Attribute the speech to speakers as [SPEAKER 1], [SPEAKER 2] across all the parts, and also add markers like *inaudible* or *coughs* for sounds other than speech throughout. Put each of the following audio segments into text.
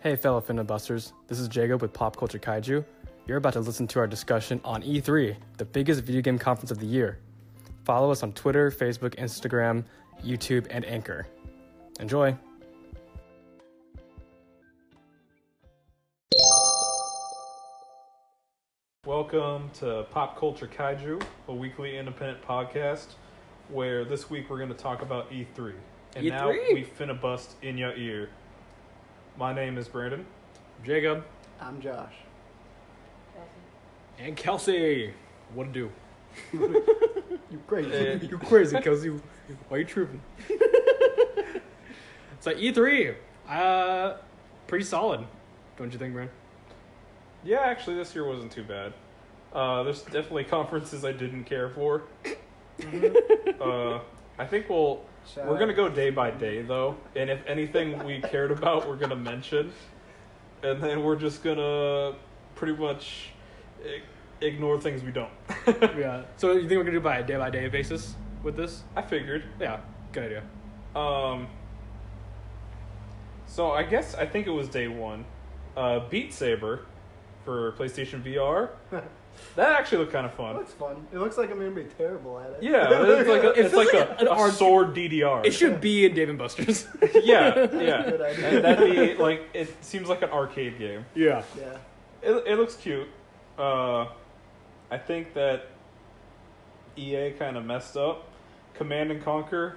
[SPEAKER 1] Hey, fellow Finibusters, this is Jago with Pop Culture Kaiju. You're about to listen to our discussion on E3, the biggest video game conference of the year. Follow us on Twitter, Facebook, Instagram, YouTube, and Anchor. Enjoy!
[SPEAKER 2] Welcome to Pop Culture Kaiju, a weekly independent podcast where this week we're going to talk about E3. And now
[SPEAKER 3] E
[SPEAKER 1] E3?
[SPEAKER 2] we finna bust in your ear. My name is Brandon.
[SPEAKER 1] Jacob
[SPEAKER 3] I'm Josh.
[SPEAKER 1] and *laughs* Kelsey! What to do?
[SPEAKER 3] You crazy?
[SPEAKER 1] you crazy, Kelsey. Why you trooping? *laughs* so, E3, uh, pretty solid, don't you think, Brand?
[SPEAKER 2] *laughs* Yeah, actually, this year wasn't too bad. Uh, there's definitely *laughs* conferences I didn't care for. uh, I think we'll
[SPEAKER 3] Mm-hmm. Shout
[SPEAKER 2] we're
[SPEAKER 3] out.
[SPEAKER 2] gonna go day by day though, and if anything we cared about, we're gonna mention, and then we're just gonna pretty much ig- ignore things we don't.
[SPEAKER 1] *laughs* Yeah. So, you think we're gonna do by a day by day basis with this?
[SPEAKER 2] I figured.
[SPEAKER 1] Yeah, good idea.
[SPEAKER 2] Um. So I guess I think it was day one. Uh, Beat Saber for
[SPEAKER 1] *laughs*
[SPEAKER 2] PlayStation VR. that actually looked kind of
[SPEAKER 3] It
[SPEAKER 2] fun.
[SPEAKER 3] looks fun. It looks like I'm gonna be terrible at it.
[SPEAKER 2] Yeah, it's like
[SPEAKER 1] *laughs*
[SPEAKER 2] a,
[SPEAKER 1] It
[SPEAKER 2] it's
[SPEAKER 1] feels
[SPEAKER 2] like,
[SPEAKER 1] like
[SPEAKER 2] a,
[SPEAKER 1] an
[SPEAKER 2] a
[SPEAKER 1] arg-
[SPEAKER 2] sword DDR.
[SPEAKER 1] It should be in Dave and Buster's.
[SPEAKER 2] yeah,
[SPEAKER 3] Good
[SPEAKER 2] yeah.
[SPEAKER 3] idea.
[SPEAKER 2] And that'd be like it seems like an arcade game.
[SPEAKER 1] *laughs* yeah.
[SPEAKER 3] *laughs* yeah.
[SPEAKER 2] It it looks cute. Uh, I think that EA kind of messed up. Command and Conquer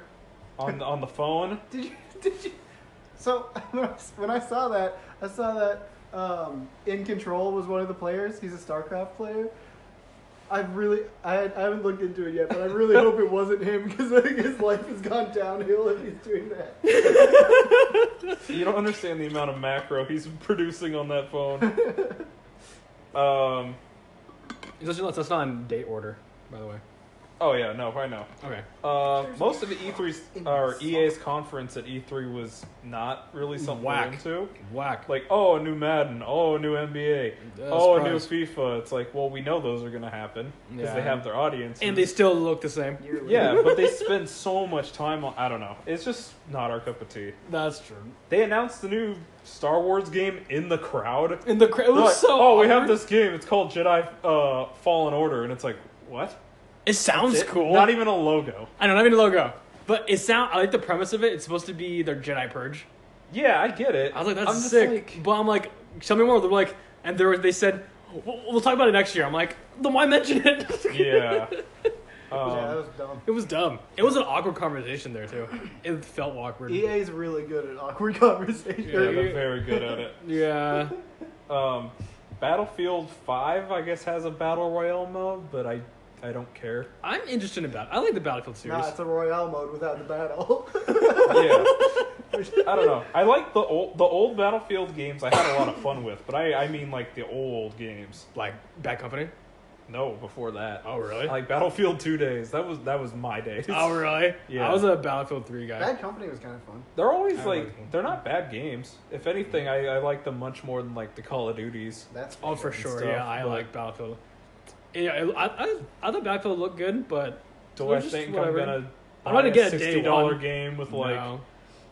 [SPEAKER 2] on on the phone.
[SPEAKER 3] Did you? *laughs* Did you? So *laughs* when I s- when I saw that, I saw that um, in control was one of the players. He's a StarCraft player. I really, I, had, I haven't looked into it yet, but I really hope it wasn't him because I think his life has gone downhill if he's doing that.
[SPEAKER 2] You don't understand the amount of macro he's *laughs* producing on that
[SPEAKER 1] *laughs*
[SPEAKER 2] phone. Um.
[SPEAKER 1] That's, not- that's not in date order, by the way.
[SPEAKER 2] Oh yeah, no, I know.
[SPEAKER 1] Okay.
[SPEAKER 2] Uh, most of the E3's
[SPEAKER 3] In
[SPEAKER 2] or
[SPEAKER 3] the
[SPEAKER 2] EA's E conference at E3 was not really something we're
[SPEAKER 1] Whack.
[SPEAKER 2] into.
[SPEAKER 1] Whack.
[SPEAKER 2] Like, oh, a new Madden, oh, a new NBA,
[SPEAKER 1] Yeah,
[SPEAKER 2] oh,
[SPEAKER 1] surprise.
[SPEAKER 2] a new FIFA. It's like, well, we know those are gonna happen because
[SPEAKER 1] Yeah.
[SPEAKER 2] they have their audience.
[SPEAKER 1] and they still look the same.
[SPEAKER 2] yeah, but they spend so much time on. I don't know. It's just not our cup of tea.
[SPEAKER 1] That's true.
[SPEAKER 2] They announced the new Star Wars game in the crowd.
[SPEAKER 1] And the cra- it
[SPEAKER 2] They're
[SPEAKER 1] was
[SPEAKER 2] like,
[SPEAKER 1] so.
[SPEAKER 2] oh, we have
[SPEAKER 1] awkward.
[SPEAKER 2] this game. It's called Jedi uh, Fallen Order, and it's like, what?
[SPEAKER 1] It sounds
[SPEAKER 2] It-
[SPEAKER 1] cool.
[SPEAKER 2] Not even a logo.
[SPEAKER 1] I don't have any logo, but it sound. I like the premise of it. It's supposed to be their Jedi purge.
[SPEAKER 2] Yeah, I get it.
[SPEAKER 1] I was like, that's
[SPEAKER 2] I'm just
[SPEAKER 1] sick.
[SPEAKER 2] like-
[SPEAKER 1] but I'm like, tell me more. They're like, and there was, they said, we'll, we'll talk about it next year. I'm like, then why mention it? *laughs*
[SPEAKER 2] *laughs* yeah. Um,
[SPEAKER 3] yeah, that was dumb.
[SPEAKER 1] It was dumb. It was an awkward conversation there too. It felt awkward.
[SPEAKER 2] E
[SPEAKER 3] EA's E really good at awkward *laughs* conversations.
[SPEAKER 2] yeah, they're
[SPEAKER 1] yeah.
[SPEAKER 2] very good at *laughs* it.
[SPEAKER 1] Yeah.
[SPEAKER 2] Um, Battlefield Five, I guess, has a battle royale mode, but I, I don't care. *laughs*
[SPEAKER 1] I'm interested in battle. I like the Battlefield series.
[SPEAKER 3] Nah, it's a royale mode without the battle. *laughs*
[SPEAKER 2] Yeah. I don't know. I like the old, the old Battlefield games. I had a lot of fun with, but I, I mean like the old games.
[SPEAKER 1] like Bad Company.
[SPEAKER 2] No, before that.
[SPEAKER 1] Oh really?
[SPEAKER 2] Like Battlefield Two Days. That was that was my days.
[SPEAKER 1] oh really?
[SPEAKER 2] Yeah.
[SPEAKER 1] I was a Battlefield Three guy.
[SPEAKER 3] Bad Company was kind of fun.
[SPEAKER 2] They're always
[SPEAKER 1] I
[SPEAKER 2] like
[SPEAKER 1] like-
[SPEAKER 2] they're not bad games. If anything, I, I like them much more than like the Call of Duties.
[SPEAKER 3] That's
[SPEAKER 1] oh for sure.
[SPEAKER 2] stuff,
[SPEAKER 1] yeah, I
[SPEAKER 2] but-
[SPEAKER 1] like Battlefield. Yeah, I, I, I thought Battlefield looked good, but
[SPEAKER 2] Do
[SPEAKER 1] They're
[SPEAKER 2] I
[SPEAKER 1] just
[SPEAKER 2] think
[SPEAKER 1] whatever.
[SPEAKER 2] I'm gonna
[SPEAKER 1] I'm
[SPEAKER 2] buy
[SPEAKER 1] gonna get a day
[SPEAKER 2] sixty dollar
[SPEAKER 1] one.
[SPEAKER 2] game with like
[SPEAKER 1] no.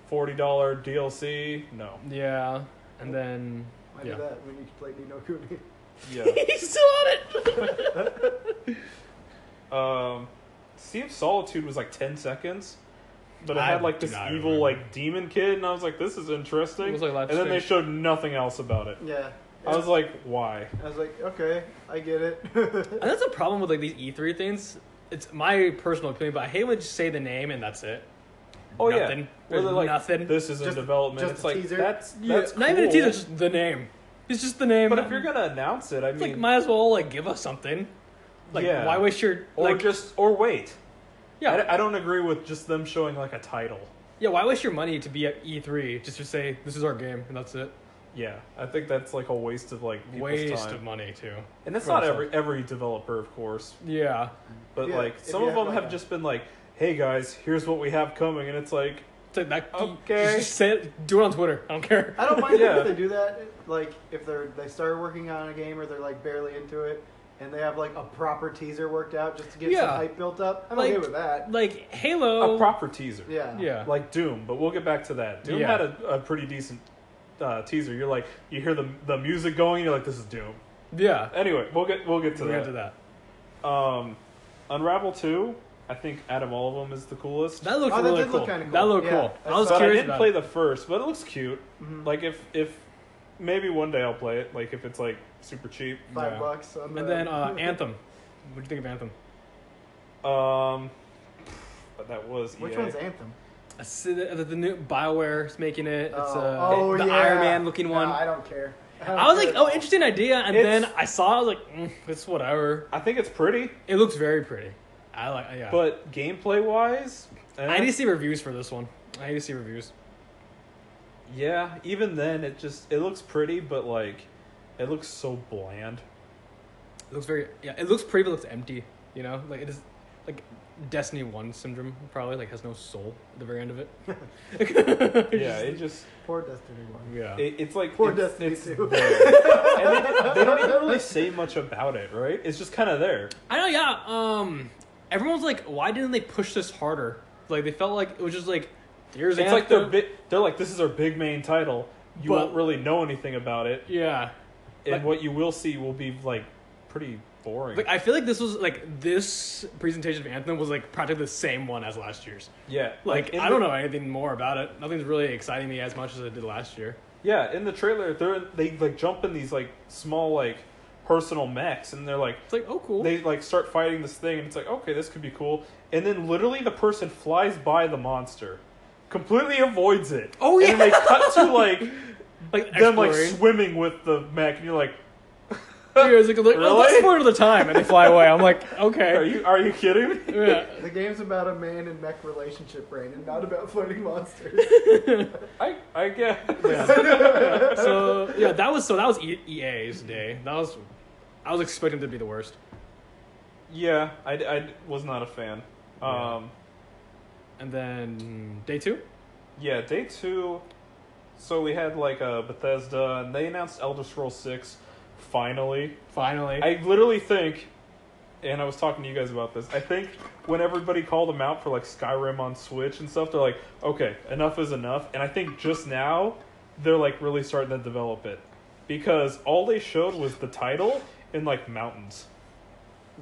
[SPEAKER 2] forty dollar DLC? No.
[SPEAKER 1] yeah, and
[SPEAKER 2] *laughs*
[SPEAKER 1] then
[SPEAKER 3] Why
[SPEAKER 1] yeah,
[SPEAKER 3] do that when you play Nino Kuni?
[SPEAKER 2] Yeah.
[SPEAKER 1] *laughs* he's still on it.
[SPEAKER 2] *laughs* um, Sea of Solitude was like ten seconds, but it
[SPEAKER 1] I
[SPEAKER 2] had like
[SPEAKER 1] do
[SPEAKER 2] this
[SPEAKER 1] not
[SPEAKER 2] evil
[SPEAKER 1] remember.
[SPEAKER 2] like demon kid, and I was like, this is interesting.
[SPEAKER 1] It was, like, live
[SPEAKER 2] and then they
[SPEAKER 1] stream.
[SPEAKER 2] showed nothing else about it.
[SPEAKER 3] Yeah.
[SPEAKER 2] I was like, why?
[SPEAKER 3] I was like, okay, I get it. *laughs*
[SPEAKER 1] And that's a problem with like these E3 things. It's my personal opinion, but I hate when you just say the name and that's it.
[SPEAKER 2] Oh
[SPEAKER 1] Nothing.
[SPEAKER 2] yeah,
[SPEAKER 1] There's
[SPEAKER 2] Well, they're like,
[SPEAKER 1] nothing.
[SPEAKER 2] This is in
[SPEAKER 3] Just-
[SPEAKER 2] development.
[SPEAKER 3] just
[SPEAKER 2] it's
[SPEAKER 3] a
[SPEAKER 2] like
[SPEAKER 3] teaser.
[SPEAKER 2] that's
[SPEAKER 1] Yeah,
[SPEAKER 2] that's
[SPEAKER 1] not even a
[SPEAKER 2] cool.
[SPEAKER 1] teaser, just the name. It's just the name.
[SPEAKER 2] But if you're gonna announce it, I
[SPEAKER 1] It's like,
[SPEAKER 2] mean,
[SPEAKER 1] might as well like give us something. Like,
[SPEAKER 2] Yeah.
[SPEAKER 1] why waste your
[SPEAKER 2] or
[SPEAKER 1] like?
[SPEAKER 2] just or wait. I,
[SPEAKER 1] yeah,
[SPEAKER 2] I don't agree with just them showing like a title.
[SPEAKER 1] yeah. Why waste your money to be at E3 just to say this is our game and that's it?
[SPEAKER 2] Yeah, I think that's like a waste of like people's
[SPEAKER 1] Waste
[SPEAKER 2] time.
[SPEAKER 1] of money too.
[SPEAKER 2] and it's
[SPEAKER 1] for
[SPEAKER 2] not
[SPEAKER 1] themselves.
[SPEAKER 2] every every developer, of course,
[SPEAKER 1] Yeah,
[SPEAKER 2] but
[SPEAKER 3] Yeah,
[SPEAKER 2] like
[SPEAKER 3] if
[SPEAKER 2] some of
[SPEAKER 3] you have,
[SPEAKER 2] them
[SPEAKER 3] like,
[SPEAKER 2] have
[SPEAKER 3] a-
[SPEAKER 2] just been like, "Hey guys, here's what we have coming," and it's like,
[SPEAKER 1] it's like that.
[SPEAKER 2] Okay.
[SPEAKER 1] Just say it. Do it on Twitter. I don't care.
[SPEAKER 3] I don't mind
[SPEAKER 2] Yeah.
[SPEAKER 3] if they do that. Like if they're they start working on a game or they're like barely into it, and they have like a proper teaser worked out just to get some
[SPEAKER 1] Yeah.
[SPEAKER 3] hype built up. I'm
[SPEAKER 1] Like-
[SPEAKER 3] okay with that.
[SPEAKER 1] Like
[SPEAKER 2] a
[SPEAKER 1] Halo.
[SPEAKER 2] proper teaser.
[SPEAKER 3] Yeah.
[SPEAKER 1] yeah.
[SPEAKER 2] Like Doom, but we'll get back to that. Doom
[SPEAKER 1] Yeah.
[SPEAKER 2] had a, a pretty decent uh, teaser, you're like you hear the the music going, you're like this is Doom.
[SPEAKER 1] Yeah.
[SPEAKER 2] Anyway, we'll get we'll get to
[SPEAKER 1] We'll get to
[SPEAKER 2] that.
[SPEAKER 1] that.
[SPEAKER 2] Um, Unravel two, I think out of all of them is the coolest.
[SPEAKER 1] That looked
[SPEAKER 3] Oh, that
[SPEAKER 1] really
[SPEAKER 3] did
[SPEAKER 1] cool.
[SPEAKER 3] look kinda
[SPEAKER 1] That
[SPEAKER 3] cool.
[SPEAKER 1] looked
[SPEAKER 3] Yeah,
[SPEAKER 1] cool.
[SPEAKER 3] I
[SPEAKER 1] I was
[SPEAKER 3] saw
[SPEAKER 2] but I
[SPEAKER 1] curious
[SPEAKER 2] didn't
[SPEAKER 1] about
[SPEAKER 2] play
[SPEAKER 1] it.
[SPEAKER 2] the first, but it looks cute.
[SPEAKER 3] Mm-hmm.
[SPEAKER 2] Like if if maybe one day I'll play it. Like if it's like super cheap.
[SPEAKER 3] Five
[SPEAKER 1] Yeah.
[SPEAKER 3] bucks on the.
[SPEAKER 1] And then
[SPEAKER 3] *laughs*
[SPEAKER 1] uh, Anthem. What do you think of Anthem?
[SPEAKER 2] Um, but that was E
[SPEAKER 3] Which
[SPEAKER 2] EA.
[SPEAKER 3] one's Anthem?
[SPEAKER 1] I see the, the, the new BioWare's making it. It's
[SPEAKER 3] oh,
[SPEAKER 1] uh,
[SPEAKER 3] oh,
[SPEAKER 1] the
[SPEAKER 3] yeah.
[SPEAKER 1] Iron Man looking
[SPEAKER 3] No,
[SPEAKER 1] one.
[SPEAKER 3] I
[SPEAKER 1] I,
[SPEAKER 3] don't care. don't
[SPEAKER 1] was
[SPEAKER 3] care
[SPEAKER 1] like,
[SPEAKER 3] at
[SPEAKER 1] oh,
[SPEAKER 3] all.
[SPEAKER 1] interesting idea. And
[SPEAKER 2] It's-
[SPEAKER 1] then I saw, it, I was like, mm, it's whatever.
[SPEAKER 2] I think it's pretty,
[SPEAKER 1] It looks very pretty. I like, yeah.
[SPEAKER 2] but eh, gameplay wise,
[SPEAKER 1] I need to see reviews for this one. I need to see reviews.
[SPEAKER 2] yeah. Even then, it just it looks pretty, but like it looks so bland.
[SPEAKER 1] It looks very, yeah. It looks pretty, but it looks empty. You know, like it is, like Destiny One syndrome probably like has no soul at the very end of it.
[SPEAKER 2] *laughs* Yeah, it just
[SPEAKER 3] Poor Destiny one.
[SPEAKER 1] yeah.
[SPEAKER 2] it, it's like
[SPEAKER 3] Poor
[SPEAKER 2] it's,
[SPEAKER 3] Destiny
[SPEAKER 2] it's
[SPEAKER 3] two.
[SPEAKER 2] there. *laughs* and they, they don't even really say much about it, right? It's just kind of there.
[SPEAKER 1] I know, yeah. Um, everyone's like, why didn't they push this harder? Like they felt like it was just like, there's
[SPEAKER 2] It's like they're
[SPEAKER 1] Anthem.
[SPEAKER 2] bi- they're like this is our big main title. You
[SPEAKER 1] But-
[SPEAKER 2] won't really know anything about it,
[SPEAKER 1] yeah.
[SPEAKER 2] and
[SPEAKER 1] Like-
[SPEAKER 2] what you will see will be like pretty boring.
[SPEAKER 1] Like I feel like this was like this presentation of Anthem was like practically the same one as last year's.
[SPEAKER 2] yeah,
[SPEAKER 1] Like
[SPEAKER 2] in
[SPEAKER 1] I
[SPEAKER 2] the-
[SPEAKER 1] don't know anything more about it. Nothing's really exciting me as much as it did last year.
[SPEAKER 2] Yeah, in the trailer, they're they like jump in these like small like personal mechs, and they're like
[SPEAKER 1] It's like oh cool.
[SPEAKER 2] they like start fighting this thing, and it's like okay, this could be cool. And then literally, the person flies by the monster, completely avoids it.
[SPEAKER 1] Oh,
[SPEAKER 2] and then they cut to
[SPEAKER 1] *laughs*
[SPEAKER 2] like
[SPEAKER 1] like
[SPEAKER 2] them like
[SPEAKER 1] exploring.
[SPEAKER 2] swimming with the mech, and you're like,
[SPEAKER 1] Yeah, it's like, like oh,
[SPEAKER 2] Really?
[SPEAKER 1] let's explore another time, and they fly away. I'm
[SPEAKER 2] *laughs*
[SPEAKER 1] like
[SPEAKER 2] are
[SPEAKER 1] okay.
[SPEAKER 2] you are you kidding me? *laughs*
[SPEAKER 1] Yeah.
[SPEAKER 3] *laughs* The game's about a man and mech relationship, Brandon, not about floating monsters.
[SPEAKER 2] I I get
[SPEAKER 1] So yeah, that was so that was E- EA's day. That was I was expecting it to be the worst.
[SPEAKER 2] yeah. I, I was not a fan.
[SPEAKER 1] Yeah.
[SPEAKER 2] Um,
[SPEAKER 1] And then day two?
[SPEAKER 2] Yeah, day two. So we had like a Bethesda, and they announced Elder Scrolls Six. Finally,
[SPEAKER 1] Finally.
[SPEAKER 2] I literally think, and I was talking to you guys about this. I think when everybody called them out for like Skyrim on Switch and stuff, they're like, okay, enough is enough. And I think just now they're like really starting to develop it because all they showed was the title and like mountains.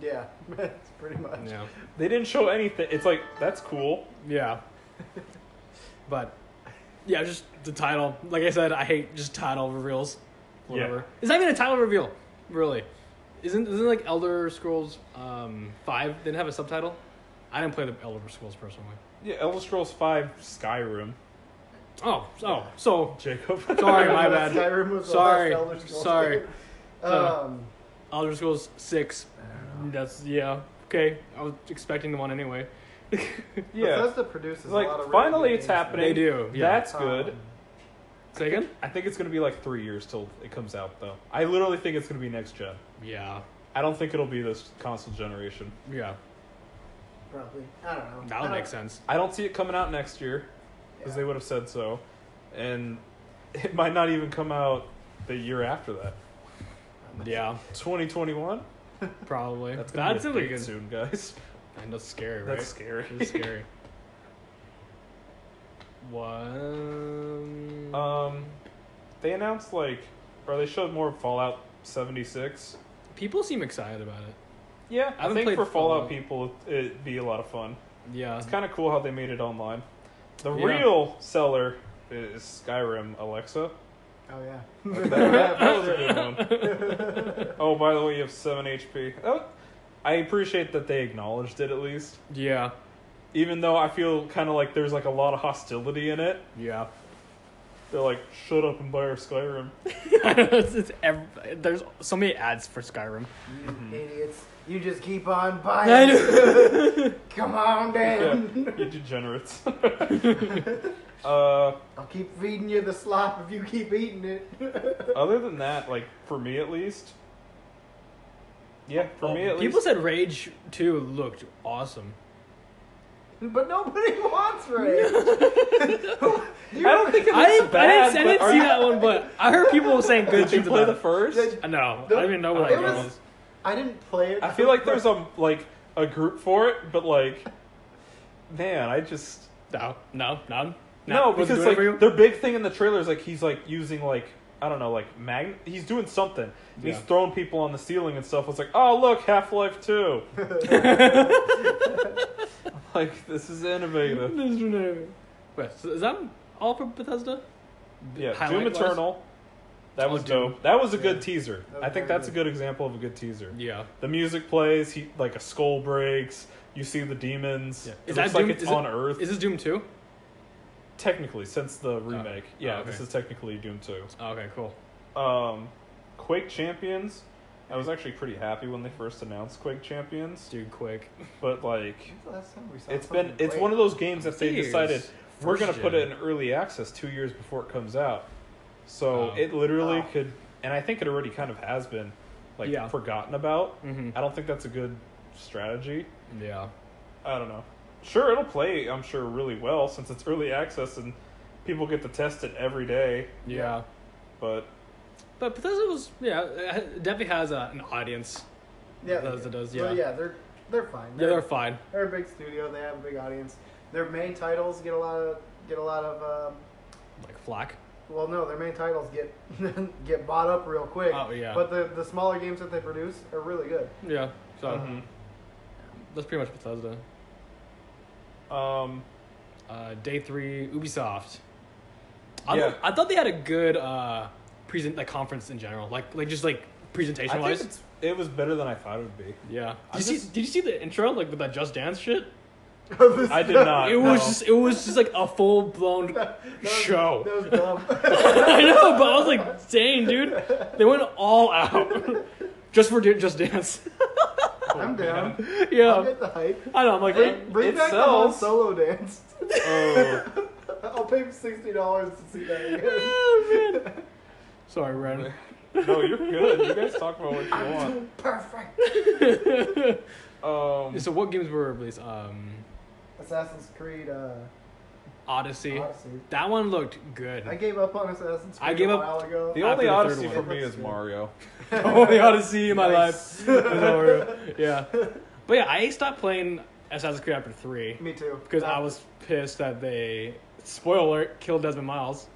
[SPEAKER 3] yeah, *laughs* that's pretty much.
[SPEAKER 1] yeah.
[SPEAKER 2] They didn't show anything. It's like that's cool.
[SPEAKER 1] Yeah. *laughs* but yeah, just the title. Like I said, I hate just title reveals. Whatever.
[SPEAKER 2] Yeah.
[SPEAKER 1] It's not even a title reveal, really. Isn't isn't like Elder Scrolls um, five didn't have a subtitle? I didn't play the Elder Scrolls personally.
[SPEAKER 2] Yeah, Elder Scrolls Five Skyrim. *laughs*
[SPEAKER 1] Oh, oh, so
[SPEAKER 2] Jacob.
[SPEAKER 1] Sorry,
[SPEAKER 3] *laughs*
[SPEAKER 1] my
[SPEAKER 3] That
[SPEAKER 2] *laughs*
[SPEAKER 1] bad.
[SPEAKER 3] Skyrim was the
[SPEAKER 1] Sorry.
[SPEAKER 3] last Elder Scrolls
[SPEAKER 1] Sorry.
[SPEAKER 3] game.
[SPEAKER 1] Uh,
[SPEAKER 3] Um,
[SPEAKER 1] Elder Scrolls six. That's yeah. Okay, I was expecting the one anyway.
[SPEAKER 2] yeah.
[SPEAKER 3] Bethesda produces
[SPEAKER 2] Like,
[SPEAKER 3] a lot of really
[SPEAKER 2] finally
[SPEAKER 3] good
[SPEAKER 2] it's
[SPEAKER 3] games.
[SPEAKER 2] happening.
[SPEAKER 1] They do, yeah.
[SPEAKER 2] That's
[SPEAKER 3] Um,
[SPEAKER 2] good.
[SPEAKER 1] Say again?
[SPEAKER 2] I think it's gonna be like three years till it comes out, though. I literally think it's gonna be next gen.
[SPEAKER 1] Yeah,
[SPEAKER 2] I don't think it'll be this console generation.
[SPEAKER 1] yeah.
[SPEAKER 3] Probably. I don't know.
[SPEAKER 1] That
[SPEAKER 3] I
[SPEAKER 1] would
[SPEAKER 3] don't-
[SPEAKER 1] make sense.
[SPEAKER 2] I don't see it coming out next year, because they would have said so, and *laughs* it might not even come out the year after that.
[SPEAKER 1] Yeah,
[SPEAKER 2] 2021.
[SPEAKER 1] probably.
[SPEAKER 2] That's gonna
[SPEAKER 1] That's
[SPEAKER 2] be a
[SPEAKER 1] really
[SPEAKER 2] date
[SPEAKER 1] good.
[SPEAKER 2] soon,
[SPEAKER 1] *laughs*
[SPEAKER 2] guys.
[SPEAKER 1] And that's scary, right?
[SPEAKER 2] That's scary.
[SPEAKER 1] That's scary. One.
[SPEAKER 2] Um, they announced like, or they showed more of Fallout 76.
[SPEAKER 1] People seem excited about it.
[SPEAKER 2] Yeah, I,
[SPEAKER 1] haven't
[SPEAKER 2] think
[SPEAKER 1] played
[SPEAKER 2] for Fallout
[SPEAKER 1] Fallout.
[SPEAKER 2] people, it'd be a lot of fun.
[SPEAKER 1] Yeah.
[SPEAKER 2] It's kind of cool how they made it online. The
[SPEAKER 1] Yeah.
[SPEAKER 2] real seller is Skyrim Alexa.
[SPEAKER 3] Oh yeah.
[SPEAKER 2] *laughs* That, that- that was a good one. *laughs* Oh, by the way, you have seven HP. Oh, I appreciate that they acknowledged it at least,
[SPEAKER 1] Yeah.
[SPEAKER 2] even though I feel kind of like there's like a lot of hostility in it.
[SPEAKER 1] Yeah.
[SPEAKER 2] They're like, "Shut up and buy our Skyrim."
[SPEAKER 1] *laughs* it's, it's ev- there's so many ads for Skyrim.
[SPEAKER 3] You idiots. You just keep on buying.
[SPEAKER 1] Mm-hmm. I know.
[SPEAKER 3] *laughs*
[SPEAKER 1] *laughs*
[SPEAKER 3] Come on
[SPEAKER 2] Yeah,
[SPEAKER 3] down.
[SPEAKER 2] *laughs* you degenerates. uh,
[SPEAKER 3] I'll keep feeding you the slop if you keep eating it. *laughs*
[SPEAKER 2] other than that, like for me at least, yeah, for me at
[SPEAKER 1] People
[SPEAKER 2] least,
[SPEAKER 1] said Rage 2 looked awesome.
[SPEAKER 3] but
[SPEAKER 1] *laughs*
[SPEAKER 3] nobody *laughs* wants Rage. *laughs* you
[SPEAKER 2] I don't think it
[SPEAKER 1] I
[SPEAKER 2] looks
[SPEAKER 1] didn't, I
[SPEAKER 2] bad,
[SPEAKER 1] didn't, I
[SPEAKER 2] but
[SPEAKER 1] didn't
[SPEAKER 2] are
[SPEAKER 1] see
[SPEAKER 2] you-
[SPEAKER 1] that one, but I heard people saying good
[SPEAKER 2] Did you
[SPEAKER 1] things
[SPEAKER 2] play
[SPEAKER 1] about
[SPEAKER 2] the
[SPEAKER 1] it.
[SPEAKER 2] first?
[SPEAKER 1] I know.
[SPEAKER 3] The-
[SPEAKER 1] I don't even know what
[SPEAKER 2] it
[SPEAKER 1] that game
[SPEAKER 2] was-
[SPEAKER 1] is.
[SPEAKER 3] I didn't play it.
[SPEAKER 2] I feel like there's a like a group for it, but like, man, I just
[SPEAKER 1] No, no, none.
[SPEAKER 2] No,
[SPEAKER 1] was it
[SPEAKER 2] because
[SPEAKER 1] good
[SPEAKER 2] like
[SPEAKER 1] for you?
[SPEAKER 2] their big thing in the trailer is like he's like using like I don't know like mag he's doing something. And
[SPEAKER 1] Yeah.
[SPEAKER 2] He's throwing people on the ceiling and stuff. It's like oh look Half Life Two. *laughs* like this is innovative.
[SPEAKER 1] Wait, so is that all for Bethesda?
[SPEAKER 2] Yeah, Doom
[SPEAKER 1] Highlight-wise?
[SPEAKER 2] Eternal. That
[SPEAKER 1] Oh,
[SPEAKER 2] was
[SPEAKER 1] Doom.
[SPEAKER 2] dope. That was a good
[SPEAKER 3] Yeah.
[SPEAKER 2] teaser.
[SPEAKER 3] That was
[SPEAKER 2] I think
[SPEAKER 3] very
[SPEAKER 2] that's a
[SPEAKER 3] good.
[SPEAKER 2] good example of a good teaser.
[SPEAKER 1] Yeah.
[SPEAKER 2] The music plays. He like a skull breaks. You see the demons.
[SPEAKER 1] Yeah.
[SPEAKER 2] It
[SPEAKER 1] Is that
[SPEAKER 2] looks
[SPEAKER 1] Doom-
[SPEAKER 2] like it's
[SPEAKER 1] is it-
[SPEAKER 2] on Earth.
[SPEAKER 1] Is this Doom 2?
[SPEAKER 2] technically, since the remake, yeah,
[SPEAKER 1] okay.
[SPEAKER 2] this is technically Doom Two.
[SPEAKER 1] Oh, okay, cool.
[SPEAKER 2] Um, Quake Champions. I was actually pretty happy when they first announced Quake Champions,
[SPEAKER 1] Dude, quick.
[SPEAKER 2] but like,
[SPEAKER 3] When's the last time we saw
[SPEAKER 2] it's been
[SPEAKER 3] something
[SPEAKER 2] it's
[SPEAKER 3] great?
[SPEAKER 2] one of those games that they
[SPEAKER 1] Years.
[SPEAKER 2] decided we're
[SPEAKER 1] First
[SPEAKER 2] gonna put
[SPEAKER 1] gen.
[SPEAKER 2] it in early access two years before it comes out. So
[SPEAKER 1] Oh.
[SPEAKER 2] it literally
[SPEAKER 3] Oh.
[SPEAKER 2] could, and I think it already kind of has been, like
[SPEAKER 1] Yeah.
[SPEAKER 2] forgotten about.
[SPEAKER 1] Mm-hmm.
[SPEAKER 2] I don't think that's a good strategy.
[SPEAKER 1] Yeah.
[SPEAKER 2] I don't know. Sure, it'll play, I'm sure, really well since it's early access and people get to test it every day.
[SPEAKER 1] Yeah.
[SPEAKER 2] But
[SPEAKER 1] But Bethesda was, yeah, it definitely has a, an audience.
[SPEAKER 3] yeah,
[SPEAKER 1] those that does,
[SPEAKER 3] Well,
[SPEAKER 1] yeah.
[SPEAKER 3] yeah, they're they're fine.
[SPEAKER 1] Yeah, they're fine.
[SPEAKER 3] They're a big studio. They have a big audience. Their main titles get a lot of get a lot of. Um,
[SPEAKER 1] Like Flack.
[SPEAKER 3] well, no, their main titles get *laughs* get bought up real quick.
[SPEAKER 1] Oh, yeah.
[SPEAKER 3] But the the smaller games that they produce are really good. *laughs*
[SPEAKER 1] Yeah. So
[SPEAKER 2] mhm.
[SPEAKER 1] that's pretty much Bethesda.
[SPEAKER 2] Um,
[SPEAKER 1] Uh, day three, Ubisoft. I,
[SPEAKER 2] Yeah.
[SPEAKER 1] thought, I thought they had a good uh, present like conference in general, like like just like presentation
[SPEAKER 2] I think
[SPEAKER 1] wise.
[SPEAKER 2] it's, it was better than I thought it would be.
[SPEAKER 1] Yeah.
[SPEAKER 2] I
[SPEAKER 1] Did you, see,
[SPEAKER 2] just-
[SPEAKER 1] did you see the intro like with that Just Dance shit? Oh.
[SPEAKER 2] I
[SPEAKER 1] *laughs*
[SPEAKER 2] did not.
[SPEAKER 1] it was
[SPEAKER 2] Uh, no.
[SPEAKER 1] just it was just like a full
[SPEAKER 2] *laughs*
[SPEAKER 1] blown
[SPEAKER 3] That was-
[SPEAKER 1] show. *laughs*
[SPEAKER 3] That was dumb. *laughs*
[SPEAKER 1] I know, but I was like, dang, dude, they went all out *laughs* just for Du- Just Dance. *laughs*
[SPEAKER 2] Oh,
[SPEAKER 3] I'm down.
[SPEAKER 2] man.
[SPEAKER 3] I'll
[SPEAKER 1] yeah.
[SPEAKER 3] get the hype.
[SPEAKER 1] I know. I'm like,
[SPEAKER 3] Bring, bring
[SPEAKER 2] It
[SPEAKER 3] back the Han
[SPEAKER 1] *laughs*
[SPEAKER 2] sells.
[SPEAKER 3] Solo dance. *laughs*
[SPEAKER 2] Oh,
[SPEAKER 3] I'll pay sixty dollars to see that again. *laughs*
[SPEAKER 1] oh, man. Sorry, Ren.
[SPEAKER 2] *laughs* no, you're good. You guys talk about what you
[SPEAKER 3] Perfect.
[SPEAKER 2] want. Um,
[SPEAKER 1] So what games were released? Um,
[SPEAKER 3] Assassin's Creed uh,
[SPEAKER 1] Odyssey.
[SPEAKER 2] Uh,
[SPEAKER 3] Odyssey.
[SPEAKER 1] That one looked good. *laughs*
[SPEAKER 3] I gave up on Assassin's Creed
[SPEAKER 1] I gave
[SPEAKER 3] a
[SPEAKER 1] up-
[SPEAKER 3] while ago.
[SPEAKER 2] the
[SPEAKER 1] After
[SPEAKER 2] only
[SPEAKER 1] the third
[SPEAKER 2] Odyssey
[SPEAKER 1] one.
[SPEAKER 2] for me
[SPEAKER 1] *laughs*
[SPEAKER 2] is Mario.
[SPEAKER 1] only Odyssey in my
[SPEAKER 3] Nice.
[SPEAKER 1] life. Is Mario.
[SPEAKER 3] *laughs*
[SPEAKER 1] yeah. But yeah, I stopped playing Assassin's Creed after three
[SPEAKER 3] Me too.
[SPEAKER 1] because I was pissed that they, spoiler, alert, killed Desmond Miles.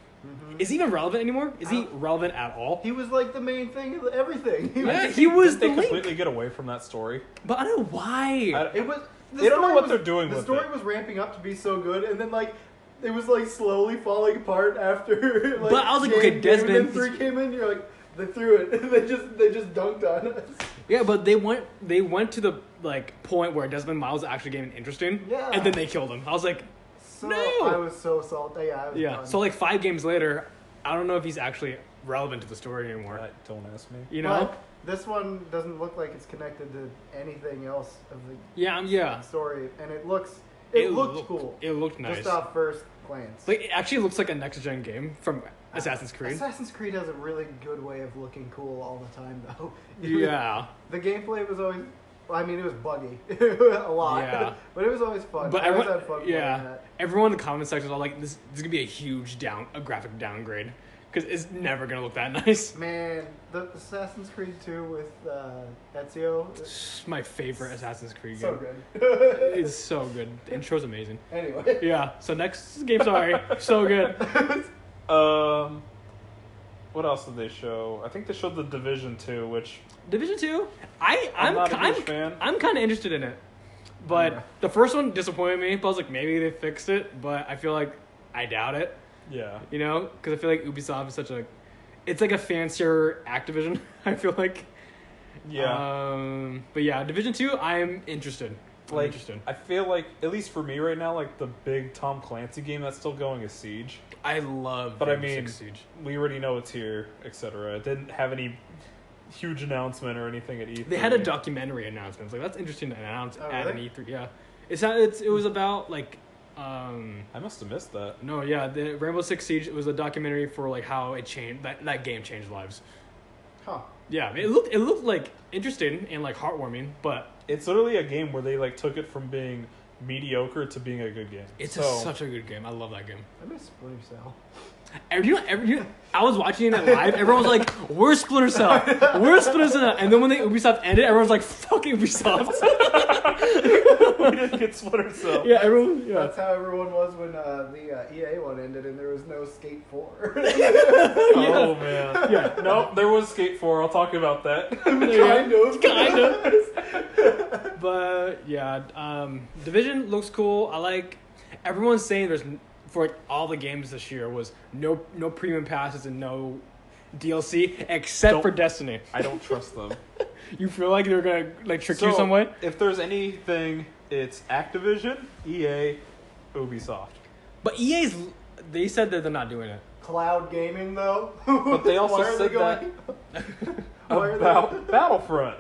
[SPEAKER 1] Is he even relevant anymore? Is he
[SPEAKER 3] Mm-hmm. I-
[SPEAKER 1] relevant at all?
[SPEAKER 3] He was like the main thing of everything. *laughs* He
[SPEAKER 1] Yeah,
[SPEAKER 3] was,
[SPEAKER 1] he was the
[SPEAKER 2] They
[SPEAKER 1] link.
[SPEAKER 2] completely get away from that story.
[SPEAKER 1] But I don't know why.
[SPEAKER 2] I-
[SPEAKER 3] it was. The
[SPEAKER 2] They don't know
[SPEAKER 3] story
[SPEAKER 2] what
[SPEAKER 3] was-
[SPEAKER 2] they're doing
[SPEAKER 3] The
[SPEAKER 2] with
[SPEAKER 3] story
[SPEAKER 2] it.
[SPEAKER 3] was ramping up to be so good, and then like. It was like slowly falling apart after. *laughs* Like,
[SPEAKER 1] But I was like,
[SPEAKER 3] game
[SPEAKER 1] okay,
[SPEAKER 3] two, And
[SPEAKER 1] Desmond-
[SPEAKER 3] then three came in. You're like, they threw it. *laughs* And they just they just dunked on us.
[SPEAKER 1] yeah, but they went they went to the like point where Desmond Miles actually getting interesting.
[SPEAKER 3] Yeah.
[SPEAKER 1] And then they killed him. I was like,
[SPEAKER 3] So
[SPEAKER 1] No.
[SPEAKER 3] I was so salty. Yeah, I was
[SPEAKER 1] yeah.
[SPEAKER 3] done.
[SPEAKER 1] So like five games later, I don't know if he's actually relevant to the story anymore.
[SPEAKER 2] I- Don't ask me.
[SPEAKER 1] You know?
[SPEAKER 3] But this one doesn't look like it's connected to anything else of the
[SPEAKER 1] yeah, I'm- yeah.
[SPEAKER 3] story, and it looks it, looked, cool
[SPEAKER 1] It looked nice.
[SPEAKER 3] just off first glance.
[SPEAKER 1] Like it actually looks like a next gen game from Assassin's Creed.
[SPEAKER 3] Assassin's Creed has a really good way of looking cool all the time, though. *laughs*
[SPEAKER 1] yeah,
[SPEAKER 3] the gameplay was always. I mean, it was buggy *laughs* a lot,
[SPEAKER 1] Yeah.
[SPEAKER 3] *laughs* but it was always fun.
[SPEAKER 1] but
[SPEAKER 3] I always
[SPEAKER 1] everyone,
[SPEAKER 3] had fun playing
[SPEAKER 1] yeah,
[SPEAKER 3] that.
[SPEAKER 1] everyone in the comment section was all like, "This, this is gonna be a huge down, a graphic downgrade, because it's never gonna look that *laughs* nice."
[SPEAKER 3] Man, the Assassin's Creed 2 with uh, Ezio,
[SPEAKER 1] It's my favorite Assassin's Creed
[SPEAKER 3] so
[SPEAKER 1] game.
[SPEAKER 3] good. *laughs*
[SPEAKER 1] It's so good. The intro's amazing.
[SPEAKER 3] anyway, *laughs*
[SPEAKER 1] Yeah. So next game, sorry, so good.
[SPEAKER 2] Um, what else did they show? I think they showed the Division Two, which
[SPEAKER 1] Division two. I
[SPEAKER 2] I'm
[SPEAKER 1] I'm
[SPEAKER 2] not a
[SPEAKER 1] I'm,
[SPEAKER 2] huge fan.
[SPEAKER 1] I'm kind of interested in it, but
[SPEAKER 3] Yeah.
[SPEAKER 1] the first one disappointed me. But I was like, maybe they fixed it, but I feel like I doubt it.
[SPEAKER 2] yeah,
[SPEAKER 1] You know, because I feel like Ubisoft is such a, it's like a fancier Activision. *laughs* I feel like.
[SPEAKER 2] yeah.
[SPEAKER 1] Um, but yeah, Division Two, I'm interested. I'm
[SPEAKER 2] like
[SPEAKER 1] interested.
[SPEAKER 2] I feel like at least for me right now, like the big Tom Clancy game that's still going is Siege.
[SPEAKER 1] I love.
[SPEAKER 2] But I
[SPEAKER 1] Rainbow
[SPEAKER 2] mean,
[SPEAKER 1] Six Siege.
[SPEAKER 2] we already know it's here, etc. It didn't have any huge announcement or anything at E E3.
[SPEAKER 1] they had a documentary announcement. It's like that's interesting to announce
[SPEAKER 3] Oh,
[SPEAKER 1] at
[SPEAKER 3] really?
[SPEAKER 1] an E3. Yeah, it's not. It's it was about like, um,
[SPEAKER 2] I must have missed that.
[SPEAKER 1] no, yeah, the Rainbow Six Siege was a documentary for like how it changed that that game changed lives.
[SPEAKER 3] huh?
[SPEAKER 1] Yeah, it looked it looked like interesting and like heartwarming, but
[SPEAKER 2] It's literally a game where they like took it from being mediocre to being a good game.
[SPEAKER 1] it's
[SPEAKER 2] so,
[SPEAKER 1] just such a good game. I love that game.
[SPEAKER 3] I miss Splinter Cell.
[SPEAKER 1] Every- You know, every, you know, I was watching it live. Everyone was like, "We're Splinter Cell. We're Splinter Cell." And then when they Ubisoft ended, everyone was like, "Fuck Ubisoft."
[SPEAKER 2] *laughs* we didn't get Splinter
[SPEAKER 1] *laughs*
[SPEAKER 2] Cell.
[SPEAKER 1] yeah, everyone. Yeah.
[SPEAKER 3] That's how everyone was when uh, the uh, EA one ended and there was no Skate 4.
[SPEAKER 2] Oh
[SPEAKER 1] *laughs*
[SPEAKER 2] man.
[SPEAKER 1] Yeah.
[SPEAKER 2] Nope, there was Skate 4. I'll talk about that.
[SPEAKER 3] kind of.
[SPEAKER 1] kind of. but yeah, um, Division looks cool. I like. Everyone's saying there's n- for all the games this year was no no premium passes and no DLC except
[SPEAKER 2] Don't-
[SPEAKER 1] for Destiny.
[SPEAKER 2] I don't trust them.
[SPEAKER 1] You feel like they're gonna like *laughs* trick you
[SPEAKER 2] So,
[SPEAKER 1] some way,
[SPEAKER 2] If there's anything, it's Activision, EA, Ubisoft.
[SPEAKER 1] but EA's l- they said that they're not doing it.
[SPEAKER 3] *laughs* Cloud gaming, though. *laughs*
[SPEAKER 2] But they also
[SPEAKER 3] Why are
[SPEAKER 2] said
[SPEAKER 3] they going... Why are they-
[SPEAKER 2] About Battlefront.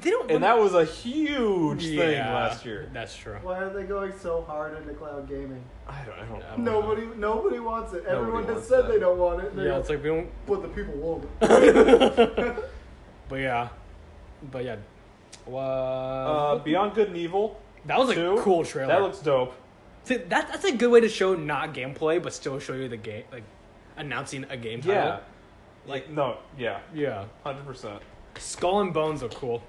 [SPEAKER 1] They don't.
[SPEAKER 2] And that was a huge
[SPEAKER 1] Yeah,
[SPEAKER 2] thing last year.
[SPEAKER 1] That's true.
[SPEAKER 3] Why are they going so hard into cloud gaming?
[SPEAKER 2] I don't, I don't know.
[SPEAKER 1] Yeah.
[SPEAKER 3] Nobody, nobody wants it. Everyone has
[SPEAKER 2] wants
[SPEAKER 3] said
[SPEAKER 2] that.
[SPEAKER 3] they don't want it. They
[SPEAKER 1] Yeah, it's like we don't.
[SPEAKER 3] but the
[SPEAKER 1] *laughs*
[SPEAKER 3] people want it.
[SPEAKER 1] But yeah, but yeah. Well,
[SPEAKER 2] Uh, Beyond Good and Evil.
[SPEAKER 1] that was a
[SPEAKER 2] two.
[SPEAKER 1] cool trailer.
[SPEAKER 2] That looks dope.
[SPEAKER 1] See, that, that's a good way to show not gameplay, but still show you the game, like announcing a game title.
[SPEAKER 2] Yeah.
[SPEAKER 1] Like-
[SPEAKER 2] no, yeah,
[SPEAKER 1] Yeah.
[SPEAKER 2] hundred percent.
[SPEAKER 1] Skull and Bones look cool.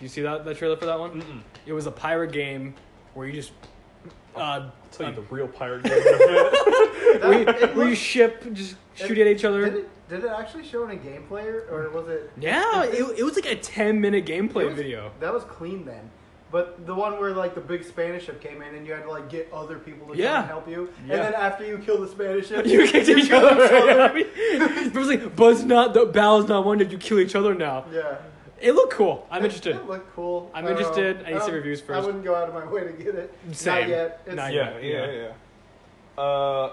[SPEAKER 1] You see that that trailer for that one?
[SPEAKER 2] Mm-mm.
[SPEAKER 1] It was a pirate game where you just uh,
[SPEAKER 2] Tell you
[SPEAKER 1] um,
[SPEAKER 2] the real pirate game. in a minute.
[SPEAKER 1] where you,
[SPEAKER 3] That- it
[SPEAKER 1] where you
[SPEAKER 3] looked-
[SPEAKER 1] ship just
[SPEAKER 3] it-
[SPEAKER 1] shoot at each other.
[SPEAKER 3] Did it, did it actually show any gameplay, or- or was it?
[SPEAKER 1] yeah, it, it was like a ten minute gameplay
[SPEAKER 3] it was-
[SPEAKER 1] video.
[SPEAKER 3] That was clean then. But the one where like the big Spanish ship came in and you had to like get other people to
[SPEAKER 1] Yeah.
[SPEAKER 3] come and help you,
[SPEAKER 1] Yeah.
[SPEAKER 3] and then after you kill the Spanish ship,
[SPEAKER 1] *laughs* You kicked each other. *laughs* it was like, Buzz not the battle's not wondered. You kill each other now.
[SPEAKER 3] yeah.
[SPEAKER 1] It looked cool. I'm
[SPEAKER 3] It-
[SPEAKER 1] interested.
[SPEAKER 3] It looked cool.
[SPEAKER 1] I'm
[SPEAKER 3] I don't
[SPEAKER 1] interested.
[SPEAKER 3] know.
[SPEAKER 1] I need to see
[SPEAKER 3] don't-
[SPEAKER 1] reviews
[SPEAKER 3] I
[SPEAKER 1] first.
[SPEAKER 3] wouldn't go out of my way to get it.
[SPEAKER 1] Same.
[SPEAKER 3] Not yet. It's,
[SPEAKER 1] Not
[SPEAKER 2] *laughs* yeah,
[SPEAKER 1] yet.
[SPEAKER 2] yeah,
[SPEAKER 1] Yeah.
[SPEAKER 2] yeah. Uh,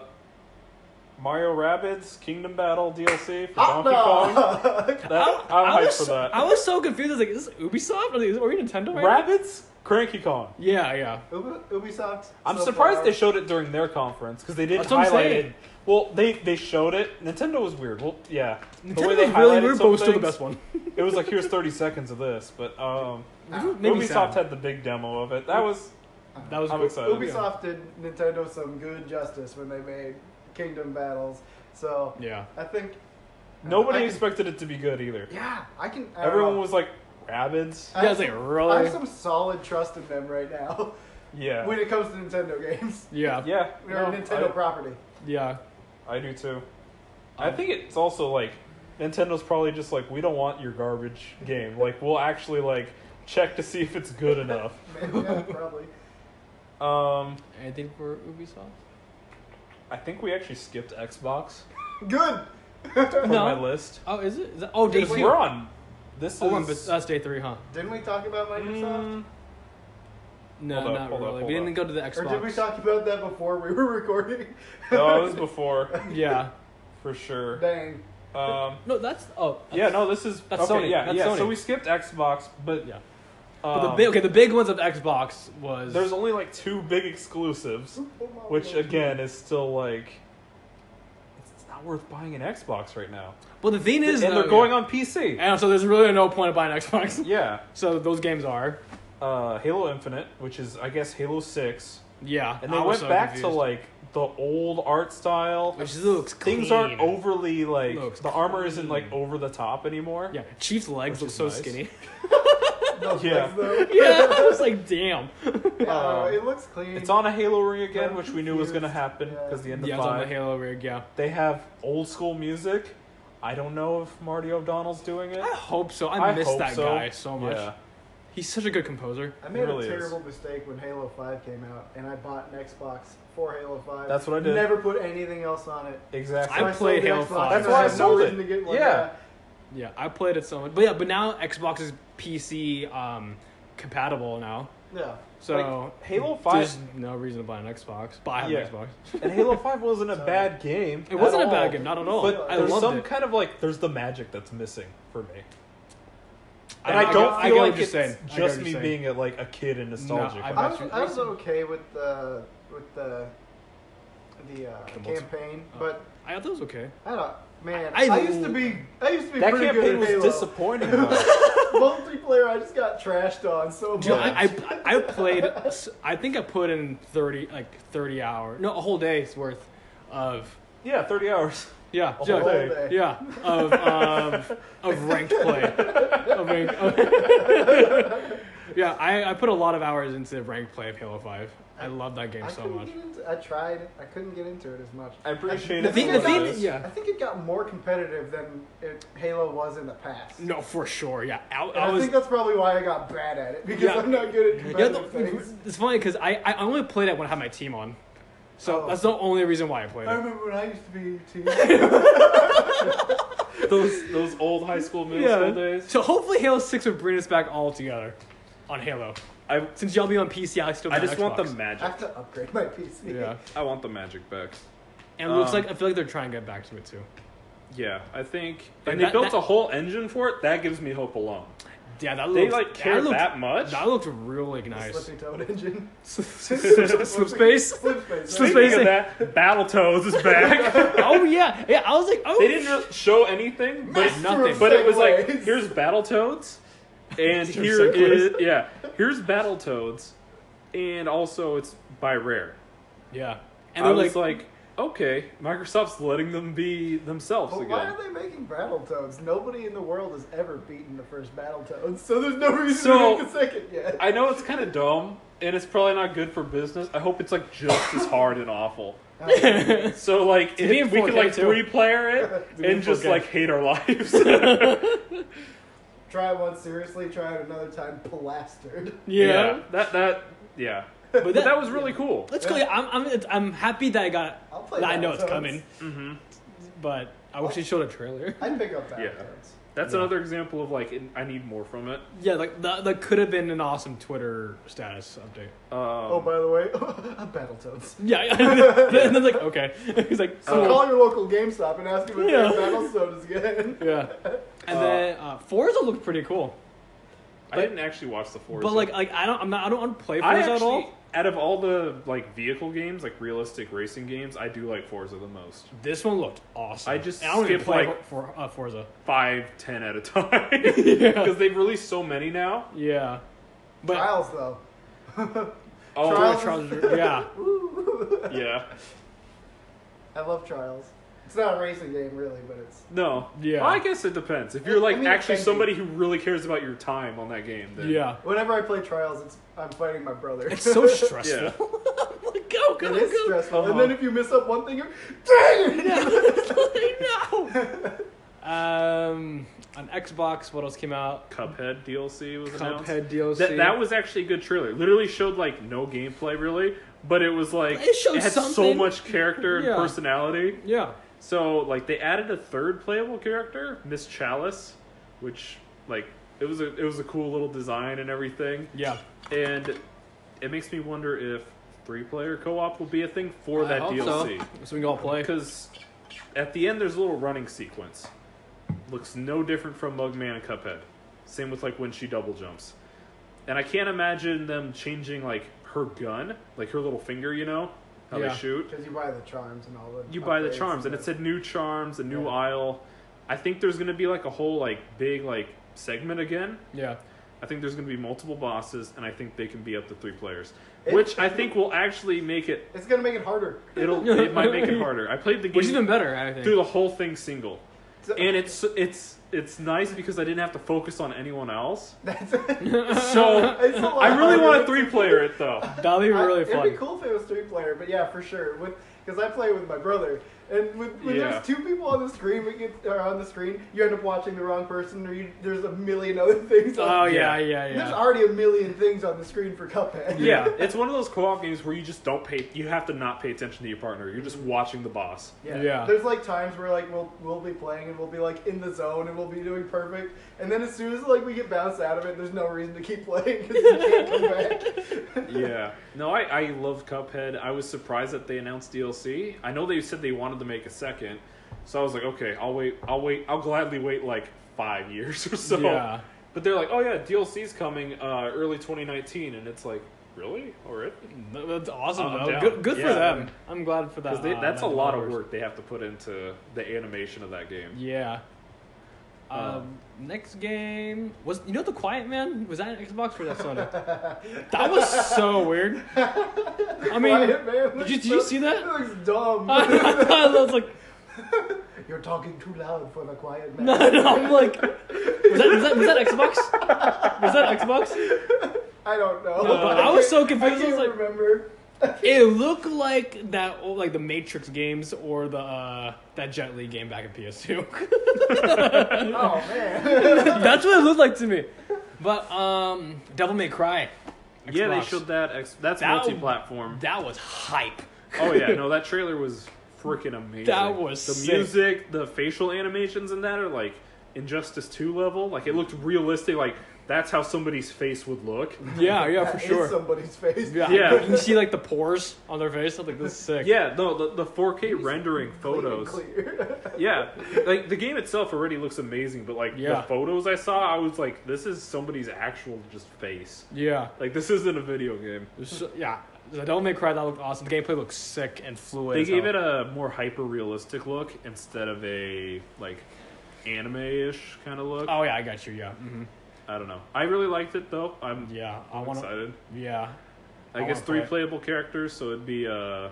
[SPEAKER 2] Mario Rabbids Kingdom Battle DLC for
[SPEAKER 3] Oh,
[SPEAKER 2] Donkey Kong.
[SPEAKER 3] no.
[SPEAKER 2] That, I'm hyped
[SPEAKER 1] was
[SPEAKER 2] for
[SPEAKER 1] so,
[SPEAKER 2] that.
[SPEAKER 1] I was so confused. I was like, is this Ubisoft? Are they, are we Nintendo? Right now?
[SPEAKER 2] Rabbids Cranky Kong.
[SPEAKER 1] Yeah, yeah.
[SPEAKER 3] *laughs* Ubi- Ubisoft.
[SPEAKER 2] I'm
[SPEAKER 3] so
[SPEAKER 2] surprised
[SPEAKER 3] far.
[SPEAKER 2] they showed it during their conference because they didn't
[SPEAKER 1] That's what I'm
[SPEAKER 2] highlight
[SPEAKER 1] saying.
[SPEAKER 2] it. Well, they they showed it. Nintendo was weird. Well, yeah, the way
[SPEAKER 1] Nintendo
[SPEAKER 2] they
[SPEAKER 1] was really
[SPEAKER 2] highlighted
[SPEAKER 1] weird,
[SPEAKER 2] some
[SPEAKER 1] but was still the
[SPEAKER 2] things,
[SPEAKER 1] best one.
[SPEAKER 2] It was like here's 30 seconds of this, but um,
[SPEAKER 3] Ah,
[SPEAKER 1] Made me
[SPEAKER 2] Ubisoft
[SPEAKER 1] sad.
[SPEAKER 2] had the big demo of it. That was
[SPEAKER 1] that was
[SPEAKER 2] I'm
[SPEAKER 1] cool.
[SPEAKER 2] excited.
[SPEAKER 3] Ubisoft did Nintendo some good justice when they made Kingdom Battles. So
[SPEAKER 1] Yeah.
[SPEAKER 3] I think
[SPEAKER 2] nobody
[SPEAKER 3] I can- Uh,
[SPEAKER 2] expected it to be good either.
[SPEAKER 3] Yeah, I can. I don't
[SPEAKER 2] Everyone
[SPEAKER 3] know.
[SPEAKER 2] was like
[SPEAKER 3] uh,
[SPEAKER 2] Rabbids.
[SPEAKER 1] Yeah, I was like, really?
[SPEAKER 3] I have some solid trust in them right now *laughs*
[SPEAKER 2] Yeah,
[SPEAKER 3] when it comes to Nintendo games. *laughs*
[SPEAKER 1] Yeah. Yeah.
[SPEAKER 2] yeah.
[SPEAKER 3] They're a
[SPEAKER 2] No,
[SPEAKER 3] Nintendo property.
[SPEAKER 2] I, I do too. I think it's also like Nintendo's probably just like we don't want your garbage game. Like we'll actually like check to see if it's good enough.
[SPEAKER 3] Maybe,
[SPEAKER 2] *laughs*
[SPEAKER 3] yeah, probably.
[SPEAKER 2] Um,
[SPEAKER 1] Anything for Ubisoft?
[SPEAKER 2] I think we actually skipped
[SPEAKER 1] *laughs*
[SPEAKER 2] Xbox.
[SPEAKER 3] Good.
[SPEAKER 2] from
[SPEAKER 1] No.
[SPEAKER 2] my list.
[SPEAKER 1] Oh, is it? Is that, oh, day
[SPEAKER 2] Because
[SPEAKER 1] three.
[SPEAKER 2] we're on. This
[SPEAKER 1] Oh, and bes-
[SPEAKER 2] is.
[SPEAKER 1] that's day three, huh?
[SPEAKER 3] Didn't we talk about Microsoft?
[SPEAKER 2] Mm,
[SPEAKER 1] No,
[SPEAKER 2] Hold
[SPEAKER 1] not
[SPEAKER 2] up, hold up,
[SPEAKER 1] really.
[SPEAKER 2] hold
[SPEAKER 1] we didn't
[SPEAKER 2] up.
[SPEAKER 1] go to the Xbox.
[SPEAKER 3] Or did we talk about that before we *laughs* were recording?
[SPEAKER 2] no, it was before,
[SPEAKER 1] Yeah. *laughs*
[SPEAKER 2] for sure.
[SPEAKER 3] Dang.
[SPEAKER 2] Um,
[SPEAKER 1] No, that's oh.
[SPEAKER 2] yeah, no, this is.
[SPEAKER 1] That's
[SPEAKER 2] okay,
[SPEAKER 1] Sony,
[SPEAKER 2] Yeah,
[SPEAKER 1] that's
[SPEAKER 2] yeah. So
[SPEAKER 1] Sony.
[SPEAKER 2] we skipped Xbox, but.
[SPEAKER 1] Yeah.
[SPEAKER 2] Um,
[SPEAKER 1] But the big okay, the big ones of Xbox was
[SPEAKER 2] There's only like two big exclusives, which
[SPEAKER 3] *laughs*
[SPEAKER 2] again is still like. It's not worth buying an Xbox right now.
[SPEAKER 1] Well, the thing is,
[SPEAKER 2] and
[SPEAKER 1] though,
[SPEAKER 2] they're going
[SPEAKER 1] yeah.
[SPEAKER 2] on PC.
[SPEAKER 1] And so there's really no point of buying an Xbox. *laughs*
[SPEAKER 2] Yeah.
[SPEAKER 1] So those games are.
[SPEAKER 2] Uh, Halo Infinite, which is, I guess, Halo 6.
[SPEAKER 1] Yeah.
[SPEAKER 2] And they
[SPEAKER 1] I was
[SPEAKER 2] went
[SPEAKER 1] so
[SPEAKER 2] back
[SPEAKER 1] confused.
[SPEAKER 2] to like the old art style.
[SPEAKER 1] Which looks
[SPEAKER 2] Things
[SPEAKER 1] clean.
[SPEAKER 2] aren't overly like
[SPEAKER 1] Looks
[SPEAKER 2] the armor isn't
[SPEAKER 1] clean.
[SPEAKER 2] like over the top anymore.
[SPEAKER 1] Yeah, Chief's legs look
[SPEAKER 2] Which is
[SPEAKER 1] so
[SPEAKER 2] nice.
[SPEAKER 1] skinny. *laughs*
[SPEAKER 3] No,
[SPEAKER 2] *laughs* Yeah.
[SPEAKER 3] thanks,
[SPEAKER 2] *laughs*
[SPEAKER 3] though.
[SPEAKER 1] yeah, I was like, damn.
[SPEAKER 3] Yeah, I don't know.
[SPEAKER 2] Um,
[SPEAKER 3] it looks clean.
[SPEAKER 2] It's on a Halo ring again,
[SPEAKER 3] I'm
[SPEAKER 2] which we knew was going to
[SPEAKER 3] confused.
[SPEAKER 2] happen
[SPEAKER 3] Yeah.
[SPEAKER 2] because the end of
[SPEAKER 1] yeah, it's on the
[SPEAKER 2] five.
[SPEAKER 1] Halo rig. Yeah,
[SPEAKER 2] they have old school music. I don't know if Marty O'Donnell's doing it.
[SPEAKER 1] I hope so. I, miss
[SPEAKER 2] hope
[SPEAKER 1] that
[SPEAKER 2] so.
[SPEAKER 1] guy so much.
[SPEAKER 2] Yeah.
[SPEAKER 1] He's such a good composer.
[SPEAKER 3] I made
[SPEAKER 2] really
[SPEAKER 3] a
[SPEAKER 2] is.
[SPEAKER 3] terrible mistake when Halo 5 came out, and I bought an Xbox for Halo 5.
[SPEAKER 2] That's what I did.
[SPEAKER 3] Never put anything else on it.
[SPEAKER 2] Exactly.
[SPEAKER 1] I
[SPEAKER 3] So
[SPEAKER 1] played
[SPEAKER 3] sold
[SPEAKER 1] Halo
[SPEAKER 3] the Xbox,
[SPEAKER 1] 5.
[SPEAKER 3] and
[SPEAKER 1] That's why I
[SPEAKER 3] had no
[SPEAKER 2] sold it.
[SPEAKER 3] reason To get one.
[SPEAKER 2] Yeah.
[SPEAKER 1] Yeah, I played it so much, but yeah, but now Xbox is PC um, compatible now,
[SPEAKER 3] yeah. Yeah.
[SPEAKER 1] so
[SPEAKER 2] Like, Halo 5
[SPEAKER 1] There's no reason to buy an Xbox. But I have
[SPEAKER 2] Yeah.
[SPEAKER 1] an Xbox.
[SPEAKER 2] and Halo Five wasn't a
[SPEAKER 3] So-
[SPEAKER 2] bad game.
[SPEAKER 1] It wasn't
[SPEAKER 2] at
[SPEAKER 1] a bad
[SPEAKER 2] all.
[SPEAKER 1] game, not at all.
[SPEAKER 2] But
[SPEAKER 1] I
[SPEAKER 2] there's
[SPEAKER 1] loved
[SPEAKER 2] some
[SPEAKER 1] it.
[SPEAKER 2] kind of like there's the magic that's missing for me. And
[SPEAKER 1] I-
[SPEAKER 2] I,
[SPEAKER 1] I
[SPEAKER 2] don't
[SPEAKER 1] get- I
[SPEAKER 2] feel
[SPEAKER 1] get what
[SPEAKER 2] like
[SPEAKER 1] you're
[SPEAKER 2] it's
[SPEAKER 1] saying. I get what
[SPEAKER 2] just
[SPEAKER 1] you're
[SPEAKER 2] me
[SPEAKER 1] saying.
[SPEAKER 2] being a, like a kid and nostalgic.
[SPEAKER 1] I-
[SPEAKER 3] I
[SPEAKER 2] about
[SPEAKER 3] was,
[SPEAKER 1] That's
[SPEAKER 3] I was
[SPEAKER 1] reason.
[SPEAKER 3] okay with the with the the, uh,
[SPEAKER 1] The multi-
[SPEAKER 3] campaign,
[SPEAKER 1] Oh.
[SPEAKER 3] but
[SPEAKER 1] I thought it was okay.
[SPEAKER 3] I don't. Man,
[SPEAKER 1] I-
[SPEAKER 3] I, used to be I used to be
[SPEAKER 2] That
[SPEAKER 3] pretty
[SPEAKER 2] campaign
[SPEAKER 3] good
[SPEAKER 2] was
[SPEAKER 3] at Halo.
[SPEAKER 2] disappointing.
[SPEAKER 3] *laughs*
[SPEAKER 2] Though. *laughs*
[SPEAKER 3] Multiplayer, I just got trashed on so much.
[SPEAKER 1] Dude, I, I I played. s- I think I put in thirty like thirty hours, no, a whole day's worth of
[SPEAKER 2] Yeah, thirty hours.
[SPEAKER 1] Yeah,
[SPEAKER 2] A
[SPEAKER 1] yeah,
[SPEAKER 2] whole day.
[SPEAKER 1] yeah, of um, of ranked
[SPEAKER 2] *laughs*
[SPEAKER 1] play. Of rank, *laughs* yeah, I, I put a lot of hours into ranked play of Halo Five. I love that game
[SPEAKER 3] I
[SPEAKER 1] so
[SPEAKER 3] couldn't
[SPEAKER 1] much.
[SPEAKER 3] Get into, I tried. I couldn't get into it as much.
[SPEAKER 2] I appreciate
[SPEAKER 3] I-
[SPEAKER 2] it.
[SPEAKER 1] The thing-
[SPEAKER 2] for
[SPEAKER 1] the
[SPEAKER 2] what
[SPEAKER 1] thing-
[SPEAKER 2] it is.
[SPEAKER 1] yeah.
[SPEAKER 3] I think it got more competitive than it, Halo was in the past.
[SPEAKER 1] No, for sure. Yeah, I,
[SPEAKER 3] And
[SPEAKER 1] I
[SPEAKER 3] I,
[SPEAKER 1] was.
[SPEAKER 3] think that's probably why I got bad at it because
[SPEAKER 1] Yeah.
[SPEAKER 3] I'm not good at
[SPEAKER 1] yeah,
[SPEAKER 3] competitive things.
[SPEAKER 1] the, it's funny because I, I only played it when I had my team on, so
[SPEAKER 3] Oh.
[SPEAKER 1] that's the only reason why I played
[SPEAKER 3] I
[SPEAKER 1] it.
[SPEAKER 3] remember when I used to be in your team.
[SPEAKER 2] Those those old high school, middle school days.
[SPEAKER 1] So hopefully Halo Six will bring us back all together on Halo.
[SPEAKER 2] I
[SPEAKER 1] Since y'all be on PC, I still. Be
[SPEAKER 2] I
[SPEAKER 1] on
[SPEAKER 2] just want the
[SPEAKER 1] Xbox.
[SPEAKER 3] *laughs* I
[SPEAKER 2] magic.
[SPEAKER 3] have to upgrade my PC.
[SPEAKER 1] Yeah,
[SPEAKER 2] I want the magic back.
[SPEAKER 1] and it looks
[SPEAKER 2] Um,
[SPEAKER 1] like I feel like they're trying to get back to it too.
[SPEAKER 2] Yeah, I think.
[SPEAKER 1] But
[SPEAKER 2] And they
[SPEAKER 1] that-
[SPEAKER 2] built
[SPEAKER 1] that-
[SPEAKER 2] a whole engine for it. That gives me hope alone.
[SPEAKER 1] Yeah, that
[SPEAKER 2] They
[SPEAKER 1] looks.
[SPEAKER 2] like care
[SPEAKER 1] that, looked,
[SPEAKER 2] that much.
[SPEAKER 1] that looked really
[SPEAKER 3] The
[SPEAKER 1] nice.
[SPEAKER 3] Slippy Toad engine.
[SPEAKER 1] *laughs* Slip
[SPEAKER 2] *laughs*
[SPEAKER 1] space.
[SPEAKER 3] Slip space.
[SPEAKER 1] Slip
[SPEAKER 3] right?
[SPEAKER 2] Speaking
[SPEAKER 1] amazing.
[SPEAKER 2] of that, Battletoads
[SPEAKER 1] *laughs*
[SPEAKER 2] is back.
[SPEAKER 1] Oh yeah, yeah. I was like, oh.
[SPEAKER 2] they didn't really show anything, but
[SPEAKER 1] Master nothing.
[SPEAKER 2] but it was like
[SPEAKER 3] Segways.
[SPEAKER 2] here's Battletoads, and
[SPEAKER 1] Master
[SPEAKER 2] here is
[SPEAKER 1] segways.
[SPEAKER 2] yeah here's Battletoads, and also it's by Rare.
[SPEAKER 1] Yeah,
[SPEAKER 2] And
[SPEAKER 1] and
[SPEAKER 2] I
[SPEAKER 1] they're
[SPEAKER 2] was
[SPEAKER 1] like,
[SPEAKER 2] like, okay, Microsoft's letting them be themselves
[SPEAKER 3] But why
[SPEAKER 2] again.
[SPEAKER 3] are they making Battletoads? Nobody in the world has ever beaten the first Battletoads, so there's no reason
[SPEAKER 2] So-
[SPEAKER 3] to make a second yet.
[SPEAKER 2] I know it's kind of dumb, and it's probably not good for business. I hope it's like just as hard and
[SPEAKER 3] *laughs*
[SPEAKER 2] awful.
[SPEAKER 3] Uh,
[SPEAKER 2] So like
[SPEAKER 1] be
[SPEAKER 2] it,
[SPEAKER 1] in
[SPEAKER 2] we could
[SPEAKER 1] 4K
[SPEAKER 2] like
[SPEAKER 1] too.
[SPEAKER 2] three player
[SPEAKER 3] *laughs*
[SPEAKER 2] it
[SPEAKER 1] be in
[SPEAKER 2] and just
[SPEAKER 1] 4K.
[SPEAKER 2] like hate
[SPEAKER 1] *laughs*
[SPEAKER 2] our lives. *laughs*
[SPEAKER 3] try it once seriously, try it another time plastered.
[SPEAKER 1] yeah.
[SPEAKER 2] that that yeah.
[SPEAKER 1] But,
[SPEAKER 2] But
[SPEAKER 1] that,
[SPEAKER 2] that was really cool.
[SPEAKER 1] let's go. I'm, I'm, it's- I'm happy that I got.
[SPEAKER 3] I'll play
[SPEAKER 1] that I know it's
[SPEAKER 3] Battletoads.
[SPEAKER 1] coming,
[SPEAKER 2] Mm-hmm.
[SPEAKER 1] but I wish they showed a trailer. *laughs*
[SPEAKER 3] I'd pick up Battletoads.
[SPEAKER 2] Yeah. That's
[SPEAKER 1] Yeah.
[SPEAKER 2] another example of like I need more from it.
[SPEAKER 1] Yeah, like that, that could have been an awesome Twitter status update.
[SPEAKER 2] Um,
[SPEAKER 3] Oh, by the way, *laughs* I'm Battletoads.
[SPEAKER 1] Yeah, *laughs* and then like okay, *laughs* he's like
[SPEAKER 3] So
[SPEAKER 2] Uh,
[SPEAKER 1] cool.
[SPEAKER 3] call your local GameStop and ask them if
[SPEAKER 1] Oh. Yeah.
[SPEAKER 3] they have Battletoads again.
[SPEAKER 1] yeah, and
[SPEAKER 2] Uh,
[SPEAKER 1] then uh, Forza looked pretty cool,
[SPEAKER 2] I didn't actually watch the Forza.
[SPEAKER 1] but like like I don't I'm not I don't want to play
[SPEAKER 2] I
[SPEAKER 1] Forza
[SPEAKER 2] actually,
[SPEAKER 1] at all.
[SPEAKER 2] out of all the like vehicle games, like realistic racing games, I do like Forza the most.
[SPEAKER 1] This one looked awesome.
[SPEAKER 2] I just
[SPEAKER 1] And I don't even
[SPEAKER 2] skipped,
[SPEAKER 1] play
[SPEAKER 2] like-
[SPEAKER 1] for, uh, Forza.
[SPEAKER 2] Five, ten at a time, *laughs* because
[SPEAKER 1] Yeah,
[SPEAKER 2] they've released so many now.
[SPEAKER 1] yeah, but
[SPEAKER 3] Trials though.
[SPEAKER 2] Oh
[SPEAKER 1] Forza
[SPEAKER 3] Trials.
[SPEAKER 1] Trials
[SPEAKER 2] *laughs*
[SPEAKER 1] are- yeah.
[SPEAKER 2] yeah,
[SPEAKER 3] I love Trials. It's not a racing game really, but it's
[SPEAKER 2] no,
[SPEAKER 1] Yeah.
[SPEAKER 2] Well, I guess it depends. If you're like
[SPEAKER 3] I mean,
[SPEAKER 2] actually
[SPEAKER 3] thank you.
[SPEAKER 2] somebody who really cares about your time on that game, then
[SPEAKER 1] Yeah.
[SPEAKER 3] whenever I play Trials, it's I'm fighting my brother.
[SPEAKER 1] It's
[SPEAKER 3] *laughs*
[SPEAKER 2] *laughs*
[SPEAKER 1] so stressful. *laughs*
[SPEAKER 2] yeah.
[SPEAKER 1] like, go,
[SPEAKER 3] It
[SPEAKER 1] go,
[SPEAKER 3] is
[SPEAKER 1] go. *laughs*
[SPEAKER 3] stressful.
[SPEAKER 1] Uh-huh.
[SPEAKER 3] And then if you miss up one thing, you're dang
[SPEAKER 2] *laughs*
[SPEAKER 3] it. *laughs*
[SPEAKER 1] no. um, on Xbox, what else came out?
[SPEAKER 2] Cuphead DLC was announced.
[SPEAKER 1] Cuphead DLC.
[SPEAKER 2] That, that was actually a good trailer. Literally showed like no gameplay really, but it was like
[SPEAKER 1] It showed
[SPEAKER 2] had so
[SPEAKER 1] something.
[SPEAKER 2] much character and
[SPEAKER 1] Yeah.
[SPEAKER 2] personality.
[SPEAKER 1] yeah.
[SPEAKER 2] So like they added a third playable character, Miss Chalice, which like it was a it was a cool little design and everything.
[SPEAKER 1] Yeah.
[SPEAKER 2] And it makes me wonder if three player co op will be a thing for
[SPEAKER 1] I
[SPEAKER 2] that
[SPEAKER 1] hope
[SPEAKER 2] DLC.
[SPEAKER 1] So. so we can all play.
[SPEAKER 2] Because at the end there's a little running sequence. Looks no different from Mugman and Cuphead. Same with like when she double jumps. And I can't imagine them changing like her gun, like her little finger, you know, how
[SPEAKER 1] Yeah.
[SPEAKER 2] they shoot.
[SPEAKER 3] Because you buy the charms and all the
[SPEAKER 2] You buy the
[SPEAKER 3] upgrades
[SPEAKER 2] charms, and it said new charms, a new
[SPEAKER 3] Yeah.
[SPEAKER 2] aisle. I think there's gonna be like a whole like big like segment again.
[SPEAKER 1] Yeah.
[SPEAKER 2] I think there's gonna be multiple bosses, and I think they can be up to three players,
[SPEAKER 3] It-
[SPEAKER 2] which I think will actually make it.
[SPEAKER 3] It's gonna make it harder.
[SPEAKER 1] *laughs*
[SPEAKER 2] It'll it might make it harder. I played the
[SPEAKER 1] Which is even
[SPEAKER 2] game
[SPEAKER 1] better, I think.
[SPEAKER 2] through the whole thing single,
[SPEAKER 3] So-
[SPEAKER 2] and it's it's it's nice because I didn't have to focus on anyone else.
[SPEAKER 3] that's *laughs* it's
[SPEAKER 2] So
[SPEAKER 3] a lot
[SPEAKER 2] I really
[SPEAKER 3] harder.
[SPEAKER 2] want to three player it
[SPEAKER 3] *laughs*
[SPEAKER 2] though.
[SPEAKER 1] That'll be
[SPEAKER 3] I-
[SPEAKER 1] really
[SPEAKER 3] It'd be
[SPEAKER 1] fun.
[SPEAKER 3] cool if it was three player, but yeah, for sure. With because I play with my brother, and with, when
[SPEAKER 2] Yeah.
[SPEAKER 3] there's two people on the screen, we get, or on the screen, you end up watching the wrong person, or you, there's a million other *laughs* things.
[SPEAKER 1] Oh
[SPEAKER 3] On,
[SPEAKER 1] yeah,
[SPEAKER 2] Yeah.
[SPEAKER 1] yeah,
[SPEAKER 3] There's
[SPEAKER 1] yeah.
[SPEAKER 3] already a million things on the screen for Cuphead.
[SPEAKER 2] Yeah, it's one of those co-op games where you just don't pay. You have to not pay attention to your partner. You're just watching the boss.
[SPEAKER 3] *laughs* Yeah.
[SPEAKER 1] Yeah.
[SPEAKER 3] There's like times where like we'll we'll be playing and we'll be like in the zone and we'll be doing perfect, and then as soon as like we get bounced out of it, there's no reason to keep *laughs* playing because you can't come back.
[SPEAKER 2] yeah. No, I, I love Cuphead. I was surprised that they announced DLC. I know they said they wanted to make a second, so I was like, okay, I'll wait. I'll wait. I'll gladly wait like five years or so.
[SPEAKER 1] Yeah.
[SPEAKER 2] But they're like, oh yeah, DLC's coming uh, early 2019, and it's it's like, really already?
[SPEAKER 1] Th- That's awesome
[SPEAKER 2] I'm
[SPEAKER 1] though.
[SPEAKER 2] down.
[SPEAKER 1] Good, good
[SPEAKER 2] Yeah.
[SPEAKER 1] for them. I'm glad for that.
[SPEAKER 2] Because
[SPEAKER 1] uh,
[SPEAKER 2] that's a
[SPEAKER 1] that
[SPEAKER 2] lot of
[SPEAKER 1] developers.
[SPEAKER 2] work they have to put into the animation of that game.
[SPEAKER 1] Yeah. Um, next game was you know the Quiet Man was that an Xbox or was that Sony?
[SPEAKER 3] *laughs* that
[SPEAKER 1] That was so weird. *laughs* I mean, did you, did you see
[SPEAKER 3] It
[SPEAKER 1] that?
[SPEAKER 3] looks
[SPEAKER 1] *laughs*
[SPEAKER 3] dumb.
[SPEAKER 1] I, *laughs* I thought I was like, *laughs*
[SPEAKER 3] You're talking too loud for the quiet man.
[SPEAKER 1] no, *laughs* no, I'm like, was that, was that, was that Xbox? Was that Xbox?
[SPEAKER 3] I don't know.
[SPEAKER 1] No, but I was so
[SPEAKER 3] can't-
[SPEAKER 1] confused, I
[SPEAKER 3] I can't
[SPEAKER 1] was like-
[SPEAKER 3] remember.
[SPEAKER 1] *laughs* It looked like that, old- like the Matrix games or the uh, that Jet Li game back in PS2.
[SPEAKER 3] Oh
[SPEAKER 1] *laughs*
[SPEAKER 3] man.
[SPEAKER 1] That's what it looked like to me. But um, Devil May Cry.
[SPEAKER 2] Yeah, they
[SPEAKER 1] Xbox.
[SPEAKER 2] showed that. Ex- that's
[SPEAKER 1] That-
[SPEAKER 2] multi-platform.
[SPEAKER 1] That was hype. *laughs*
[SPEAKER 2] oh yeah, no, that trailer was freaking amazing.
[SPEAKER 1] That was
[SPEAKER 2] the
[SPEAKER 1] sick.
[SPEAKER 2] music, the facial animations in that are like Injustice Two level. Like it looked realistic. Like that's how somebody's face would look.
[SPEAKER 1] Yeah, yeah, *laughs* for
[SPEAKER 3] That is
[SPEAKER 1] sure.
[SPEAKER 3] somebody's face.
[SPEAKER 1] yeah,
[SPEAKER 2] Yeah.
[SPEAKER 1] you can see like the pores on their face. I'm like, this is sick.
[SPEAKER 2] Yeah, no, the, the 4K rendering
[SPEAKER 3] Clean and
[SPEAKER 2] photos.
[SPEAKER 3] Clear. *laughs*
[SPEAKER 2] Yeah, like the game itself already looks amazing, but like
[SPEAKER 1] Yeah.
[SPEAKER 2] the photos I saw, I was like, this is somebody's actual just face.
[SPEAKER 1] yeah.
[SPEAKER 2] Like this isn't a video game.
[SPEAKER 1] So, yeah, the Devil May Cry that looked awesome. The gameplay looked sick and fluid.
[SPEAKER 2] They
[SPEAKER 1] as
[SPEAKER 2] gave
[SPEAKER 1] hell.
[SPEAKER 2] it a more hyper realistic look instead of a like anime ish kind of look.
[SPEAKER 1] Oh yeah, I got you. Yeah, hmm
[SPEAKER 2] I don't know. I really liked it though. I'm
[SPEAKER 1] yeah. I
[SPEAKER 2] I'm
[SPEAKER 1] want to.
[SPEAKER 2] excited.
[SPEAKER 1] Yeah,
[SPEAKER 2] I,
[SPEAKER 1] I
[SPEAKER 2] guess
[SPEAKER 1] wanna
[SPEAKER 2] three
[SPEAKER 1] play it.
[SPEAKER 2] playable characters, so it'd be uh,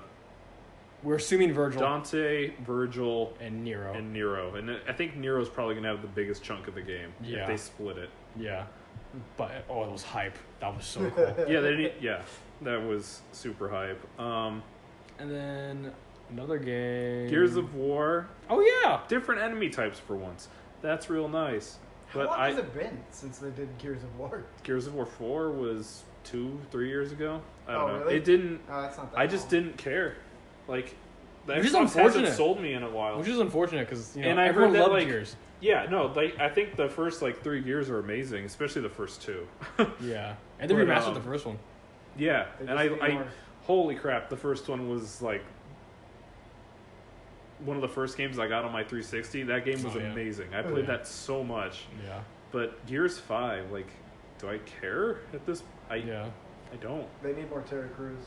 [SPEAKER 1] we're assuming Virgil
[SPEAKER 2] Dante, Virgil,
[SPEAKER 1] and Nero.
[SPEAKER 2] and Nero. And I think Nero's probably gonna have the biggest chunk of the game
[SPEAKER 1] Yeah.
[SPEAKER 2] if they split it.
[SPEAKER 1] yeah, but oh, it was hype. That was
[SPEAKER 3] *laughs*
[SPEAKER 1] so cool.
[SPEAKER 2] yeah, they didn't, yeah, that was super hype. Um,
[SPEAKER 1] and then another game.
[SPEAKER 2] Gears of War,
[SPEAKER 1] Oh yeah.
[SPEAKER 2] different enemy types for once. That's real nice.
[SPEAKER 3] How
[SPEAKER 2] But
[SPEAKER 3] long
[SPEAKER 2] I
[SPEAKER 3] has it been since they did Gears of War?
[SPEAKER 2] Gears of War Four was two, three years ago. I don't
[SPEAKER 3] Oh,
[SPEAKER 2] know.
[SPEAKER 3] really?
[SPEAKER 2] It didn't.
[SPEAKER 3] Oh, that's not that.
[SPEAKER 2] I just
[SPEAKER 3] long.
[SPEAKER 2] didn't care. Like, the
[SPEAKER 1] Which is
[SPEAKER 2] Xbox
[SPEAKER 1] unfortunate.
[SPEAKER 2] hasn't sold me in a while.
[SPEAKER 1] Which is unfortunate because you know
[SPEAKER 2] And I heard
[SPEAKER 1] everyone
[SPEAKER 2] that,
[SPEAKER 1] loved
[SPEAKER 2] like-
[SPEAKER 1] Gears.
[SPEAKER 2] Yeah, no, like I think the first like three years are amazing, especially the first two.
[SPEAKER 1] Yeah, and they
[SPEAKER 2] But,
[SPEAKER 1] remastered
[SPEAKER 2] um,
[SPEAKER 1] the first one.
[SPEAKER 2] yeah,
[SPEAKER 3] They
[SPEAKER 2] and I,
[SPEAKER 3] just need
[SPEAKER 2] I,
[SPEAKER 3] more.
[SPEAKER 2] holy crap, the first one was like one of the first games I got on my 360. That game was
[SPEAKER 1] Oh, yeah.
[SPEAKER 2] amazing. I
[SPEAKER 3] Oh,
[SPEAKER 2] played
[SPEAKER 1] yeah.
[SPEAKER 2] that so much.
[SPEAKER 1] Yeah,
[SPEAKER 2] But Gears Five, like, do I care at this? I
[SPEAKER 1] yeah.
[SPEAKER 2] I don't.
[SPEAKER 3] They need more Terry Crews.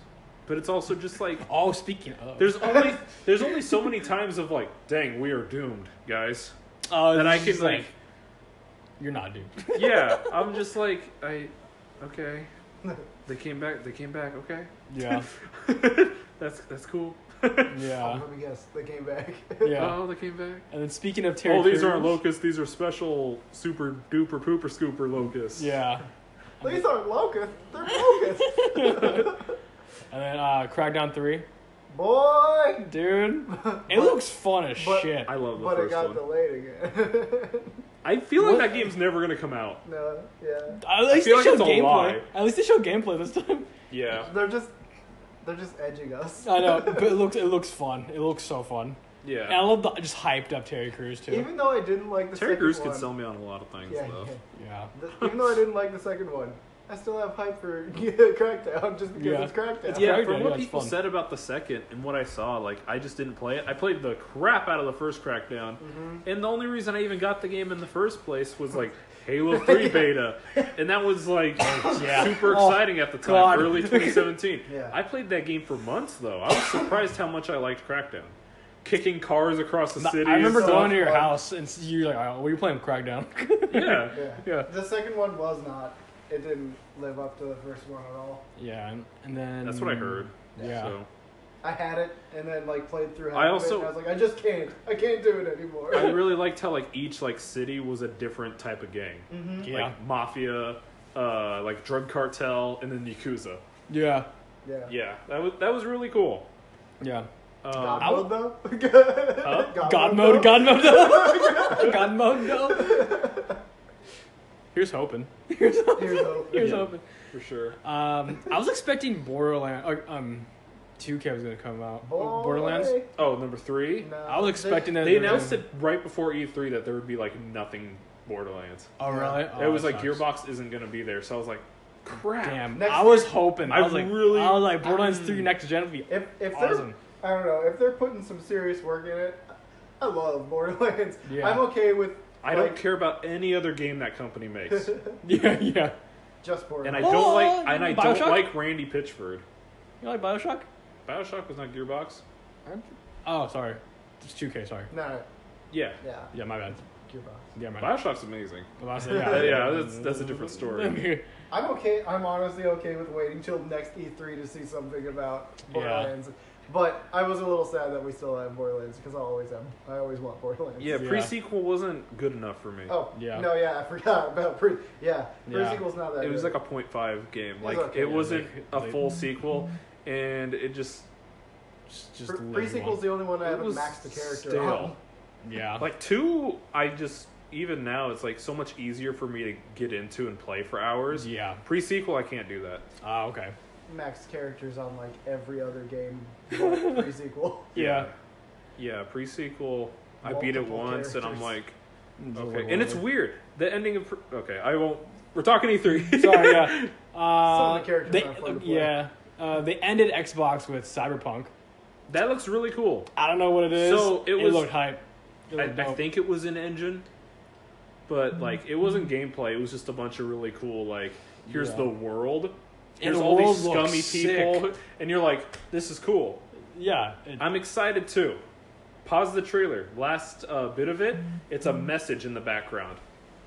[SPEAKER 2] But it's also just
[SPEAKER 3] *laughs*
[SPEAKER 2] like
[SPEAKER 1] Oh, speaking of,
[SPEAKER 2] there's only there's only so many times of like, dang, we are doomed, guys.
[SPEAKER 1] uh,
[SPEAKER 2] That I
[SPEAKER 1] it's just
[SPEAKER 2] can like,
[SPEAKER 1] You're not,
[SPEAKER 2] *laughs*
[SPEAKER 1] dude.
[SPEAKER 2] yeah, I'm just like I,
[SPEAKER 3] *laughs*
[SPEAKER 2] okay. They came back. They came back. Okay.
[SPEAKER 1] Yeah,
[SPEAKER 2] that's that's cool. Uh-huh.
[SPEAKER 1] yeah,
[SPEAKER 3] Let me guess. They came back.
[SPEAKER 1] *laughs* yeah.
[SPEAKER 2] Oh, they came back.
[SPEAKER 1] And then speaking of Terry,
[SPEAKER 2] oh, these
[SPEAKER 1] Crews-
[SPEAKER 2] aren't locusts. These are special super duper pooper scooper locusts.
[SPEAKER 1] Yeah,
[SPEAKER 3] *laughs* These aren't locusts. They're locusts.
[SPEAKER 1] and then uh, Crackdown three,
[SPEAKER 3] Boy.
[SPEAKER 1] dude. It
[SPEAKER 3] But-
[SPEAKER 1] looks fun as
[SPEAKER 3] but-
[SPEAKER 1] shit.
[SPEAKER 2] I love the
[SPEAKER 3] But it
[SPEAKER 2] first
[SPEAKER 3] got
[SPEAKER 2] one.
[SPEAKER 3] delayed again. *laughs*
[SPEAKER 2] I feel like
[SPEAKER 1] What?
[SPEAKER 2] that game's never gonna come out.
[SPEAKER 3] no. Yeah.
[SPEAKER 1] At least
[SPEAKER 2] feel
[SPEAKER 1] they
[SPEAKER 2] like
[SPEAKER 1] showed
[SPEAKER 2] it's a lie.
[SPEAKER 1] gameplay. At least they showed gameplay this
[SPEAKER 2] *laughs*
[SPEAKER 1] time.
[SPEAKER 2] Yeah.
[SPEAKER 3] They're just. They're just edging us.
[SPEAKER 1] I know, but it looks it looks fun. It looks so fun. And I
[SPEAKER 2] Yeah.
[SPEAKER 1] love the just hyped up Terry Crews too.
[SPEAKER 3] Even though I didn't like the
[SPEAKER 2] Terry
[SPEAKER 3] second
[SPEAKER 2] Crews
[SPEAKER 3] one.
[SPEAKER 2] could sell me on a lot of things
[SPEAKER 3] Yeah,
[SPEAKER 2] though.
[SPEAKER 3] yeah.
[SPEAKER 1] yeah,
[SPEAKER 3] The- even though I didn't like the second one, I still have hype for *laughs* Crackdown just because
[SPEAKER 1] Yeah.
[SPEAKER 3] it's Crackdown.
[SPEAKER 1] It's
[SPEAKER 2] Yeah,
[SPEAKER 1] Crackdown,
[SPEAKER 2] from
[SPEAKER 1] yeah,
[SPEAKER 2] what
[SPEAKER 1] it's
[SPEAKER 2] people
[SPEAKER 1] fun.
[SPEAKER 2] said about the second and what I saw, like I just didn't play it. I played the crap out of the first Crackdown,
[SPEAKER 1] Mm-hmm.
[SPEAKER 2] and the only reason I even got the game in the first place was like Halo
[SPEAKER 1] *laughs*
[SPEAKER 2] Three beta, and that was like
[SPEAKER 1] yeah. *laughs*
[SPEAKER 2] super
[SPEAKER 1] Oh,
[SPEAKER 2] exciting at the time,
[SPEAKER 1] God. *laughs*
[SPEAKER 2] early 2017.
[SPEAKER 3] Yeah.
[SPEAKER 2] I played that game for months though. I was surprised how much I liked Crackdown, kicking cars across the
[SPEAKER 1] I
[SPEAKER 2] city.
[SPEAKER 1] remember
[SPEAKER 3] so
[SPEAKER 1] going to your
[SPEAKER 3] fun.
[SPEAKER 1] house and s- you're like, oh, "What are you playing Crackdown?" *laughs*
[SPEAKER 2] *laughs* Yeah.
[SPEAKER 3] Yeah.
[SPEAKER 1] yeah,
[SPEAKER 3] The second one was not. It didn't live up to the first one at all.
[SPEAKER 1] yeah, and, and then
[SPEAKER 2] That's what I heard.
[SPEAKER 1] Yeah,
[SPEAKER 2] So.
[SPEAKER 3] I had it and then like played through. half
[SPEAKER 2] I
[SPEAKER 3] of it,
[SPEAKER 2] also-
[SPEAKER 3] and I was like, I just can't. I can't do it anymore.
[SPEAKER 2] I really liked how like each like city was a different type of gang,
[SPEAKER 3] mm-hmm.
[SPEAKER 1] yeah,
[SPEAKER 2] like mafia, uh, like drug cartel, and then yakuza.
[SPEAKER 1] yeah,
[SPEAKER 3] *laughs* Yeah.
[SPEAKER 2] Yeah, that was that was really cool.
[SPEAKER 1] yeah. *laughs*
[SPEAKER 2] Um,
[SPEAKER 3] God
[SPEAKER 1] I
[SPEAKER 3] mode though. *laughs* God,
[SPEAKER 1] God mode, God mode, no. God mode, no. Here's hoping. Here's
[SPEAKER 3] though. Here's hope.
[SPEAKER 1] here's
[SPEAKER 2] Yeah.
[SPEAKER 1] hoping.
[SPEAKER 2] for sure.
[SPEAKER 1] Um, I was expecting Borderlands. Or, um, 2K was gonna come out. *laughs*
[SPEAKER 3] Boy.
[SPEAKER 1] Borderlands.
[SPEAKER 2] Oh, number three.
[SPEAKER 3] No,
[SPEAKER 1] I was expecting that.
[SPEAKER 2] They
[SPEAKER 1] they were
[SPEAKER 2] announced
[SPEAKER 1] gonna-
[SPEAKER 2] it right before E3 that there would be like nothing Borderlands.
[SPEAKER 1] Oh really? Oh,
[SPEAKER 2] it was
[SPEAKER 1] that
[SPEAKER 2] like
[SPEAKER 1] sucks.
[SPEAKER 2] Gearbox isn't gonna be there, so I was like, crap.
[SPEAKER 1] Damn,
[SPEAKER 3] Next
[SPEAKER 1] I was
[SPEAKER 3] year-
[SPEAKER 1] hoping. I
[SPEAKER 2] I
[SPEAKER 1] was like,
[SPEAKER 2] really-
[SPEAKER 1] I was like, Borderlands
[SPEAKER 2] Mm.
[SPEAKER 1] 3 next gen will be *laughs*
[SPEAKER 3] If if
[SPEAKER 1] awesome.
[SPEAKER 3] they're, I don't know, if they're putting some serious work in it, I love Borderlands.
[SPEAKER 1] Yeah.
[SPEAKER 3] I'm okay with.
[SPEAKER 2] I don't
[SPEAKER 3] like,
[SPEAKER 2] care about any other game that
[SPEAKER 1] *laughs*
[SPEAKER 2] company makes,
[SPEAKER 1] Yeah, yeah.
[SPEAKER 3] Just
[SPEAKER 2] and I
[SPEAKER 3] Borderlands.
[SPEAKER 1] Oh,
[SPEAKER 2] don't like and I
[SPEAKER 1] Bioshock?
[SPEAKER 2] don't like Randy Pitchford.
[SPEAKER 1] You like Bioshock?
[SPEAKER 2] Bioshock was not Gearbox.
[SPEAKER 1] Oh, sorry. It's 2K. Sorry.
[SPEAKER 3] No,
[SPEAKER 2] Yeah.
[SPEAKER 3] Yeah,
[SPEAKER 1] Yeah, my bad.
[SPEAKER 3] Gearbox.
[SPEAKER 1] Yeah, my bad.
[SPEAKER 2] Bioshock's amazing.
[SPEAKER 1] The last-
[SPEAKER 2] *laughs* Yeah, yeah, that's-
[SPEAKER 1] *laughs*
[SPEAKER 2] that's a different story.
[SPEAKER 3] I'm okay. I'm honestly okay with waiting till next E3 to see something about Borderlands. But I was a little sad that we still have Borderlands because I always have. I always want Borderlands.
[SPEAKER 2] Yeah,
[SPEAKER 1] Yeah.
[SPEAKER 2] pre-sequel wasn't good enough for me.
[SPEAKER 3] Oh
[SPEAKER 1] Yeah.
[SPEAKER 3] No, yeah, I forgot about pre. Yeah, pre
[SPEAKER 1] Yeah.
[SPEAKER 3] sequel's not that.
[SPEAKER 2] It was
[SPEAKER 3] good.
[SPEAKER 2] like a 0.5 game. Like
[SPEAKER 3] okay.
[SPEAKER 2] it
[SPEAKER 3] Yeah,
[SPEAKER 2] wasn't
[SPEAKER 1] like-
[SPEAKER 2] a
[SPEAKER 1] like-
[SPEAKER 2] full sequel, and it just
[SPEAKER 1] just, just
[SPEAKER 3] Pre-
[SPEAKER 1] live
[SPEAKER 3] pre-sequel's
[SPEAKER 1] one.
[SPEAKER 3] the only one I
[SPEAKER 2] It
[SPEAKER 3] haven't
[SPEAKER 2] was
[SPEAKER 3] maxed the character
[SPEAKER 2] stale.
[SPEAKER 3] on.
[SPEAKER 1] Yeah.
[SPEAKER 2] like two. I just even now it's like so much easier for me to get into and play for hours.
[SPEAKER 1] yeah.
[SPEAKER 2] Pre-sequel, I can't do that.
[SPEAKER 1] Ah, okay.
[SPEAKER 3] Maxed characters on like every other game
[SPEAKER 2] *laughs*
[SPEAKER 3] pre sequel.
[SPEAKER 1] Yeah.
[SPEAKER 2] Yeah, pre-sequel. I beat it
[SPEAKER 3] Multiple
[SPEAKER 2] once, and I'm
[SPEAKER 3] characters.
[SPEAKER 2] like, okay. And it's weird. The ending of pre- okay. I won't. We're talking E E3.
[SPEAKER 1] *laughs* Sorry, yeah. Uh,
[SPEAKER 3] Some of the characters
[SPEAKER 1] they,
[SPEAKER 3] aren't fun to play.
[SPEAKER 1] yeah. Uh, they ended Xbox with Cyberpunk.
[SPEAKER 2] *laughs* that looks really cool.
[SPEAKER 1] I don't know what it is.
[SPEAKER 2] So, it was-
[SPEAKER 1] looked hype. It
[SPEAKER 2] I,
[SPEAKER 1] looked
[SPEAKER 2] I
[SPEAKER 1] dope.
[SPEAKER 2] think it was an engine, but
[SPEAKER 1] Mhm.
[SPEAKER 2] like it wasn't gameplay. It was just a bunch of really cool like here's
[SPEAKER 1] Yeah.
[SPEAKER 2] the world.
[SPEAKER 1] And
[SPEAKER 2] Here's
[SPEAKER 1] the
[SPEAKER 2] all these
[SPEAKER 1] world looks
[SPEAKER 2] scummy people, *laughs* and you're like, this is cool.
[SPEAKER 1] Yeah. It,
[SPEAKER 2] I'm excited too. Pause the trailer. Last uh, bit of it, it's
[SPEAKER 1] Mm-hmm.
[SPEAKER 2] a message in the background,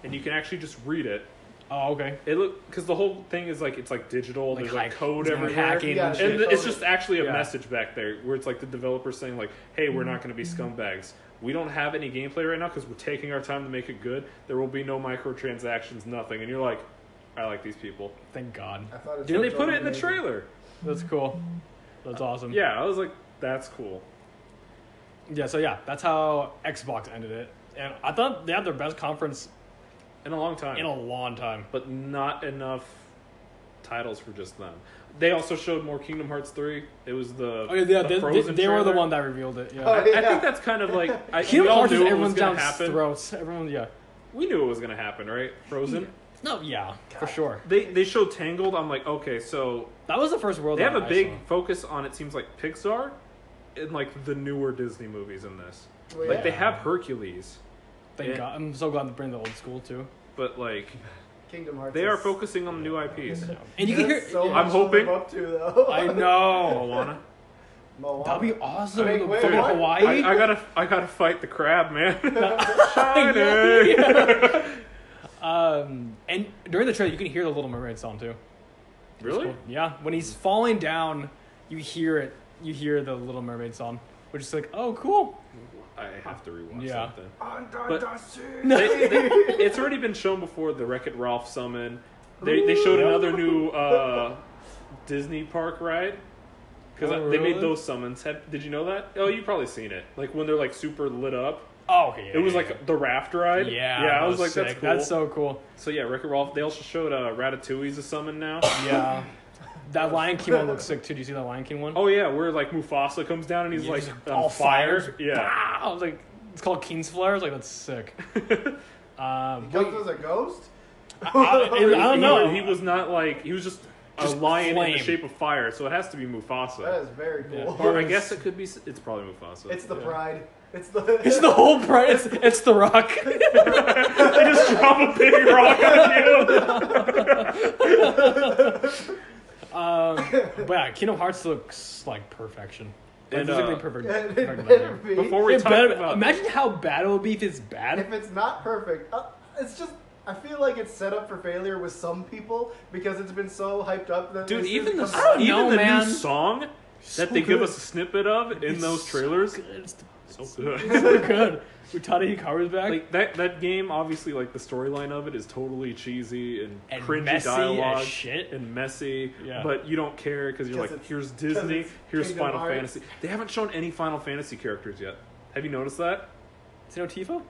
[SPEAKER 2] and you can actually just read it.
[SPEAKER 1] oh, okay.
[SPEAKER 2] It look because the whole thing is like it's like digital.
[SPEAKER 1] Like
[SPEAKER 2] there's like
[SPEAKER 1] hack-
[SPEAKER 2] code
[SPEAKER 1] yeah,
[SPEAKER 2] everywhere.
[SPEAKER 1] hacking
[SPEAKER 3] Yeah,
[SPEAKER 1] and
[SPEAKER 3] shit.
[SPEAKER 2] And
[SPEAKER 1] shit.
[SPEAKER 2] th- it's just actually a
[SPEAKER 1] Yeah.
[SPEAKER 2] message back there where it's like the developer saying like, "Hey, we're
[SPEAKER 1] Mm-hmm.
[SPEAKER 2] not going to be scumbags. We don't have any gameplay right now because we're taking our time to make it good. There will be no microtransactions, nothing." And you're like, "I like these people."
[SPEAKER 1] Thank God.
[SPEAKER 3] I thought it
[SPEAKER 2] And they
[SPEAKER 3] was
[SPEAKER 2] put it in the
[SPEAKER 3] amazing.
[SPEAKER 2] trailer.
[SPEAKER 1] That's cool. That's awesome.
[SPEAKER 2] Yeah, I was like, "That's cool."
[SPEAKER 1] Yeah. So yeah, that's how Xbox ended it, and I thought they had their best conference
[SPEAKER 2] In a long time,
[SPEAKER 1] in a long time.
[SPEAKER 2] but not enough titles for just them. They also showed more Kingdom Hearts three. It was the
[SPEAKER 1] Okay, Oh, yeah, they,
[SPEAKER 2] the
[SPEAKER 1] they,
[SPEAKER 2] Frozen
[SPEAKER 1] they were the
[SPEAKER 2] trailer.
[SPEAKER 1] one that revealed it. Yeah.
[SPEAKER 3] Oh,
[SPEAKER 2] I, I
[SPEAKER 3] Yeah.
[SPEAKER 2] think that's kind of like I, we
[SPEAKER 1] Kingdom
[SPEAKER 2] all
[SPEAKER 1] Hearts is
[SPEAKER 2] knew it was
[SPEAKER 1] everyone's
[SPEAKER 2] going
[SPEAKER 1] down
[SPEAKER 2] to happen.
[SPEAKER 1] throats. Everyone, yeah.
[SPEAKER 2] We knew it was going to happen, right? Frozen.
[SPEAKER 1] No, yeah, for sure.
[SPEAKER 2] They they show Tangled. I'm like, okay, so
[SPEAKER 1] That was the first world.
[SPEAKER 2] they have a
[SPEAKER 1] I
[SPEAKER 2] big
[SPEAKER 1] saw.
[SPEAKER 2] focus on it seems like Pixar, and like the newer Disney movies in this.
[SPEAKER 3] Well,
[SPEAKER 2] Like
[SPEAKER 3] Oh, yeah.
[SPEAKER 2] they have Hercules,
[SPEAKER 1] Thank
[SPEAKER 2] Yeah.
[SPEAKER 1] God. I'm so glad to bring the old school too.
[SPEAKER 2] but like
[SPEAKER 3] Kingdom Hearts.
[SPEAKER 2] they are
[SPEAKER 3] is-
[SPEAKER 2] focusing on new IPs.
[SPEAKER 1] And you can hear.
[SPEAKER 3] That's so
[SPEAKER 2] *laughs* I'm
[SPEAKER 3] much to live
[SPEAKER 2] hoping-
[SPEAKER 3] up to though.
[SPEAKER 1] I know.
[SPEAKER 2] Moana.
[SPEAKER 3] Moana.
[SPEAKER 1] That'd be awesome.
[SPEAKER 3] Wait,
[SPEAKER 1] The-
[SPEAKER 3] wait,
[SPEAKER 1] from
[SPEAKER 3] what?
[SPEAKER 1] Hawaii.
[SPEAKER 2] I, I gotta I gotta fight the crab,
[SPEAKER 3] *laughs*
[SPEAKER 2] man.
[SPEAKER 1] Yeah,
[SPEAKER 2] Shiny.
[SPEAKER 1] *laughs* Um, and during the trailer, you can hear the Little Mermaid song too.
[SPEAKER 2] Really?
[SPEAKER 1] Cool. Yeah. When he's falling down, you hear it. You hear the Little Mermaid song, which is like, oh, cool.
[SPEAKER 2] I have to rewatch
[SPEAKER 1] Yeah.
[SPEAKER 2] something.
[SPEAKER 3] Under
[SPEAKER 2] But-
[SPEAKER 3] the sea.
[SPEAKER 2] They- they- it's already been shown before the Wreck It Ralph summon. They, they showed
[SPEAKER 1] Ooh.
[SPEAKER 2] another new uh, Disney park ride. Because
[SPEAKER 1] Oh,
[SPEAKER 2] they made
[SPEAKER 1] really?
[SPEAKER 2] those summons. Have, did you know that? Oh, you probably seen it. Like when they're like super lit up.
[SPEAKER 1] Oh, okay.
[SPEAKER 2] It was
[SPEAKER 1] yeah,
[SPEAKER 2] like the raft ride.
[SPEAKER 1] yeah. yeah.
[SPEAKER 2] yeah.
[SPEAKER 1] that
[SPEAKER 2] I was like, that's
[SPEAKER 1] sick.
[SPEAKER 2] cool.
[SPEAKER 1] That's so cool.
[SPEAKER 2] so yeah, Wreck It Ralph. They also showed uh, Ratatouille's a summon now.
[SPEAKER 1] Yeah. That Lion King one looks
[SPEAKER 2] *laughs*
[SPEAKER 1] sick too. Do you see that Lion King one?
[SPEAKER 2] oh yeah, where like Mufasa comes down and he's
[SPEAKER 1] Yeah,
[SPEAKER 2] like
[SPEAKER 1] just
[SPEAKER 2] on
[SPEAKER 1] all
[SPEAKER 2] fire.
[SPEAKER 1] fires.
[SPEAKER 2] Yeah.
[SPEAKER 1] Ah, I was like, it's called King's Flare. I was like, that's
[SPEAKER 2] *laughs*
[SPEAKER 1] sick. Um,
[SPEAKER 3] Comes as a ghost.
[SPEAKER 2] *laughs*
[SPEAKER 1] I, I don't know.
[SPEAKER 2] He, was not like he was just,
[SPEAKER 1] Just
[SPEAKER 2] a lion in
[SPEAKER 1] flame.
[SPEAKER 2] the shape of fire. So it has to be Mufasa.
[SPEAKER 3] That is very cool.
[SPEAKER 1] Yeah.
[SPEAKER 2] Or I guess it could be. It's probably Mufasa.
[SPEAKER 3] It's the
[SPEAKER 2] Yeah.
[SPEAKER 3] pride.
[SPEAKER 2] *laughs*
[SPEAKER 3] It's the.
[SPEAKER 1] it's the whole price. It's, it's the Rock. *laughs*
[SPEAKER 2] I
[SPEAKER 3] *laughs*
[SPEAKER 2] just drop a big rock on you.
[SPEAKER 1] Um, but yeah, Kingdom Hearts looks like perfection. Like,
[SPEAKER 2] And,
[SPEAKER 1] physically
[SPEAKER 2] uh, *laughs*
[SPEAKER 1] perfect.
[SPEAKER 3] *laughs* it
[SPEAKER 1] perfect
[SPEAKER 3] better
[SPEAKER 1] version.
[SPEAKER 3] be.
[SPEAKER 2] Before we
[SPEAKER 1] It
[SPEAKER 2] talk
[SPEAKER 1] better-
[SPEAKER 2] about,
[SPEAKER 1] imagine how bad it would be if it's bad.
[SPEAKER 3] if it's not perfect, uh, it's just. I feel like it's set up for failure with some people because it's been so hyped up that.
[SPEAKER 2] dude,
[SPEAKER 3] as soon as
[SPEAKER 2] even
[SPEAKER 3] it
[SPEAKER 2] the
[SPEAKER 3] comes
[SPEAKER 1] I don't
[SPEAKER 3] out-
[SPEAKER 2] even
[SPEAKER 1] know,
[SPEAKER 2] the
[SPEAKER 1] man.
[SPEAKER 2] new song that
[SPEAKER 1] So
[SPEAKER 2] they give
[SPEAKER 1] good.
[SPEAKER 2] us a snippet of in
[SPEAKER 1] It's
[SPEAKER 2] those
[SPEAKER 1] so
[SPEAKER 2] trailers,
[SPEAKER 1] good. It's *laughs*
[SPEAKER 2] so good.
[SPEAKER 1] so good. Utada Hikaru's back.
[SPEAKER 2] like that that game, obviously, like the storyline of it is totally cheesy and,
[SPEAKER 1] And
[SPEAKER 2] cringy
[SPEAKER 1] messy as
[SPEAKER 2] dialogue
[SPEAKER 1] shit.
[SPEAKER 2] and messy.
[SPEAKER 1] Yeah.
[SPEAKER 2] But you don't care because you're
[SPEAKER 3] 'Cause
[SPEAKER 2] like,
[SPEAKER 3] it's-
[SPEAKER 2] here's
[SPEAKER 3] 'cause
[SPEAKER 2] Disney,
[SPEAKER 3] it's
[SPEAKER 2] here's
[SPEAKER 3] Kingdom
[SPEAKER 2] Final
[SPEAKER 3] Hearts.
[SPEAKER 2] Fantasy. They haven't shown any Final Fantasy characters yet. Have you noticed that?
[SPEAKER 1] Is there no Tifa?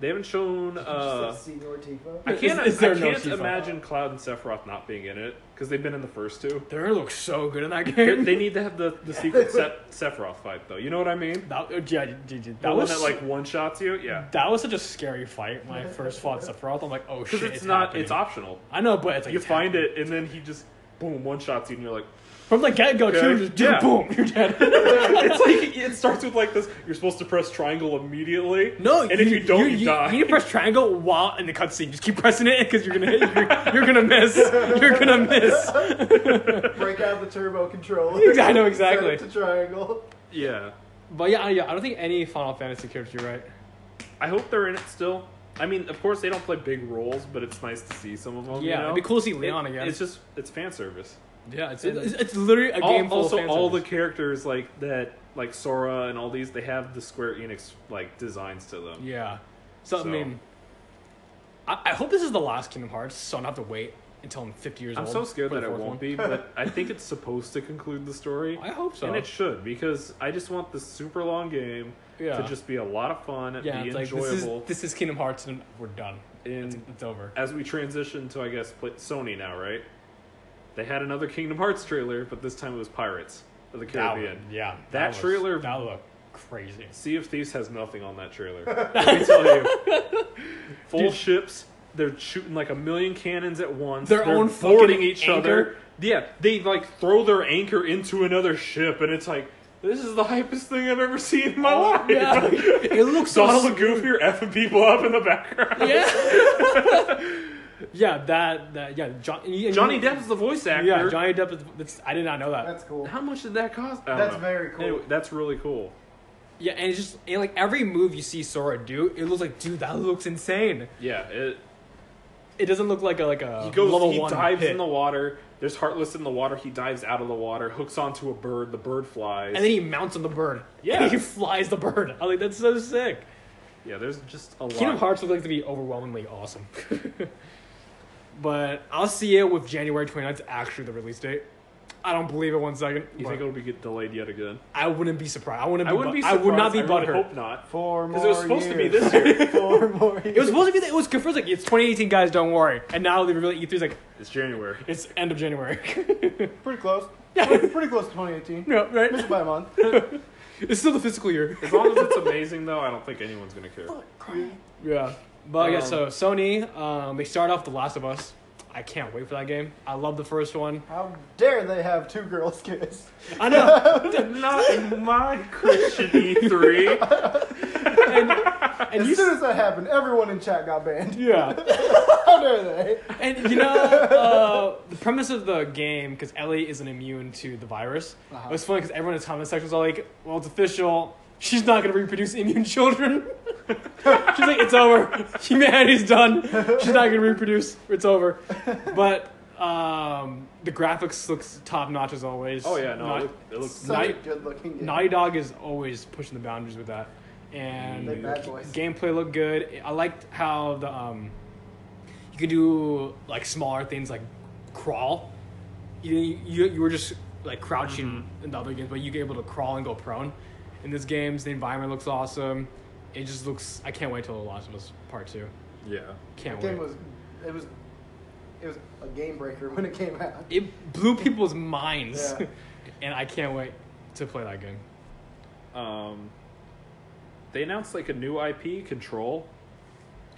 [SPEAKER 2] They haven't
[SPEAKER 3] *laughs*
[SPEAKER 2] shown. Uh,
[SPEAKER 3] Just said Senor Tifa.
[SPEAKER 2] *laughs* I
[SPEAKER 1] Is-
[SPEAKER 2] can't.
[SPEAKER 1] is there
[SPEAKER 2] I
[SPEAKER 1] no
[SPEAKER 2] can't
[SPEAKER 1] Tifa?
[SPEAKER 2] imagine Cloud and Sephiroth not being in it because they've been in the
[SPEAKER 1] *laughs*
[SPEAKER 2] first two.
[SPEAKER 1] They look so good in that *laughs*
[SPEAKER 2] They-
[SPEAKER 1] game.
[SPEAKER 2] they need to have the, the secret Sep- Sephiroth fight though. You know what I mean?
[SPEAKER 1] that, uh, yeah, yeah, yeah, yeah.
[SPEAKER 2] The
[SPEAKER 1] that
[SPEAKER 2] one
[SPEAKER 1] was
[SPEAKER 2] that like one shots you. Yeah,
[SPEAKER 1] that was such a scary fight when I first fought Sephiroth. I'm like,
[SPEAKER 2] *laughs*
[SPEAKER 1] oh
[SPEAKER 2] because
[SPEAKER 1] shit,
[SPEAKER 2] it's, not.
[SPEAKER 1] happening.
[SPEAKER 2] It's optional.
[SPEAKER 1] I know, but it's like
[SPEAKER 2] You
[SPEAKER 1] it's
[SPEAKER 2] find
[SPEAKER 1] happening.
[SPEAKER 2] it and then he just boom one shots you and you're like. *laughs*
[SPEAKER 1] from the get go.
[SPEAKER 2] Okay,
[SPEAKER 1] too. Just do
[SPEAKER 2] yeah.
[SPEAKER 1] boom, you're dead.
[SPEAKER 2] it's like it starts with like this. You're supposed to press triangle immediately.
[SPEAKER 1] *laughs* No,
[SPEAKER 2] and if you don't, you, die.
[SPEAKER 1] You need to press triangle while in the cutscene. Just keep pressing it because you're gonna hit. You're, you're gonna *laughs* miss. You're gonna miss. *laughs*
[SPEAKER 3] Break out the turbo
[SPEAKER 2] *laughs*
[SPEAKER 3] controller.
[SPEAKER 1] I know exactly.
[SPEAKER 3] Set it to triangle.
[SPEAKER 2] yeah,
[SPEAKER 1] But yeah, I- yeah, I don't think any Final Fantasy character. You're right.
[SPEAKER 2] I hope they're in it still. I mean, of course they don't play big roles, but it's nice to see some of them. you
[SPEAKER 1] Yeah,
[SPEAKER 2] know?
[SPEAKER 1] it'd be cool to see
[SPEAKER 2] It-
[SPEAKER 1] Leon again.
[SPEAKER 2] It's just it's fan service.
[SPEAKER 1] yeah, it's, it's, it's literally a game
[SPEAKER 2] All,
[SPEAKER 1] full
[SPEAKER 2] also,
[SPEAKER 1] of fan
[SPEAKER 2] all the
[SPEAKER 1] service.
[SPEAKER 2] characters like that, like Sora and all these, they have the Square Enix like designs to them.
[SPEAKER 1] yeah. So,
[SPEAKER 2] So-
[SPEAKER 1] I mean, I, I hope this is the last Kingdom Hearts, so I don't have to wait until I'm 50 years
[SPEAKER 2] I'm
[SPEAKER 1] old.
[SPEAKER 2] so scared
[SPEAKER 1] for the
[SPEAKER 2] that it
[SPEAKER 1] fourth
[SPEAKER 2] won't
[SPEAKER 1] one.
[SPEAKER 2] be, but I think it's supposed to conclude the story.
[SPEAKER 1] *laughs* I hope so.
[SPEAKER 2] And it should because I just want this super long game
[SPEAKER 1] yeah.
[SPEAKER 2] to just be a lot of fun and
[SPEAKER 1] yeah,
[SPEAKER 2] be
[SPEAKER 1] it's like this is,
[SPEAKER 2] enjoyable.
[SPEAKER 1] this is Kingdom Hearts, and we're done. It's,
[SPEAKER 2] and
[SPEAKER 1] it's over.
[SPEAKER 2] as we transition to, I guess, play, Sony now, right? They had another Kingdom Hearts trailer, but this time it was Pirates of the
[SPEAKER 1] That
[SPEAKER 2] Caribbean.
[SPEAKER 1] one, yeah,
[SPEAKER 2] That trailer-
[SPEAKER 1] that looked crazy.
[SPEAKER 2] Sea of Thieves has nothing on
[SPEAKER 1] *laughs*
[SPEAKER 2] that trailer. Let me tell you, full
[SPEAKER 1] Dude.
[SPEAKER 2] ships. They're shooting like a million cannons at once.
[SPEAKER 1] Their
[SPEAKER 2] they're
[SPEAKER 1] own fucking
[SPEAKER 2] boarding each
[SPEAKER 1] anchor?
[SPEAKER 2] other. Yeah, they like throw their anchor into another ship, and it's like this is the hypest thing I've ever seen in my life.
[SPEAKER 1] *laughs* Oh,
[SPEAKER 2] *laughs*
[SPEAKER 1] yeah. It looks so
[SPEAKER 2] Donald and Goofy are effing people up in the background.
[SPEAKER 1] yeah.
[SPEAKER 2] *laughs*
[SPEAKER 1] yeah, that that yeah, John, and-
[SPEAKER 2] Johnny Depp's the voice actor.
[SPEAKER 1] Yeah, Johnny Depp. Is, that's, I did not know that.
[SPEAKER 3] That's cool.
[SPEAKER 2] How much did that cost? I don't
[SPEAKER 3] That's
[SPEAKER 2] know.
[SPEAKER 3] very cool.
[SPEAKER 2] Anyway, that's really cool.
[SPEAKER 1] yeah, and it's just and like every move you see Sora do, it looks like, dude, that looks insane.
[SPEAKER 2] Yeah, it,
[SPEAKER 1] It doesn't look like a like a
[SPEAKER 2] he goes.
[SPEAKER 1] Uh, level
[SPEAKER 2] he
[SPEAKER 1] one
[SPEAKER 2] dives
[SPEAKER 1] hit.
[SPEAKER 2] in the water. There's Heartless in the water. He dives out of the water. Hooks onto a bird. The bird flies.
[SPEAKER 1] and then he mounts on the bird. *laughs*
[SPEAKER 2] Yeah.
[SPEAKER 1] he flies the bird. I'm like, that's so sick.
[SPEAKER 2] yeah, there's just a
[SPEAKER 1] Kingdom
[SPEAKER 2] lot.
[SPEAKER 1] Hearts would like to be overwhelmingly awesome. *laughs* but I'll see it with January 29th actually the release date. I don't believe it one second.
[SPEAKER 2] you think it'll be get delayed yet again?
[SPEAKER 1] I wouldn't be surprised. I wouldn't be.
[SPEAKER 2] I wouldn't
[SPEAKER 1] bu-
[SPEAKER 2] be.
[SPEAKER 1] I
[SPEAKER 2] Surprised.
[SPEAKER 1] would not be
[SPEAKER 2] I really
[SPEAKER 1] butthurt.
[SPEAKER 2] Hope not.
[SPEAKER 3] Four more
[SPEAKER 2] Because it was supposed to be
[SPEAKER 3] years.
[SPEAKER 2] this year.
[SPEAKER 3] *laughs* Four more
[SPEAKER 1] It was
[SPEAKER 3] years.
[SPEAKER 1] supposed to be that it was confirmed like it's 2018, guys. Don't worry. And now they reveal E3 is like
[SPEAKER 2] it's January.
[SPEAKER 1] it's end of January. *laughs*
[SPEAKER 3] pretty
[SPEAKER 2] *laughs*
[SPEAKER 3] close. Pretty, pretty close to 2018.
[SPEAKER 1] no, right?
[SPEAKER 3] Missed it by a month.
[SPEAKER 1] It's still the fiscal year. *laughs*
[SPEAKER 2] As long as it's amazing, though, I don't think anyone's gonna care.
[SPEAKER 1] Yeah, but yeah.
[SPEAKER 2] Um,
[SPEAKER 1] So Sony, um, they start off The Last of Us. I can't wait for that game. I love the first one.
[SPEAKER 3] How dare they have two girls kiss?
[SPEAKER 2] *laughs*
[SPEAKER 1] I know.
[SPEAKER 2] not in my Christian
[SPEAKER 1] E
[SPEAKER 2] E3.
[SPEAKER 1] and and
[SPEAKER 3] As
[SPEAKER 1] you,
[SPEAKER 3] soon as that happened, everyone in chat got banned. *laughs*
[SPEAKER 1] yeah.
[SPEAKER 3] How dare they?
[SPEAKER 1] And you know, uh, the premise of the game, because Ellie isn't immune to the virus,
[SPEAKER 3] Uh-huh.
[SPEAKER 1] it was funny because everyone in the comment section was all like, well, it's official. She's not going to reproduce immune children. *laughs* She's like, it's over. Humanity's done. She's not going to reproduce. It's over. But um, the graphics looks top notch as always.
[SPEAKER 2] Oh yeah, no,
[SPEAKER 1] Not-
[SPEAKER 2] it, look- it looks.
[SPEAKER 3] Such a
[SPEAKER 1] Night-
[SPEAKER 3] good looking game.
[SPEAKER 1] Naughty Dog is always pushing the boundaries with that, and
[SPEAKER 3] They're bad
[SPEAKER 1] g-
[SPEAKER 3] boys.
[SPEAKER 1] gameplay looked good. I liked how the um, you can do like smaller things like crawl. You you, you were just like crouching in the other games, but you get able to crawl and go prone. In this game, the environment looks awesome. It just looks. I can't wait till The Last of Us Part Two.
[SPEAKER 2] Yeah.
[SPEAKER 1] Can't
[SPEAKER 3] game
[SPEAKER 1] wait.
[SPEAKER 3] was it was it was a game breaker *laughs* when it came out.
[SPEAKER 1] it blew people's minds,
[SPEAKER 3] Yeah.
[SPEAKER 1] *laughs* and I can't wait to play that game.
[SPEAKER 2] um, they announced like a new IP control.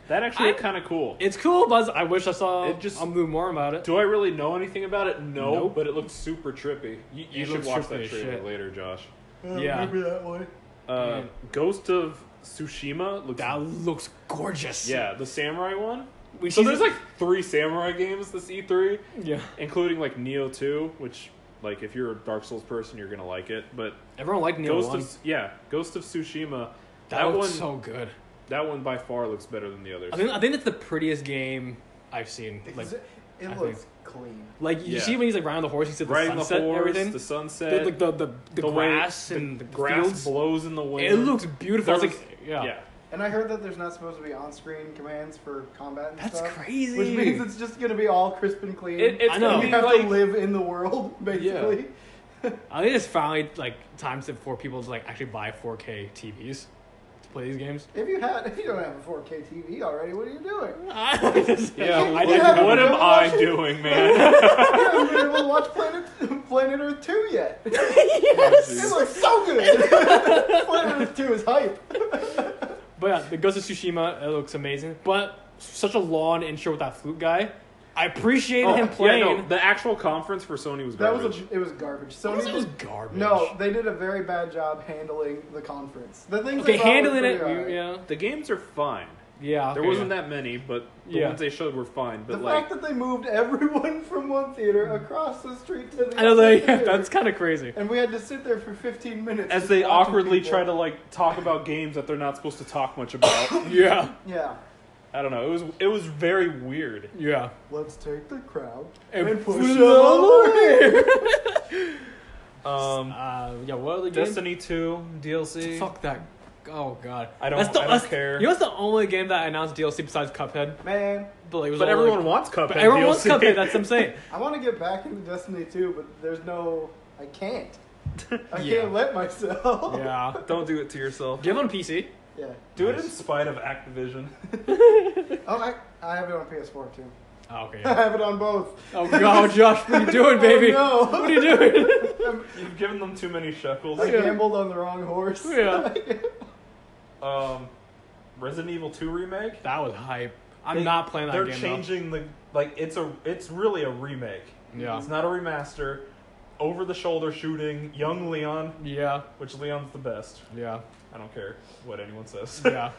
[SPEAKER 2] That actually looked
[SPEAKER 1] I-
[SPEAKER 2] kind of cool.
[SPEAKER 1] It's cool, Buzz. I wish I saw.
[SPEAKER 2] It just-
[SPEAKER 1] I'll move more about it.
[SPEAKER 2] Do I really know anything about it? No,
[SPEAKER 1] Nope.
[SPEAKER 2] but it looks super trippy. You, you
[SPEAKER 1] It
[SPEAKER 2] should
[SPEAKER 1] looks
[SPEAKER 2] watch
[SPEAKER 1] trippy
[SPEAKER 2] that
[SPEAKER 1] as
[SPEAKER 2] trailer
[SPEAKER 1] shit.
[SPEAKER 2] later, Josh.
[SPEAKER 1] Yeah.
[SPEAKER 3] Maybe that way.
[SPEAKER 2] Uh,
[SPEAKER 1] Man.
[SPEAKER 2] Ghost of Tsushima looks.
[SPEAKER 1] That looks gorgeous.
[SPEAKER 2] yeah, the samurai one.
[SPEAKER 1] We-
[SPEAKER 2] so
[SPEAKER 1] she's-
[SPEAKER 2] there's like three samurai games this E3,
[SPEAKER 1] yeah.
[SPEAKER 2] including like Neo 2, which like if you're a Dark Souls person, you're gonna like it. But
[SPEAKER 1] Everyone liked Neo
[SPEAKER 2] Ghost
[SPEAKER 1] one.
[SPEAKER 2] of yeah, Ghost of Tsushima.
[SPEAKER 1] that
[SPEAKER 2] That, one,
[SPEAKER 1] looks so good.
[SPEAKER 2] that one by far looks better than the others.
[SPEAKER 1] I think I think that's the prettiest game I've seen. Like,
[SPEAKER 3] it it
[SPEAKER 1] I
[SPEAKER 3] looks clean.
[SPEAKER 1] like you
[SPEAKER 2] Yeah.
[SPEAKER 1] see when he's like riding the horse, he said the
[SPEAKER 2] Riding the
[SPEAKER 1] sunset
[SPEAKER 2] horse,
[SPEAKER 1] and everything.
[SPEAKER 2] the
[SPEAKER 1] The,
[SPEAKER 2] sunset,
[SPEAKER 1] like the the, the,
[SPEAKER 2] way
[SPEAKER 1] grass and the,
[SPEAKER 2] grass
[SPEAKER 1] fields.
[SPEAKER 2] blows in the wind.
[SPEAKER 1] It looks beautiful. I was
[SPEAKER 2] There
[SPEAKER 1] like,
[SPEAKER 2] was-
[SPEAKER 1] yeah.
[SPEAKER 2] yeah.
[SPEAKER 3] And I heard that there's not supposed to be on-screen commands for combat and
[SPEAKER 1] That's
[SPEAKER 3] stuff.
[SPEAKER 1] crazy.
[SPEAKER 3] Which means it's just gonna be all crisp and clean.
[SPEAKER 2] It, it's
[SPEAKER 1] I know.
[SPEAKER 2] gonna
[SPEAKER 3] you
[SPEAKER 2] be
[SPEAKER 3] have
[SPEAKER 2] like
[SPEAKER 3] to live in the world, *laughs* basically.
[SPEAKER 1] I think it's finally like time to for people to like actually buy 4K TVs to play these games. *laughs*
[SPEAKER 3] If you had, if you don't have a 4K TV already, what are you doing? *laughs*
[SPEAKER 2] Yeah,
[SPEAKER 1] I
[SPEAKER 2] like,
[SPEAKER 1] didn't
[SPEAKER 3] Yeah.
[SPEAKER 1] know.
[SPEAKER 2] what am I doing, man?
[SPEAKER 3] you haven't been able to watch Planet Planet Earth Two yet. It
[SPEAKER 2] Jeez.
[SPEAKER 3] looks so good. *laughs* Planet Earth Two is hype.
[SPEAKER 1] But yeah, the Ghost of Tsushima, it looks amazing. But such a long intro with that flute guy. I appreciated
[SPEAKER 2] Oh,
[SPEAKER 1] him
[SPEAKER 2] yeah,
[SPEAKER 1] playing.
[SPEAKER 2] no, the actual conference for Sony was
[SPEAKER 3] That
[SPEAKER 2] garbage.
[SPEAKER 3] was a, it was garbage. Sony
[SPEAKER 1] It was
[SPEAKER 3] did-
[SPEAKER 1] garbage.
[SPEAKER 3] No, they did a very bad job handling the conference. The things
[SPEAKER 1] Okay,
[SPEAKER 3] I thought were
[SPEAKER 1] handling it.
[SPEAKER 3] pretty alright.
[SPEAKER 1] Yeah.
[SPEAKER 2] the games are fine.
[SPEAKER 1] Yeah.
[SPEAKER 2] There
[SPEAKER 1] okay,
[SPEAKER 2] wasn't
[SPEAKER 1] yeah.
[SPEAKER 2] that many, but the
[SPEAKER 1] Yeah.
[SPEAKER 2] ones they showed were fine. But
[SPEAKER 3] the
[SPEAKER 2] like,
[SPEAKER 3] fact that they moved everyone *laughs* from one theater across the street to the
[SPEAKER 1] *laughs* I know,
[SPEAKER 3] other
[SPEAKER 1] like, *laughs*
[SPEAKER 3] theater,
[SPEAKER 1] that's kind of crazy.
[SPEAKER 3] and we had to sit there for 15 minutes
[SPEAKER 2] as
[SPEAKER 3] just
[SPEAKER 2] they
[SPEAKER 3] watching
[SPEAKER 2] awkwardly
[SPEAKER 3] people.
[SPEAKER 2] try to like talk about games that they're not supposed to talk much about.
[SPEAKER 1] Yeah.
[SPEAKER 3] Yeah,
[SPEAKER 2] I don't know. It was it was very weird.
[SPEAKER 1] Yeah.
[SPEAKER 3] let's take the crowd
[SPEAKER 1] And
[SPEAKER 3] and,
[SPEAKER 1] push
[SPEAKER 3] push
[SPEAKER 1] it
[SPEAKER 3] them away.
[SPEAKER 2] Um,
[SPEAKER 1] Uh, yeah. What other games?
[SPEAKER 2] Destiny Two DLC.
[SPEAKER 1] Fuck that. Oh god.
[SPEAKER 2] I don't-
[SPEAKER 1] That's the,
[SPEAKER 2] I don't
[SPEAKER 1] that's-
[SPEAKER 2] care.
[SPEAKER 1] You know, it's the only game that announced DLC besides Cuphead.
[SPEAKER 3] Man,
[SPEAKER 1] But like, it was
[SPEAKER 2] But
[SPEAKER 1] all,
[SPEAKER 2] everyone
[SPEAKER 1] like,
[SPEAKER 2] wants Cuphead.
[SPEAKER 1] but everyone wants
[SPEAKER 2] DLC.
[SPEAKER 1] Cuphead. *laughs* That's what I'm
[SPEAKER 2] *laughs*
[SPEAKER 1] saying.
[SPEAKER 3] I want to get back into Destiny 2, but there's no. I can't.
[SPEAKER 1] *laughs*
[SPEAKER 3] I
[SPEAKER 1] Yeah.
[SPEAKER 3] can't let myself.
[SPEAKER 1] yeah.
[SPEAKER 2] Don't do it to yourself.
[SPEAKER 1] Do you have it on PC?
[SPEAKER 3] *laughs* Yeah.
[SPEAKER 2] Do it in spite of Activision. *laughs*
[SPEAKER 3] Oh, I, I have it on PS4 too.
[SPEAKER 1] Oh, okay.
[SPEAKER 3] I have it on both.
[SPEAKER 1] Oh god, Josh, what are you doing, *laughs*
[SPEAKER 2] *laughs*
[SPEAKER 3] Oh,
[SPEAKER 1] baby?
[SPEAKER 3] no.
[SPEAKER 1] What are you doing? *laughs*
[SPEAKER 2] You've given them too many shekels.
[SPEAKER 3] I gambled on the wrong horse.
[SPEAKER 1] Yeah.
[SPEAKER 2] Um, Resident Evil Two remake.
[SPEAKER 1] That was hype. I'm
[SPEAKER 2] They-
[SPEAKER 1] not playing that
[SPEAKER 2] They're
[SPEAKER 1] game.
[SPEAKER 2] changing the like. It's a. It's really a remake.
[SPEAKER 1] though. Yeah.
[SPEAKER 2] It's not a remaster. Over the shoulder shooting, young Leon,
[SPEAKER 1] Yeah.
[SPEAKER 2] which Leon's the best.
[SPEAKER 1] Yeah.
[SPEAKER 2] I don't care what anyone says.
[SPEAKER 1] *laughs* Yeah.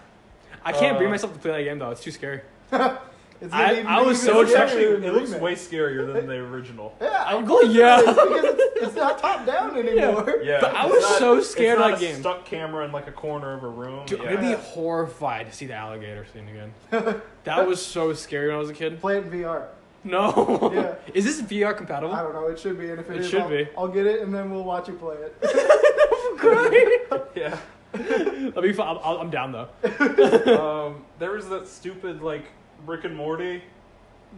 [SPEAKER 1] I can't bring
[SPEAKER 2] Uh,
[SPEAKER 1] myself to play that game though. It's too scary.
[SPEAKER 3] It's
[SPEAKER 1] I-
[SPEAKER 3] gonna be
[SPEAKER 1] I was
[SPEAKER 3] even
[SPEAKER 1] so
[SPEAKER 2] it's
[SPEAKER 3] scarier
[SPEAKER 2] actually
[SPEAKER 3] than
[SPEAKER 2] it looks
[SPEAKER 3] remake.
[SPEAKER 2] way scarier than the original.
[SPEAKER 3] Yeah, I-
[SPEAKER 1] go, yeah.
[SPEAKER 2] *laughs*
[SPEAKER 3] It's *laughs* because it's, it's not top down anymore.
[SPEAKER 2] Yeah,
[SPEAKER 1] But I
[SPEAKER 2] it's
[SPEAKER 1] was
[SPEAKER 2] not-
[SPEAKER 1] so
[SPEAKER 2] it's
[SPEAKER 1] scared
[SPEAKER 2] not
[SPEAKER 1] of
[SPEAKER 2] a
[SPEAKER 1] that game.
[SPEAKER 2] Stuck camera in like a corner of a room.
[SPEAKER 1] Dude,
[SPEAKER 2] yeah.
[SPEAKER 1] I'd be horrified to see the alligator scene again. that was so scary when I was a
[SPEAKER 2] *laughs*
[SPEAKER 1] kid.
[SPEAKER 3] Play it in VR.
[SPEAKER 1] No.
[SPEAKER 3] Yeah.
[SPEAKER 1] Is this VR
[SPEAKER 3] I
[SPEAKER 1] compatible?
[SPEAKER 3] don't know. It should be, and if
[SPEAKER 1] It
[SPEAKER 3] is,
[SPEAKER 1] should
[SPEAKER 3] I'll,
[SPEAKER 1] be.
[SPEAKER 3] I'll get it, and then we'll watch you play it. *laughs*
[SPEAKER 1] Great.
[SPEAKER 2] *laughs*
[SPEAKER 1] *laughs*
[SPEAKER 2] yeah.
[SPEAKER 1] That'd be fun. I'm, I'm down
[SPEAKER 2] *laughs*
[SPEAKER 1] though.
[SPEAKER 2] um, there was that stupid like Rick and Morty,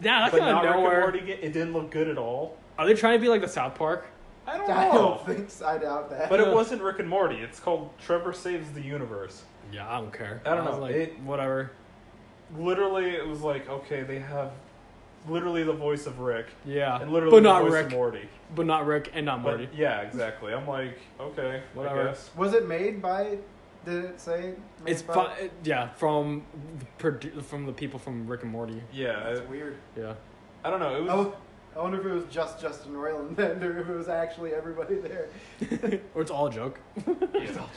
[SPEAKER 1] Yeah, that's
[SPEAKER 2] but
[SPEAKER 1] kind
[SPEAKER 2] not
[SPEAKER 1] of
[SPEAKER 2] Rick and
[SPEAKER 1] nowhere.
[SPEAKER 2] Morty. ga- It didn't look good at all.
[SPEAKER 1] Are they trying to be like the South Park?
[SPEAKER 2] I don't
[SPEAKER 3] I
[SPEAKER 2] know.
[SPEAKER 3] don't think. so. I doubt that.
[SPEAKER 2] Oh. But
[SPEAKER 1] Yeah.
[SPEAKER 2] it wasn't Rick and Morty. It's called Trevor Saves the Universe.
[SPEAKER 1] Yeah, I don't care.
[SPEAKER 2] I don't
[SPEAKER 1] was
[SPEAKER 2] know.
[SPEAKER 1] Like,
[SPEAKER 2] It-
[SPEAKER 1] whatever.
[SPEAKER 2] Literally, it was like okay, they have literally the voice of Rick
[SPEAKER 1] Yeah.
[SPEAKER 2] and literally
[SPEAKER 1] but
[SPEAKER 2] the
[SPEAKER 1] not
[SPEAKER 2] voice
[SPEAKER 1] Rick.
[SPEAKER 2] of Morty.
[SPEAKER 1] But not Rick and not Morty.
[SPEAKER 2] But yeah, exactly. I'm like okay,
[SPEAKER 1] Whatever.
[SPEAKER 2] I guess.
[SPEAKER 3] was it made by? Did it say? made
[SPEAKER 1] It's
[SPEAKER 3] by-
[SPEAKER 1] fu- yeah from the produ- from the people from Rick and Morty.
[SPEAKER 2] Yeah,
[SPEAKER 3] That's weird.
[SPEAKER 1] Yeah,
[SPEAKER 2] I, I don't know. It was
[SPEAKER 3] I, wo- I wonder if it was just Justin Roiland *laughs* then, or if it was actually everybody there.
[SPEAKER 1] or Oh, it's all a joke.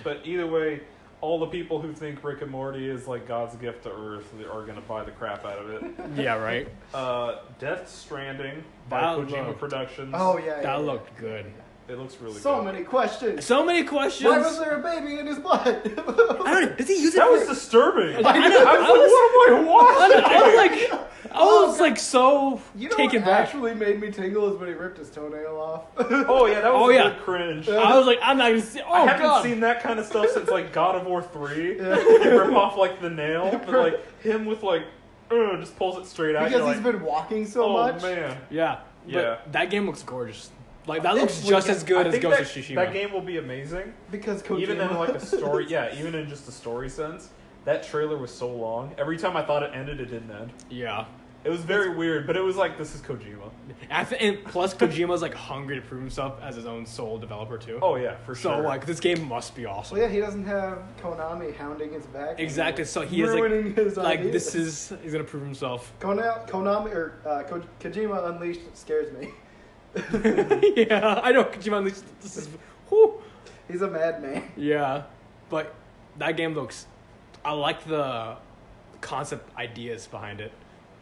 [SPEAKER 2] But either way, all the people who think Rick and Morty is like God's gift to Earth are gonna buy the crap out of it.
[SPEAKER 1] yeah, right.
[SPEAKER 2] Uh, Death Stranding by
[SPEAKER 1] That
[SPEAKER 2] Kojima
[SPEAKER 1] looked-
[SPEAKER 2] Productions.
[SPEAKER 3] Oh yeah, yeah, yeah.
[SPEAKER 1] That looked good.
[SPEAKER 2] it looks really
[SPEAKER 3] so
[SPEAKER 2] good.
[SPEAKER 3] many questions.
[SPEAKER 1] So many questions.
[SPEAKER 3] Why was there a baby in his *laughs* blood?
[SPEAKER 1] I don't. Does he use it?
[SPEAKER 2] That
[SPEAKER 1] for-
[SPEAKER 2] was
[SPEAKER 1] *laughs*
[SPEAKER 2] disturbing.
[SPEAKER 1] I know.
[SPEAKER 2] I
[SPEAKER 1] I
[SPEAKER 2] was like,
[SPEAKER 1] was, I
[SPEAKER 2] what am I
[SPEAKER 1] know,
[SPEAKER 2] watching?
[SPEAKER 1] I was like, I was like so
[SPEAKER 3] you know
[SPEAKER 1] taken
[SPEAKER 3] what
[SPEAKER 1] back.
[SPEAKER 3] actually made me tingle is when he ripped his toenail off.
[SPEAKER 2] *laughs*
[SPEAKER 3] *laughs*
[SPEAKER 2] Oh yeah, that was
[SPEAKER 1] Oh,
[SPEAKER 2] a
[SPEAKER 1] yeah.
[SPEAKER 2] good cringe.
[SPEAKER 1] I was like, I'm not even. See- oh
[SPEAKER 2] I haven't
[SPEAKER 1] god.
[SPEAKER 2] seen that kind of stuff since like God of War three. *laughs*
[SPEAKER 3] Yeah.
[SPEAKER 2] They rip off like the nail, but like him with like, uh, just pulls it straight out.
[SPEAKER 3] because
[SPEAKER 2] You're
[SPEAKER 3] he's
[SPEAKER 2] like,
[SPEAKER 3] been walking so
[SPEAKER 2] oh
[SPEAKER 3] much.
[SPEAKER 2] man,
[SPEAKER 1] yeah. But
[SPEAKER 2] Yeah.
[SPEAKER 1] That game looks gorgeous. Like that
[SPEAKER 3] It
[SPEAKER 1] looks
[SPEAKER 3] looks
[SPEAKER 1] just
[SPEAKER 3] good.
[SPEAKER 1] as good
[SPEAKER 2] I
[SPEAKER 1] as
[SPEAKER 2] think
[SPEAKER 1] Ghost
[SPEAKER 2] that,
[SPEAKER 1] of Tsushima.
[SPEAKER 2] That game will be amazing.
[SPEAKER 3] Because Kojima.
[SPEAKER 2] even in like
[SPEAKER 1] *laughs*
[SPEAKER 2] a story yeah even in just a story sense that trailer was so long every time i thought it ended it didn't end
[SPEAKER 1] Yeah.
[SPEAKER 2] it was very weird but it was like this is kojima
[SPEAKER 1] I thi- and plus, Kojima's like hungry to prove himself as his own sole developer too.
[SPEAKER 2] oh yeah for
[SPEAKER 1] so
[SPEAKER 2] sure
[SPEAKER 1] like this game must be awesome.
[SPEAKER 3] *laughs* well, yeah, he doesn't have Konami hounding his back.
[SPEAKER 1] Exactly.
[SPEAKER 3] anymore.
[SPEAKER 1] So he is like,
[SPEAKER 3] ruining his
[SPEAKER 1] like
[SPEAKER 3] ideas.
[SPEAKER 1] this is he's gonna prove
[SPEAKER 3] *laughs*
[SPEAKER 1] himself.
[SPEAKER 3] Kona- Konami or uh, Ko- Kojima Unleashed scares me. *laughs*
[SPEAKER 1] yeah, I know. Kojima Unleashed. This is, whew.
[SPEAKER 3] He's a madman. *laughs*
[SPEAKER 1] yeah, but that game looks. I like the concept ideas behind it.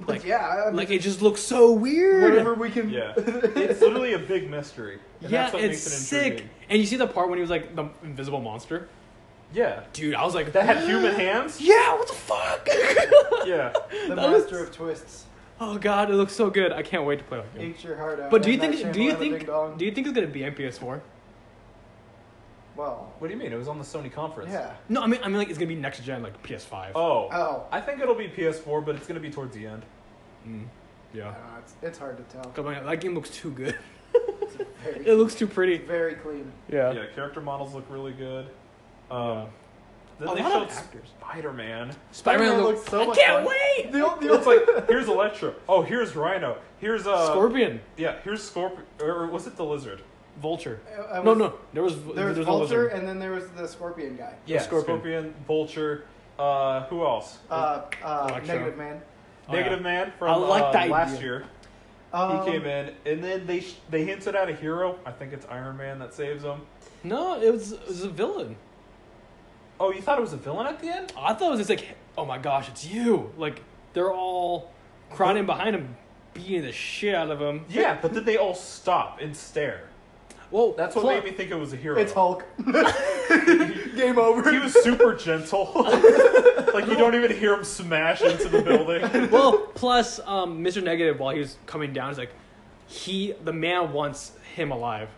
[SPEAKER 1] Like
[SPEAKER 3] yeah, I- I'm
[SPEAKER 1] like it just looks so weird.
[SPEAKER 3] *laughs* whatever we can. *laughs*
[SPEAKER 2] yeah *laughs* it's literally a big mystery and
[SPEAKER 1] Yeah,
[SPEAKER 2] that's what
[SPEAKER 1] it's
[SPEAKER 2] makes it
[SPEAKER 1] sick.
[SPEAKER 2] intriguing.
[SPEAKER 1] And you see the part when he was like the invisible monster,
[SPEAKER 2] yeah
[SPEAKER 1] dude. I was like,
[SPEAKER 2] that had human
[SPEAKER 1] *gasps*
[SPEAKER 2] hands
[SPEAKER 1] yeah, what the fuck? *laughs*
[SPEAKER 2] yeah
[SPEAKER 3] the
[SPEAKER 1] That was-
[SPEAKER 3] master of twists.
[SPEAKER 1] oh god, it looks so good. I can't wait to play that game.
[SPEAKER 3] Eat your heart out.
[SPEAKER 1] But do you
[SPEAKER 3] and that
[SPEAKER 1] think? Do you
[SPEAKER 3] Shambhala Ding
[SPEAKER 1] think?
[SPEAKER 3] Dong.
[SPEAKER 1] Do you think it's gonna be on PS4?
[SPEAKER 3] Well,
[SPEAKER 2] what do you mean it was on the sony conference
[SPEAKER 3] yeah.
[SPEAKER 1] No, I mean, I mean, like it's gonna be next gen, like PS5.
[SPEAKER 2] oh
[SPEAKER 3] Oh,
[SPEAKER 2] i think it'll be ps4 but it's gonna be towards the end
[SPEAKER 1] Mm.
[SPEAKER 3] I
[SPEAKER 1] Yeah.
[SPEAKER 3] don't know, it's, it's hard to tell.
[SPEAKER 1] Come on, that game looks too good. *laughs* It
[SPEAKER 3] Very,
[SPEAKER 1] looks too pretty.
[SPEAKER 3] very clean.
[SPEAKER 1] Yeah.
[SPEAKER 2] yeah character models look really good
[SPEAKER 1] Yeah.
[SPEAKER 2] um then
[SPEAKER 1] A
[SPEAKER 2] they
[SPEAKER 1] lot
[SPEAKER 2] showed
[SPEAKER 1] of actors.
[SPEAKER 2] spider-man
[SPEAKER 1] Spider-Man
[SPEAKER 3] Spider-Man
[SPEAKER 1] looks.
[SPEAKER 3] looks so
[SPEAKER 1] I
[SPEAKER 3] much
[SPEAKER 1] can't
[SPEAKER 3] fun.
[SPEAKER 1] wait.
[SPEAKER 3] The, old- the,
[SPEAKER 2] it's
[SPEAKER 3] old-
[SPEAKER 2] like here's Electra. Oh, here's Rhino. Here's uh
[SPEAKER 1] Scorpion,
[SPEAKER 2] Yeah, here's Scorpion. Or was it the lizard?
[SPEAKER 1] Vulture.
[SPEAKER 3] I- I
[SPEAKER 1] no,
[SPEAKER 3] was-
[SPEAKER 1] no, there was
[SPEAKER 3] There was
[SPEAKER 1] there's a
[SPEAKER 3] Vulture,
[SPEAKER 1] lizard.
[SPEAKER 3] and then there was the Scorpion guy.
[SPEAKER 1] Yeah, Scorpion.
[SPEAKER 2] Scorpion. Vulture. Uh, who else?
[SPEAKER 3] Uh, uh,
[SPEAKER 1] Electro.
[SPEAKER 3] negative man.
[SPEAKER 1] Oh,
[SPEAKER 2] Negative
[SPEAKER 1] yeah.
[SPEAKER 2] Man from
[SPEAKER 1] I like
[SPEAKER 2] uh,
[SPEAKER 1] that
[SPEAKER 2] last
[SPEAKER 1] idea.
[SPEAKER 2] year.
[SPEAKER 3] Um,
[SPEAKER 2] he came in, and then they sh- they hinted at a hero. I think it's Iron Man that saves him.
[SPEAKER 1] No, it was it was a villain.
[SPEAKER 2] Oh, you thought it was a villain at the end?
[SPEAKER 1] I thought it was just like oh my gosh, it's you. Like they're all crowding behind him, beating the shit out of him.
[SPEAKER 2] Yeah, but then they all stop and stare.
[SPEAKER 1] Whoa,
[SPEAKER 2] That's what
[SPEAKER 1] plus-
[SPEAKER 2] made me think it was a hero.
[SPEAKER 3] It's
[SPEAKER 2] *laughs*
[SPEAKER 3] Hulk. Game over.
[SPEAKER 2] He was super
[SPEAKER 3] *laughs*
[SPEAKER 2] gentle. like you don't even hear him smash into the building.
[SPEAKER 1] well, plus um, Mr. Negative, while he was coming down, is like, he the man wants him alive.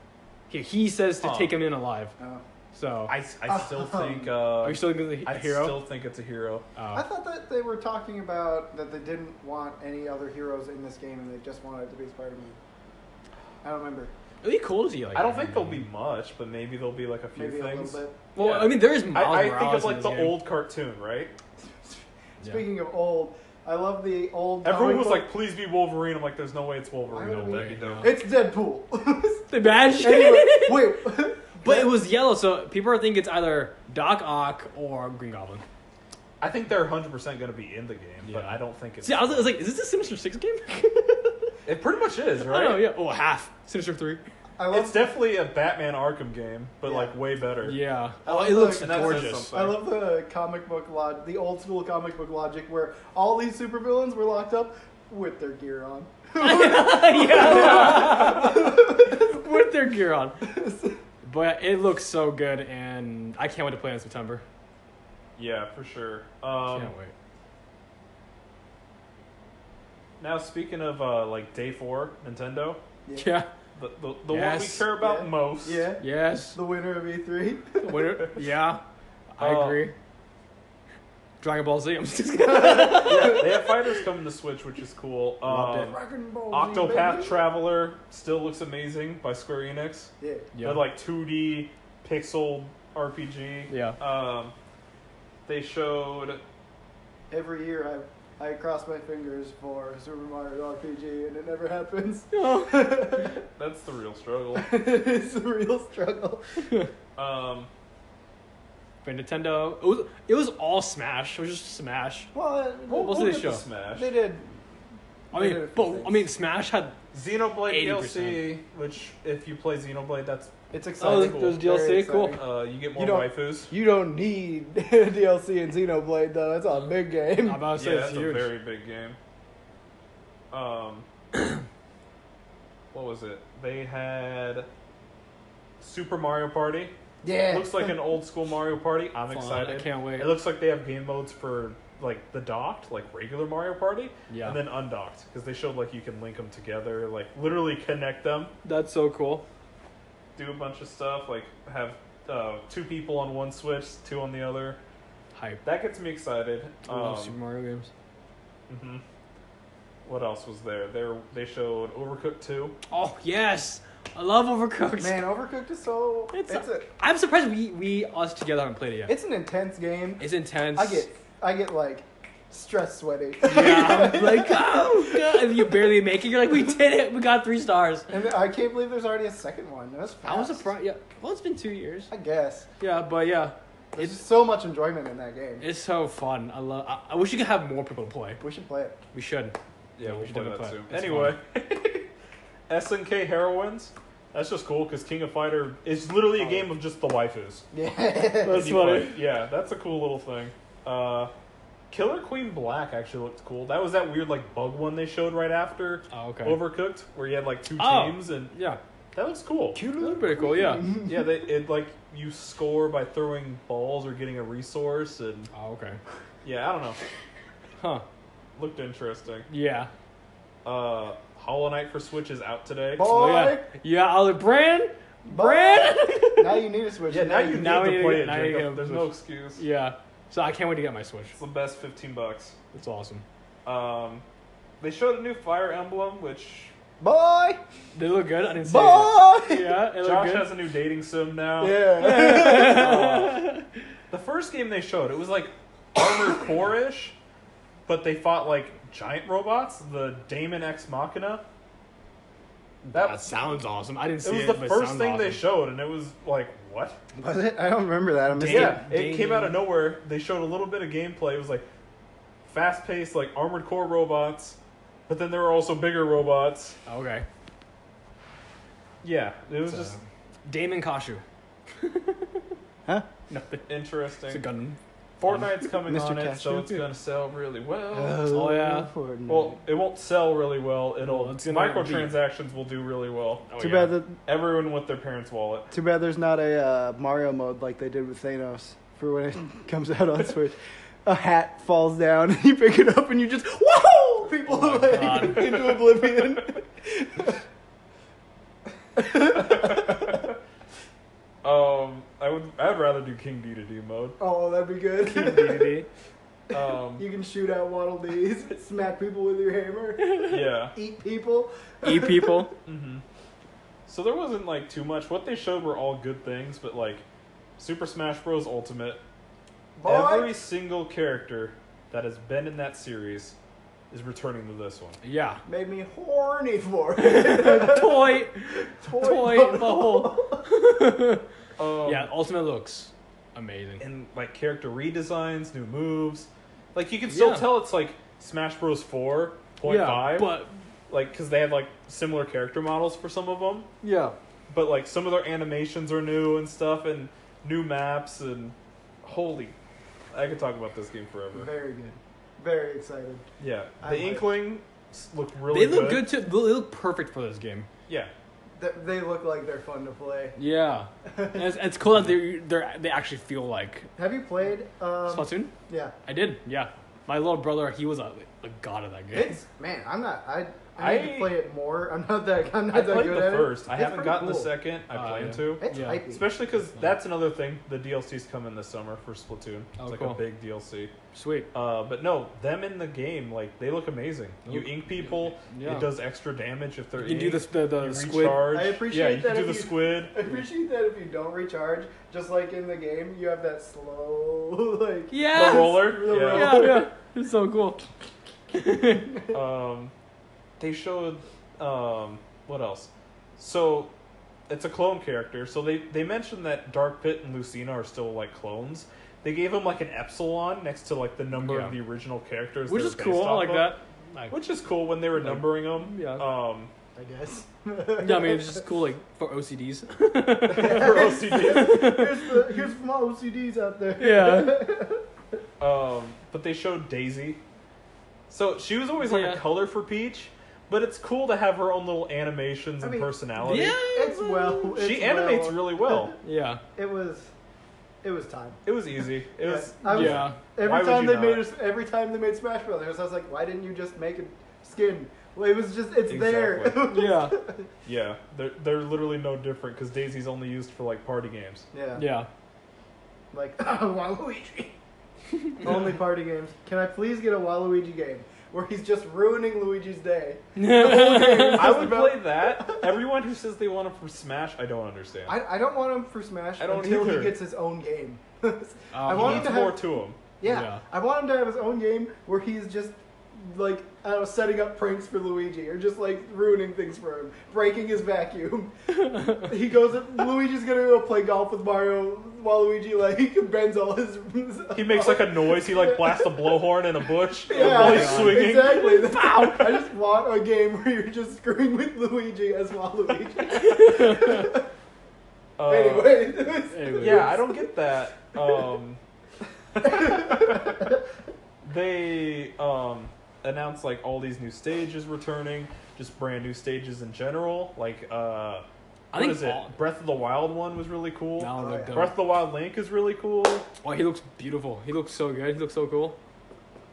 [SPEAKER 1] He, he says to
[SPEAKER 2] Huh.
[SPEAKER 1] take him in alive.
[SPEAKER 3] Oh.
[SPEAKER 1] So
[SPEAKER 2] I, I still
[SPEAKER 3] Uh-huh.
[SPEAKER 2] think uh,
[SPEAKER 1] are you still gonna be a
[SPEAKER 2] I
[SPEAKER 1] hero?
[SPEAKER 2] still think it's a hero.
[SPEAKER 1] Oh.
[SPEAKER 3] I thought that they were talking about that they didn't want any other heroes in this game and they just wanted it to be Spider-Man. I don't remember.
[SPEAKER 1] It'd be cool to see. Like, mm.
[SPEAKER 2] I don't
[SPEAKER 1] that.
[SPEAKER 2] think there'll be much, but maybe there'll be like a few
[SPEAKER 3] Maybe a
[SPEAKER 2] things.
[SPEAKER 3] little bit.
[SPEAKER 1] Well,
[SPEAKER 2] yeah.
[SPEAKER 1] I mean, there is Miles
[SPEAKER 2] I, I think
[SPEAKER 1] Morales
[SPEAKER 2] of
[SPEAKER 1] in
[SPEAKER 2] like
[SPEAKER 1] this
[SPEAKER 2] the
[SPEAKER 1] game.
[SPEAKER 2] old cartoon, right?
[SPEAKER 1] Yeah.
[SPEAKER 3] Speaking of old, I love the old.
[SPEAKER 2] Everyone
[SPEAKER 3] comic
[SPEAKER 2] was
[SPEAKER 3] book-
[SPEAKER 2] like, *gasps* "Please be Wolverine." I'm like, "There's no way it's
[SPEAKER 3] Why
[SPEAKER 2] Wolverine."
[SPEAKER 3] would
[SPEAKER 2] No,
[SPEAKER 1] we-
[SPEAKER 2] that'd be dope.
[SPEAKER 3] "It's
[SPEAKER 2] *laughs*
[SPEAKER 3] Deadpool." *laughs*
[SPEAKER 1] Imagine.
[SPEAKER 3] anyway, wait.
[SPEAKER 1] But it was yellow, so people are thinking it's either Doc Ock or Green Goblin.
[SPEAKER 2] I think they're 100 percent going to be in the game, but
[SPEAKER 1] Yeah.
[SPEAKER 2] I don't think it's.
[SPEAKER 1] See, I was, I was like, is this a Sinister Six game? *laughs*
[SPEAKER 2] it pretty much is,
[SPEAKER 1] I
[SPEAKER 2] right?
[SPEAKER 1] don't know. Yeah. Oh, half Sinister Three.
[SPEAKER 3] *laughs* I
[SPEAKER 2] It's
[SPEAKER 3] love.
[SPEAKER 2] definitely a Batman Arkham game, but
[SPEAKER 3] Yeah.
[SPEAKER 2] like way better.
[SPEAKER 1] Yeah. *laughs*
[SPEAKER 3] I
[SPEAKER 1] Oh,
[SPEAKER 3] love
[SPEAKER 1] it looks
[SPEAKER 3] the-
[SPEAKER 2] And that says
[SPEAKER 1] gorgeous.
[SPEAKER 2] something.
[SPEAKER 3] I love the comic book log, the old school comic book logic where all these supervillains were locked up with their gear on.
[SPEAKER 1] with their gear
[SPEAKER 2] *laughs*
[SPEAKER 1] on. But it looks so good, and I can't wait to play it in September.
[SPEAKER 2] Yeah, for sure. Um,
[SPEAKER 1] can't wait.
[SPEAKER 2] now, speaking of uh, like day four, Nintendo,
[SPEAKER 1] Yeah.
[SPEAKER 2] the the, the
[SPEAKER 1] Yes.
[SPEAKER 2] one we care about
[SPEAKER 3] Yeah.
[SPEAKER 2] most.
[SPEAKER 3] Yeah.
[SPEAKER 1] Yes.
[SPEAKER 3] The winner of E E3.
[SPEAKER 1] What- yeah. I
[SPEAKER 2] Uh,
[SPEAKER 1] agree. Dragon Ball Z. I'm just
[SPEAKER 2] *laughs* Yeah, they have fighters coming to Switch, which is cool.
[SPEAKER 1] Loved it.
[SPEAKER 2] Um,
[SPEAKER 3] Dragon Ball Z,
[SPEAKER 2] Octopath
[SPEAKER 3] baby.
[SPEAKER 2] Traveler still looks amazing by Square Enix.
[SPEAKER 3] Yeah.
[SPEAKER 2] They're like 2D pixel RPG.
[SPEAKER 1] Yeah.
[SPEAKER 2] Um, they showed
[SPEAKER 3] Every year I I cross my fingers for Super Mario RPG and it never happens. *laughs*
[SPEAKER 2] that's the
[SPEAKER 1] *laughs*
[SPEAKER 2] real struggle.
[SPEAKER 3] it's a real struggle.
[SPEAKER 2] um,
[SPEAKER 1] But Nintendo, it was, it was all Smash. It was just Smash.
[SPEAKER 3] Well,
[SPEAKER 1] What was
[SPEAKER 3] we'll
[SPEAKER 1] this
[SPEAKER 3] get
[SPEAKER 1] show?
[SPEAKER 2] the Smash.
[SPEAKER 3] They did.
[SPEAKER 1] I
[SPEAKER 3] They did a
[SPEAKER 1] mean,
[SPEAKER 3] few
[SPEAKER 1] but I
[SPEAKER 3] things.
[SPEAKER 1] mean, Smash had
[SPEAKER 2] Xenoblade
[SPEAKER 1] 80%.
[SPEAKER 2] DLC, which if you play Xenoblade, that's
[SPEAKER 3] It's
[SPEAKER 1] Oh,
[SPEAKER 3] exciting.
[SPEAKER 2] cool.
[SPEAKER 1] there's
[SPEAKER 3] Very
[SPEAKER 1] DLC. Cool.
[SPEAKER 3] exciting.
[SPEAKER 2] uh, you get more
[SPEAKER 3] You don't-
[SPEAKER 2] waifus.
[SPEAKER 3] You don't need *laughs* DLC in Xenoblade though. That's a big game.
[SPEAKER 1] I'm about to say
[SPEAKER 2] yeah,
[SPEAKER 1] it's
[SPEAKER 2] that's
[SPEAKER 1] huge.
[SPEAKER 2] a very big game.
[SPEAKER 1] *coughs*
[SPEAKER 2] Um, what was it? They had Super Mario Party.
[SPEAKER 3] Yeah.
[SPEAKER 1] *laughs*
[SPEAKER 2] Looks like an old school Mario Party. I'm
[SPEAKER 1] Fun.
[SPEAKER 2] excited.
[SPEAKER 1] I can't wait.
[SPEAKER 2] It looks like they have game modes for like the docked, like regular Mario Party,
[SPEAKER 1] Yeah.
[SPEAKER 2] and then undocked because they showed like you can link them together, like literally connect them,
[SPEAKER 1] That's so cool.
[SPEAKER 2] do a bunch of stuff, like have uh, two people on one Switch, two on the other.
[SPEAKER 1] Hype.
[SPEAKER 2] That gets me excited.
[SPEAKER 1] I love
[SPEAKER 2] Um,
[SPEAKER 1] Super Mario games.
[SPEAKER 2] hmm What else was there? They were, they showed Overcooked 2.
[SPEAKER 1] Oh yes, I love Overcooked.
[SPEAKER 3] Man, Overcooked is so.
[SPEAKER 1] It's
[SPEAKER 3] It's, a,
[SPEAKER 1] I'm surprised we we us together haven't played it yet.
[SPEAKER 3] it's an intense game.
[SPEAKER 1] It's intense.
[SPEAKER 3] I get I get like stress sweaty.
[SPEAKER 1] *laughs* Yeah, I'm like oh god, and you barely make it. You're like we did it. We got three stars.
[SPEAKER 3] *laughs* and I can't believe there's already a second one. That was
[SPEAKER 1] I was
[SPEAKER 3] fast.
[SPEAKER 1] surprised. Yeah. Well, it's been two years.
[SPEAKER 3] I guess
[SPEAKER 1] Yeah, but yeah,
[SPEAKER 3] there's
[SPEAKER 1] It's-
[SPEAKER 3] so much enjoyment in that game.
[SPEAKER 1] it's so fun. I love. I, I wish you could have more people to play.
[SPEAKER 3] we should
[SPEAKER 1] *laughs*
[SPEAKER 3] play it.
[SPEAKER 1] We should.
[SPEAKER 2] Yeah,
[SPEAKER 1] we
[SPEAKER 2] we'll
[SPEAKER 1] should
[SPEAKER 2] play
[SPEAKER 1] definitely
[SPEAKER 2] that
[SPEAKER 1] play it. It's
[SPEAKER 2] soon. Anyway, *laughs* SNK Heroines. That's just cool because King of Fighter is
[SPEAKER 1] Oh.
[SPEAKER 2] literally a game of just the waifus. *laughs*
[SPEAKER 3] Yeah.
[SPEAKER 1] That's
[SPEAKER 2] You play-
[SPEAKER 1] funny.
[SPEAKER 2] Yeah, that's a cool little thing. Uh, Killer Queen Black actually looked cool. That was that weird like bug one they showed right after
[SPEAKER 1] Oh okay.
[SPEAKER 2] Overcooked, where you had like two
[SPEAKER 1] Oh.
[SPEAKER 2] teams, and
[SPEAKER 1] Yeah.
[SPEAKER 2] that looks cool.
[SPEAKER 1] That's pretty cool. Yeah.
[SPEAKER 2] *laughs* Yeah, they it like you score by throwing balls or getting a resource, and
[SPEAKER 1] Oh okay.
[SPEAKER 2] yeah, I don't know.
[SPEAKER 1] Huh.
[SPEAKER 2] Looked interesting.
[SPEAKER 1] Yeah.
[SPEAKER 2] Uh, Hollow Knight for Switch is out today.
[SPEAKER 3] Boy,
[SPEAKER 1] Oh, yeah. Yeah. I was like, Brand. Brand.
[SPEAKER 3] now you need a Switch.
[SPEAKER 2] Yeah, now you need
[SPEAKER 1] Now
[SPEAKER 2] to
[SPEAKER 1] you-
[SPEAKER 2] play it.
[SPEAKER 1] now you
[SPEAKER 2] Jacob.
[SPEAKER 1] gotta
[SPEAKER 2] There's no excuse.
[SPEAKER 1] *laughs* yeah. So I can't wait to get my Switch.
[SPEAKER 2] It's the best fifteen bucks.
[SPEAKER 1] It's awesome.
[SPEAKER 2] Um, they showed a new Fire Emblem, which
[SPEAKER 3] boy,
[SPEAKER 1] They look good. I didn't see
[SPEAKER 3] boy.
[SPEAKER 1] it. Yeah, they look
[SPEAKER 2] Josh
[SPEAKER 1] good.
[SPEAKER 2] has a new dating sim now.
[SPEAKER 3] Yeah.
[SPEAKER 2] Uh, the first game they showed, it was like Armored Core ish, but they fought like giant robots. The Daemon Ex Machina. That
[SPEAKER 1] that sounds awesome. I didn't see
[SPEAKER 2] it was
[SPEAKER 1] it.
[SPEAKER 2] the
[SPEAKER 1] but it
[SPEAKER 2] first
[SPEAKER 1] sounds
[SPEAKER 2] thing they
[SPEAKER 1] awesome.
[SPEAKER 2] showed, and it was like what?
[SPEAKER 3] *laughs* Was it? I don't remember that. I missed
[SPEAKER 1] Damn.
[SPEAKER 3] it.
[SPEAKER 2] Yeah, it came out of nowhere. They showed a little bit of gameplay. It was like fast paced, like armored core robots, but then there were also bigger robots.
[SPEAKER 1] Okay.
[SPEAKER 2] Yeah, it was just
[SPEAKER 1] Damon Kashu.
[SPEAKER 3] Huh?
[SPEAKER 1] Nothing. *laughs*
[SPEAKER 2] interesting.
[SPEAKER 1] It's a gun.
[SPEAKER 2] Fortnite's coming
[SPEAKER 3] Mr.
[SPEAKER 2] on it, so
[SPEAKER 3] Cashew?
[SPEAKER 2] it's gonna sell really well.
[SPEAKER 1] Oh, yeah.
[SPEAKER 3] Fortnite.
[SPEAKER 2] Well, it won't sell really well. It'll
[SPEAKER 1] Well, it's gonna
[SPEAKER 2] microtransactions will do really well.
[SPEAKER 1] Oh,
[SPEAKER 3] too
[SPEAKER 1] yeah.
[SPEAKER 3] bad that
[SPEAKER 2] Everyone with their parents' wallet.
[SPEAKER 3] too bad there's not a uh, Mario mode like they did with Thanos for when it *laughs* comes out on Switch. A hat falls down, *laughs* and you pick it up, and you just whoa! People
[SPEAKER 1] Oh my
[SPEAKER 3] like,
[SPEAKER 1] God.
[SPEAKER 3] *laughs* into oblivion.
[SPEAKER 2] Um, I would I'd rather do King D to D mode.
[SPEAKER 3] oh, that'd be good.
[SPEAKER 1] DVD.
[SPEAKER 2] Um,
[SPEAKER 3] *laughs* You can shoot out waddle dees, *laughs* smack people with
[SPEAKER 2] *laughs*
[SPEAKER 3] your hammer,
[SPEAKER 2] yeah.
[SPEAKER 3] eat people.
[SPEAKER 4] E people.
[SPEAKER 1] Mm-hmm.
[SPEAKER 2] hmm So there wasn't like too much. What they showed were all good things, but like Super Smash Bros. Ultimate,
[SPEAKER 3] Boy,
[SPEAKER 2] every single character that has been in that series is returning to this one.
[SPEAKER 1] *laughs* Yeah.
[SPEAKER 3] made me horny for it.
[SPEAKER 1] Toy.
[SPEAKER 3] Toy
[SPEAKER 1] Toy
[SPEAKER 3] bubble.
[SPEAKER 1] bubble.
[SPEAKER 2] Um,
[SPEAKER 1] yeah, Ultimate looks amazing.
[SPEAKER 2] and like character redesigns, new moves. Like you can still
[SPEAKER 1] Yeah.
[SPEAKER 2] tell it's like Smash Bros. Four point
[SPEAKER 1] yeah,
[SPEAKER 2] five,
[SPEAKER 1] But
[SPEAKER 2] like because they have like similar character models for some of them.
[SPEAKER 1] yeah.
[SPEAKER 2] But like some of their animations are new and stuff, and new maps and holy, I could talk about this game forever.
[SPEAKER 3] *laughs* Very good. Very excited.
[SPEAKER 2] Yeah, the
[SPEAKER 3] I like-
[SPEAKER 2] Inkling s- look really.
[SPEAKER 1] They look good too. They look perfect for this game.
[SPEAKER 3] *laughs*
[SPEAKER 2] Yeah,
[SPEAKER 3] Th- They look like they're fun to play.
[SPEAKER 1] Yeah, and it's, it's cool that they they they actually feel like
[SPEAKER 3] Have you played? Um,
[SPEAKER 1] Splatoon.
[SPEAKER 3] yeah.
[SPEAKER 1] I did. Yeah, my little brother, he was a, a god of that game.
[SPEAKER 3] It's *laughs* man, I'm not. I I need
[SPEAKER 2] I-
[SPEAKER 3] to play it more. I'm not that. I'm not
[SPEAKER 2] I
[SPEAKER 3] that
[SPEAKER 2] played
[SPEAKER 3] good
[SPEAKER 2] the
[SPEAKER 3] at
[SPEAKER 2] first.
[SPEAKER 3] it.
[SPEAKER 2] I
[SPEAKER 3] It's
[SPEAKER 2] haven't
[SPEAKER 3] pretty
[SPEAKER 2] gotten the
[SPEAKER 3] cool.
[SPEAKER 2] second. I
[SPEAKER 1] Ah,
[SPEAKER 2] plan
[SPEAKER 1] yeah.
[SPEAKER 2] to.
[SPEAKER 3] It's
[SPEAKER 1] Yeah.
[SPEAKER 3] hypey.
[SPEAKER 2] Especially because that's another thing. The DLC's coming this summer for Splatoon. It's
[SPEAKER 1] Oh,
[SPEAKER 2] like
[SPEAKER 1] cool.
[SPEAKER 2] a big DLC.
[SPEAKER 1] Sweet.
[SPEAKER 2] Uh, but no, them in the game, like they look amazing.
[SPEAKER 1] They
[SPEAKER 2] you
[SPEAKER 1] look-
[SPEAKER 2] ink people,
[SPEAKER 1] yeah.
[SPEAKER 2] it does extra damage if they're
[SPEAKER 1] You can do
[SPEAKER 2] inked,
[SPEAKER 1] this the the
[SPEAKER 2] you
[SPEAKER 1] squid.
[SPEAKER 2] recharge.
[SPEAKER 3] I appreciate
[SPEAKER 2] yeah, you
[SPEAKER 3] that
[SPEAKER 2] can
[SPEAKER 3] if
[SPEAKER 2] do the
[SPEAKER 3] you-
[SPEAKER 2] squid.
[SPEAKER 3] *laughs* I appreciate that if you don't recharge, just like in the game, you have that slow *laughs* like.
[SPEAKER 1] Yes!
[SPEAKER 2] The roller?
[SPEAKER 3] The
[SPEAKER 2] Yeah.
[SPEAKER 1] Yeah, yeah. It's so cool.
[SPEAKER 3] *laughs*
[SPEAKER 2] Um, they showed um, what else? So it's a clone character. So they they mentioned that Dark Pit and Lucina are still like clones. They gave him like an epsilon next to like the number of the
[SPEAKER 1] Yeah.
[SPEAKER 2] original characters,
[SPEAKER 1] Which
[SPEAKER 2] they
[SPEAKER 1] is
[SPEAKER 2] were
[SPEAKER 1] cool.
[SPEAKER 2] based
[SPEAKER 1] I
[SPEAKER 2] off
[SPEAKER 1] like
[SPEAKER 2] of,
[SPEAKER 1] that.
[SPEAKER 2] *laughs*
[SPEAKER 1] Like,
[SPEAKER 2] Which is cool when they were
[SPEAKER 1] Like,
[SPEAKER 2] numbering them.
[SPEAKER 1] yeah.
[SPEAKER 2] Um,
[SPEAKER 3] I guess.
[SPEAKER 1] yeah, I mean, it's just cool, like for OCDs.
[SPEAKER 2] *laughs* for OCD.
[SPEAKER 3] *laughs* here's the here's from all OCDs out there.
[SPEAKER 2] *laughs*
[SPEAKER 1] yeah.
[SPEAKER 2] Um, but they showed Daisy. So she was always like
[SPEAKER 1] Yeah.
[SPEAKER 2] a color for Peach, but it's cool to have her own little animations
[SPEAKER 3] I
[SPEAKER 2] and
[SPEAKER 3] mean,
[SPEAKER 2] personality.
[SPEAKER 1] yeah.
[SPEAKER 3] It's well. It's
[SPEAKER 2] she animates
[SPEAKER 3] well-
[SPEAKER 2] really
[SPEAKER 3] *laughs*
[SPEAKER 2] well.
[SPEAKER 1] Yeah.
[SPEAKER 3] It was, it was time.
[SPEAKER 2] It was easy. It was
[SPEAKER 3] I was-
[SPEAKER 1] yeah.
[SPEAKER 3] Every
[SPEAKER 2] Why would
[SPEAKER 3] time
[SPEAKER 2] you
[SPEAKER 3] they made
[SPEAKER 2] not?
[SPEAKER 3] us, every time they made Smash Brothers, I was like, why didn't you just make a skin? Well, it was just it's there. *laughs*
[SPEAKER 2] Exactly.
[SPEAKER 1] Yeah.
[SPEAKER 2] yeah. They're they're literally no different because Daisy's only used for like party
[SPEAKER 1] *laughs*
[SPEAKER 2] games.
[SPEAKER 3] yeah.
[SPEAKER 1] Yeah. Um,
[SPEAKER 3] Like
[SPEAKER 2] *laughs*
[SPEAKER 3] Waluigi. *laughs* Only party games. Can I please get a Waluigi game where he's just ruining Luigi's
[SPEAKER 2] *laughs*
[SPEAKER 3] day?
[SPEAKER 2] I would play that. Everyone who says they want it from Smash, I don't understand.
[SPEAKER 3] I, I don't want him for Smash
[SPEAKER 2] I don't
[SPEAKER 3] until
[SPEAKER 2] either.
[SPEAKER 3] he gets his own game. *laughs*
[SPEAKER 1] he
[SPEAKER 3] I
[SPEAKER 2] he
[SPEAKER 3] want him
[SPEAKER 2] needs
[SPEAKER 3] to
[SPEAKER 2] more
[SPEAKER 3] have
[SPEAKER 2] to him.
[SPEAKER 3] yeah,
[SPEAKER 1] Yeah.
[SPEAKER 3] I want him to have his own game where he's just like I don't know, setting up pranks for Luigi or just like ruining things for him, breaking
[SPEAKER 2] *laughs*
[SPEAKER 3] his vacuum. he goes. Luigi's gonna go play golf with Mario. while Luigi like *laughs* bends all his.
[SPEAKER 2] He makes like a noise. He like blasts a blowhorn in a bush
[SPEAKER 3] *laughs* Yeah,
[SPEAKER 2] while he's swinging. *laughs*
[SPEAKER 3] exactly. That's- *laughs* I just want a game where you're just screwing with Luigi as Waluigi.
[SPEAKER 2] Uh,
[SPEAKER 3] anyway,
[SPEAKER 1] anyway.
[SPEAKER 2] Yeah, I don't get that. Um, *laughs* they um, announced like all these new stages returning, just brand new stages in general. Like, uh,
[SPEAKER 1] I
[SPEAKER 2] what
[SPEAKER 1] think
[SPEAKER 2] is it?
[SPEAKER 1] all-
[SPEAKER 2] Breath of the Wild one was really cool.
[SPEAKER 1] Now
[SPEAKER 3] Oh,
[SPEAKER 1] look
[SPEAKER 3] yeah.
[SPEAKER 1] dope.
[SPEAKER 2] Breath of the Wild Link is really cool.
[SPEAKER 1] Oh, he looks beautiful. He looks so good. He looks so cool.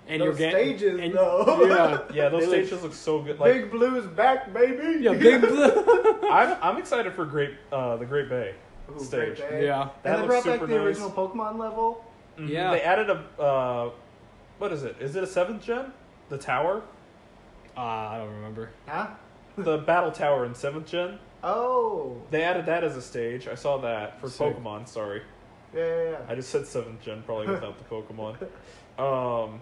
[SPEAKER 1] And
[SPEAKER 3] Those
[SPEAKER 1] you're getting
[SPEAKER 3] stages,
[SPEAKER 1] and,
[SPEAKER 3] though.
[SPEAKER 1] *laughs* Yeah.
[SPEAKER 2] Yeah, those
[SPEAKER 1] They look-
[SPEAKER 2] stages look, so good.
[SPEAKER 1] *laughs*
[SPEAKER 2] Like,
[SPEAKER 3] *laughs* Big Blue's back, baby. *laughs*
[SPEAKER 1] Yeah, big blue.
[SPEAKER 2] I'm I'm excited for Great uh, the Great Bay
[SPEAKER 3] Ooh,
[SPEAKER 2] stage.
[SPEAKER 3] Great Bay.
[SPEAKER 1] yeah.
[SPEAKER 2] That
[SPEAKER 3] and they
[SPEAKER 2] looks
[SPEAKER 3] brought back
[SPEAKER 2] super
[SPEAKER 3] the
[SPEAKER 2] nice.
[SPEAKER 3] original Pokemon level.
[SPEAKER 2] Mhm.
[SPEAKER 1] Yeah.
[SPEAKER 2] they added a uh, what is it? Is it a seventh gen? The tower,
[SPEAKER 1] Uh, I don't remember.
[SPEAKER 3] Huh?
[SPEAKER 2] the battle tower in seventh gen.
[SPEAKER 3] Oh.
[SPEAKER 2] They added that as a stage. I saw that for
[SPEAKER 1] Sick.
[SPEAKER 2] Pokemon. Sorry,
[SPEAKER 3] Yeah, yeah, yeah.
[SPEAKER 2] I just said seventh gen probably without the
[SPEAKER 1] *laughs*
[SPEAKER 2] Pokemon. Um,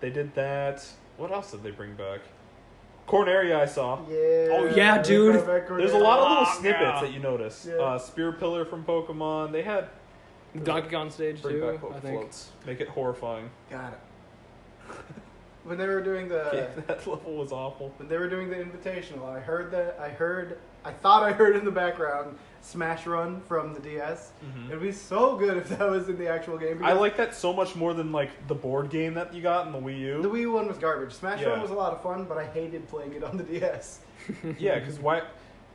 [SPEAKER 2] they did that. What else did they bring back? Corneria, I saw.
[SPEAKER 3] Yeah.
[SPEAKER 1] Oh, yeah,
[SPEAKER 3] they
[SPEAKER 1] dude.
[SPEAKER 3] brought back
[SPEAKER 2] There's a
[SPEAKER 3] Cornell.
[SPEAKER 2] lot of
[SPEAKER 1] Oh,
[SPEAKER 2] little snippets
[SPEAKER 1] yeah.
[SPEAKER 2] that you notice.
[SPEAKER 3] Yeah.
[SPEAKER 2] Uh, Spear Pillar from Pokemon. They had
[SPEAKER 1] Donkey Kong stage
[SPEAKER 2] bring
[SPEAKER 1] too.
[SPEAKER 2] back
[SPEAKER 1] I
[SPEAKER 2] floats.
[SPEAKER 1] think.
[SPEAKER 2] Make it horrifying.
[SPEAKER 3] God. *laughs* when they were doing the
[SPEAKER 1] Uh,
[SPEAKER 2] Yeah, *laughs* that level was awful.
[SPEAKER 3] when they were doing the invitational, I heard that I heard I thought I heard in the background Smash Run from the DS.
[SPEAKER 1] mm-hmm.
[SPEAKER 3] It'd be so good if that was in the actual game.
[SPEAKER 2] Mm-hmm. I
[SPEAKER 3] because
[SPEAKER 2] like that so much more than like the board game that you got in the Wii U.
[SPEAKER 3] the Wii one was garbage. Smash Run
[SPEAKER 2] Yeah.
[SPEAKER 3] was a lot of fun, but I hated playing it on the DS.
[SPEAKER 2] Yeah, because why?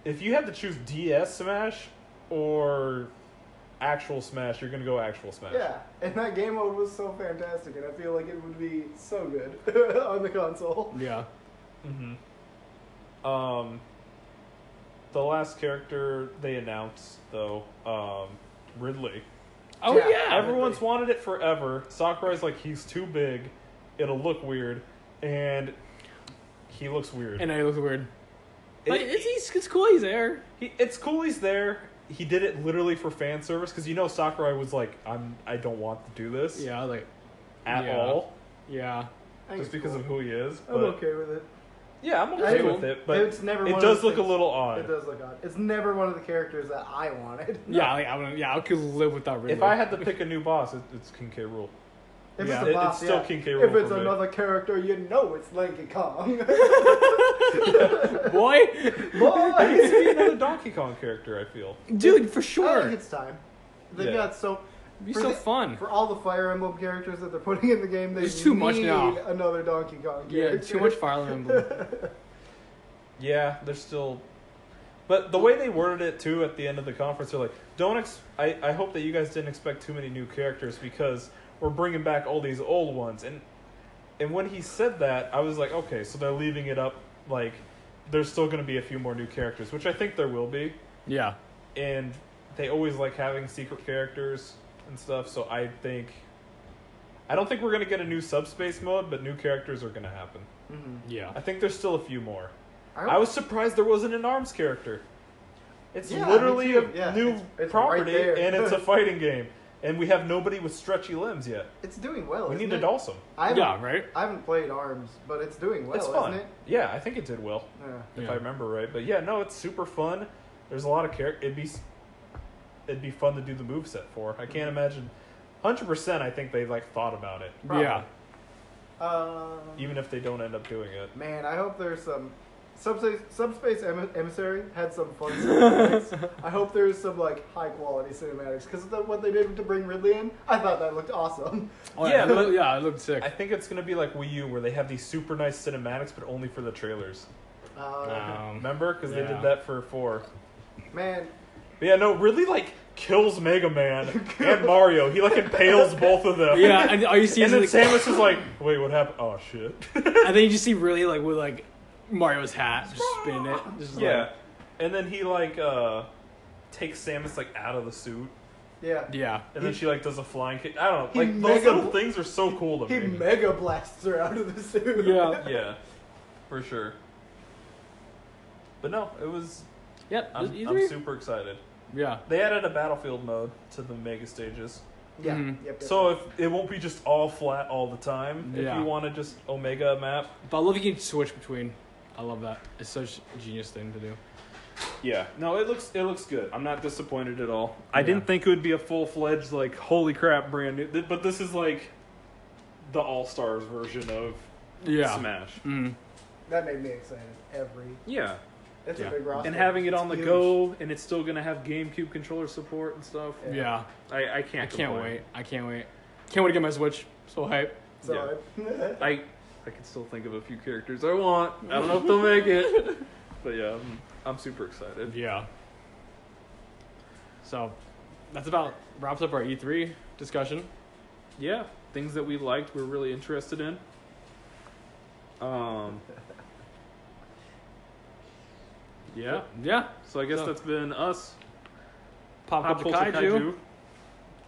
[SPEAKER 2] If you had to choose DS Smash or actual Smash, you're gonna go actual Smash.
[SPEAKER 3] Yeah, and that game mode was so fantastic, and I feel like it would be so good *laughs* on the console.
[SPEAKER 1] Yeah.
[SPEAKER 2] Mm-hmm. Um, the last character they announced though, um, Ridley.
[SPEAKER 1] Oh
[SPEAKER 3] Yeah.
[SPEAKER 1] yeah.
[SPEAKER 2] Everyone's wanted it forever. Sakurai's like he's too big, it'll look weird, and he looks weird.
[SPEAKER 1] And I look weird.
[SPEAKER 2] It-
[SPEAKER 1] Like, it's, he's, it's cool. He's there.
[SPEAKER 2] He, it's cool he's there. He did it literally for fan service because you know Sakurai was like, "I'm I don't want to do this
[SPEAKER 1] Yeah. Like.
[SPEAKER 2] at
[SPEAKER 1] Yeah.
[SPEAKER 2] all,
[SPEAKER 1] Yeah.
[SPEAKER 3] I
[SPEAKER 2] just
[SPEAKER 3] think it's
[SPEAKER 2] because
[SPEAKER 3] cool.
[SPEAKER 2] of who he is." But
[SPEAKER 3] I'm okay with it.
[SPEAKER 2] yeah, I'm
[SPEAKER 3] I-
[SPEAKER 2] okay with it, but
[SPEAKER 3] it's never one
[SPEAKER 2] it
[SPEAKER 3] of
[SPEAKER 2] does
[SPEAKER 3] those
[SPEAKER 2] look a
[SPEAKER 3] things-
[SPEAKER 2] little
[SPEAKER 3] It
[SPEAKER 2] odd.
[SPEAKER 3] does look odd. It's never one of the characters that I wanted.
[SPEAKER 1] Yeah. Like I would. Yeah. I could live without Ridley.
[SPEAKER 2] If I had to pick a new boss, it, it's King K. *laughs* Rule.
[SPEAKER 3] *laughs* If
[SPEAKER 1] Yeah.
[SPEAKER 3] it's
[SPEAKER 2] It-
[SPEAKER 3] a boss,
[SPEAKER 2] it's still
[SPEAKER 3] yeah.
[SPEAKER 2] King K. Rool
[SPEAKER 3] If
[SPEAKER 2] for
[SPEAKER 3] it's
[SPEAKER 2] me.
[SPEAKER 3] another character, you know it's Lanky Kong.
[SPEAKER 1] *laughs*
[SPEAKER 3] *laughs*
[SPEAKER 1] boy,
[SPEAKER 2] It's
[SPEAKER 3] Boy,
[SPEAKER 2] another Donkey Kong character. I feel.
[SPEAKER 1] dude, for
[SPEAKER 3] I
[SPEAKER 1] sure.
[SPEAKER 3] think Oh, it's time. They
[SPEAKER 2] Yeah.
[SPEAKER 3] got so
[SPEAKER 1] It'd be
[SPEAKER 3] for
[SPEAKER 1] so
[SPEAKER 3] the-
[SPEAKER 1] fun.
[SPEAKER 3] for all the Fire Emblem characters that they're putting in the game. They
[SPEAKER 1] There's too much
[SPEAKER 3] need
[SPEAKER 1] now.
[SPEAKER 3] Another Donkey Kong.
[SPEAKER 1] Yeah.
[SPEAKER 3] character.
[SPEAKER 1] Too much Fire Emblem.
[SPEAKER 2] Yeah, they're still. But the way they worded it too at the end of the conference, they're like, "Don't ex- I, I hope that you guys didn't expect too many new characters because we're bringing back all these old ones." And and when he said that, I was like, "Okay, so they're leaving it up like there's still going to be a few more new characters, which I think there will be."
[SPEAKER 1] yeah.
[SPEAKER 2] And they always like having secret characters and stuff, so I think I don't think we're going to get a new subspace mode, but new characters are going to happen.
[SPEAKER 3] Mhm.
[SPEAKER 2] I
[SPEAKER 1] Yeah.
[SPEAKER 2] think there's still a few more.
[SPEAKER 3] I,
[SPEAKER 2] I was surprised there wasn't an arms character. It's
[SPEAKER 3] Yeah, me
[SPEAKER 2] literally a
[SPEAKER 3] too. Yeah,
[SPEAKER 2] new
[SPEAKER 3] it's- it's right
[SPEAKER 2] property,
[SPEAKER 3] there.
[SPEAKER 2] and
[SPEAKER 3] *laughs*
[SPEAKER 2] it's a fighting game. And we have nobody with stretchy limbs yet.
[SPEAKER 3] It's doing well.
[SPEAKER 2] we
[SPEAKER 3] isn't
[SPEAKER 2] need
[SPEAKER 3] it?
[SPEAKER 2] a Dawson.
[SPEAKER 3] I haven't,
[SPEAKER 1] Yeah. Right.
[SPEAKER 3] I haven't played Arms, but it's doing well,
[SPEAKER 2] it's fun.
[SPEAKER 3] isn't it?
[SPEAKER 2] Yeah, I think it did well,
[SPEAKER 3] Yeah.
[SPEAKER 2] if
[SPEAKER 1] Yeah.
[SPEAKER 2] I remember right. But yeah, no, it's super fun. There's a lot of character. It'd be, s- it'd be fun to do the moveset for. I can't imagine. Hundred percent, I think they like thought about it,
[SPEAKER 3] Probably.
[SPEAKER 1] Yeah.
[SPEAKER 3] Um,
[SPEAKER 2] even if they don't end up doing it.
[SPEAKER 3] man, I hope there's some subspace subspace em- emissary had some
[SPEAKER 1] *laughs*
[SPEAKER 3] fun cinematics. I hope there's some like high quality cinematics because what they did to bring Ridley in, I thought that looked awesome. *laughs*
[SPEAKER 1] Oh,
[SPEAKER 2] Yeah,
[SPEAKER 1] yeah. it look- yeah. It looked sick.
[SPEAKER 2] I think it's gonna be like Wii U, where they have these super nice cinematics, but only for the trailers.
[SPEAKER 3] Uh,
[SPEAKER 1] Um,
[SPEAKER 2] Remember, because they
[SPEAKER 1] Yeah.
[SPEAKER 2] did that for four.
[SPEAKER 3] Man,
[SPEAKER 2] But yeah, no, Ridley like kills Mega Man
[SPEAKER 1] *laughs*
[SPEAKER 2] and Mario. He like impales both of them.
[SPEAKER 1] yeah, and all you see
[SPEAKER 2] And
[SPEAKER 1] is
[SPEAKER 2] then
[SPEAKER 1] like,
[SPEAKER 2] Samus is like, wait, what happened? Oh shit.
[SPEAKER 1] *laughs* and then you just see really like with like Mario's hat, just spin it. Just
[SPEAKER 2] yeah. And then he like uh takes Samus like out of the suit.
[SPEAKER 3] yeah.
[SPEAKER 1] Like, yeah.
[SPEAKER 2] And then she like does a flying kick. I don't know.
[SPEAKER 3] He
[SPEAKER 2] Like those
[SPEAKER 3] mega-
[SPEAKER 2] little things are so cool to
[SPEAKER 3] He
[SPEAKER 2] me.
[SPEAKER 3] mega blasts her out of the *laughs* suit.
[SPEAKER 1] Yeah.
[SPEAKER 2] yeah. For sure. But no, it was
[SPEAKER 1] Yep.
[SPEAKER 2] I'm,
[SPEAKER 1] either-
[SPEAKER 2] I'm super excited.
[SPEAKER 1] yeah.
[SPEAKER 2] They added a battlefield mode to the mega stages.
[SPEAKER 3] Yeah.
[SPEAKER 1] Mhm.
[SPEAKER 3] Yep, yep,
[SPEAKER 2] So
[SPEAKER 3] yep.
[SPEAKER 2] if it won't be just all flat all the time. If
[SPEAKER 1] Yeah.
[SPEAKER 2] you want to just Omega map,
[SPEAKER 1] But I love you can switch between. I love that. It's such a genius thing to do.
[SPEAKER 2] Yeah. No, it looks it looks good. I'm not disappointed at all. I
[SPEAKER 1] Yeah.
[SPEAKER 2] didn't think it would be a full fledged like holy crap brand new, th- but this is like the All Stars version of
[SPEAKER 1] Yeah.
[SPEAKER 2] Smash.
[SPEAKER 1] Mm.
[SPEAKER 3] that made me excited. Every
[SPEAKER 2] Yeah.
[SPEAKER 3] it's
[SPEAKER 1] Yeah.
[SPEAKER 3] a big roster.
[SPEAKER 2] And having it
[SPEAKER 3] It's
[SPEAKER 2] on the
[SPEAKER 3] huge.
[SPEAKER 2] go, and it's still gonna have GameCube controller support and stuff.
[SPEAKER 3] Yeah.
[SPEAKER 1] Yeah.
[SPEAKER 2] I,
[SPEAKER 1] I
[SPEAKER 2] I can't.
[SPEAKER 1] can't
[SPEAKER 2] complain.
[SPEAKER 1] wait. I can't wait. Can't wait to get my Switch. So hype.
[SPEAKER 3] So I-
[SPEAKER 2] I I can still think of a few characters I want. I don't know if they'll
[SPEAKER 1] *laughs*
[SPEAKER 2] make it, but yeah, I'm, I'm super excited.
[SPEAKER 1] Yeah. So, that's about wraps up our E3 discussion.
[SPEAKER 2] yeah, things that we liked, we are really interested in.
[SPEAKER 1] *laughs*
[SPEAKER 2] Um, yeah,
[SPEAKER 1] Yeah.
[SPEAKER 2] so I guess
[SPEAKER 1] So-
[SPEAKER 2] that's been us.
[SPEAKER 1] Pop,
[SPEAKER 2] Pop
[SPEAKER 1] culture,
[SPEAKER 2] culture
[SPEAKER 1] kaiju.
[SPEAKER 2] kaiju,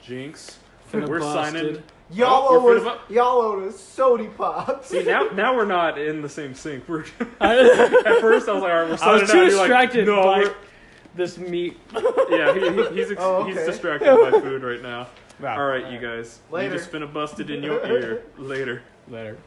[SPEAKER 2] Jinx.
[SPEAKER 1] Finna
[SPEAKER 2] we're
[SPEAKER 1] busted.
[SPEAKER 2] signing.
[SPEAKER 3] y'all
[SPEAKER 2] Oh, we're
[SPEAKER 3] owe
[SPEAKER 2] finna
[SPEAKER 3] us, y'all owe us sody
[SPEAKER 2] *laughs*
[SPEAKER 3] pops.
[SPEAKER 2] See now, now we're not in the same sync. We're *laughs*
[SPEAKER 1] I,
[SPEAKER 2] at first I was like, all right, we're
[SPEAKER 1] I
[SPEAKER 2] signing
[SPEAKER 1] was too
[SPEAKER 2] out. You're like,
[SPEAKER 1] distracted
[SPEAKER 2] no,
[SPEAKER 1] by
[SPEAKER 2] we're-
[SPEAKER 1] *laughs* this meat.
[SPEAKER 2] yeah, he, he- he's ex-
[SPEAKER 3] *laughs* Oh,
[SPEAKER 2] he's
[SPEAKER 3] okay.
[SPEAKER 2] distracted by
[SPEAKER 1] *laughs*
[SPEAKER 2] food right now.
[SPEAKER 1] Wow.
[SPEAKER 2] All right, you guys,
[SPEAKER 3] Later.
[SPEAKER 2] you just been a busted in your ear. Later.
[SPEAKER 1] Later.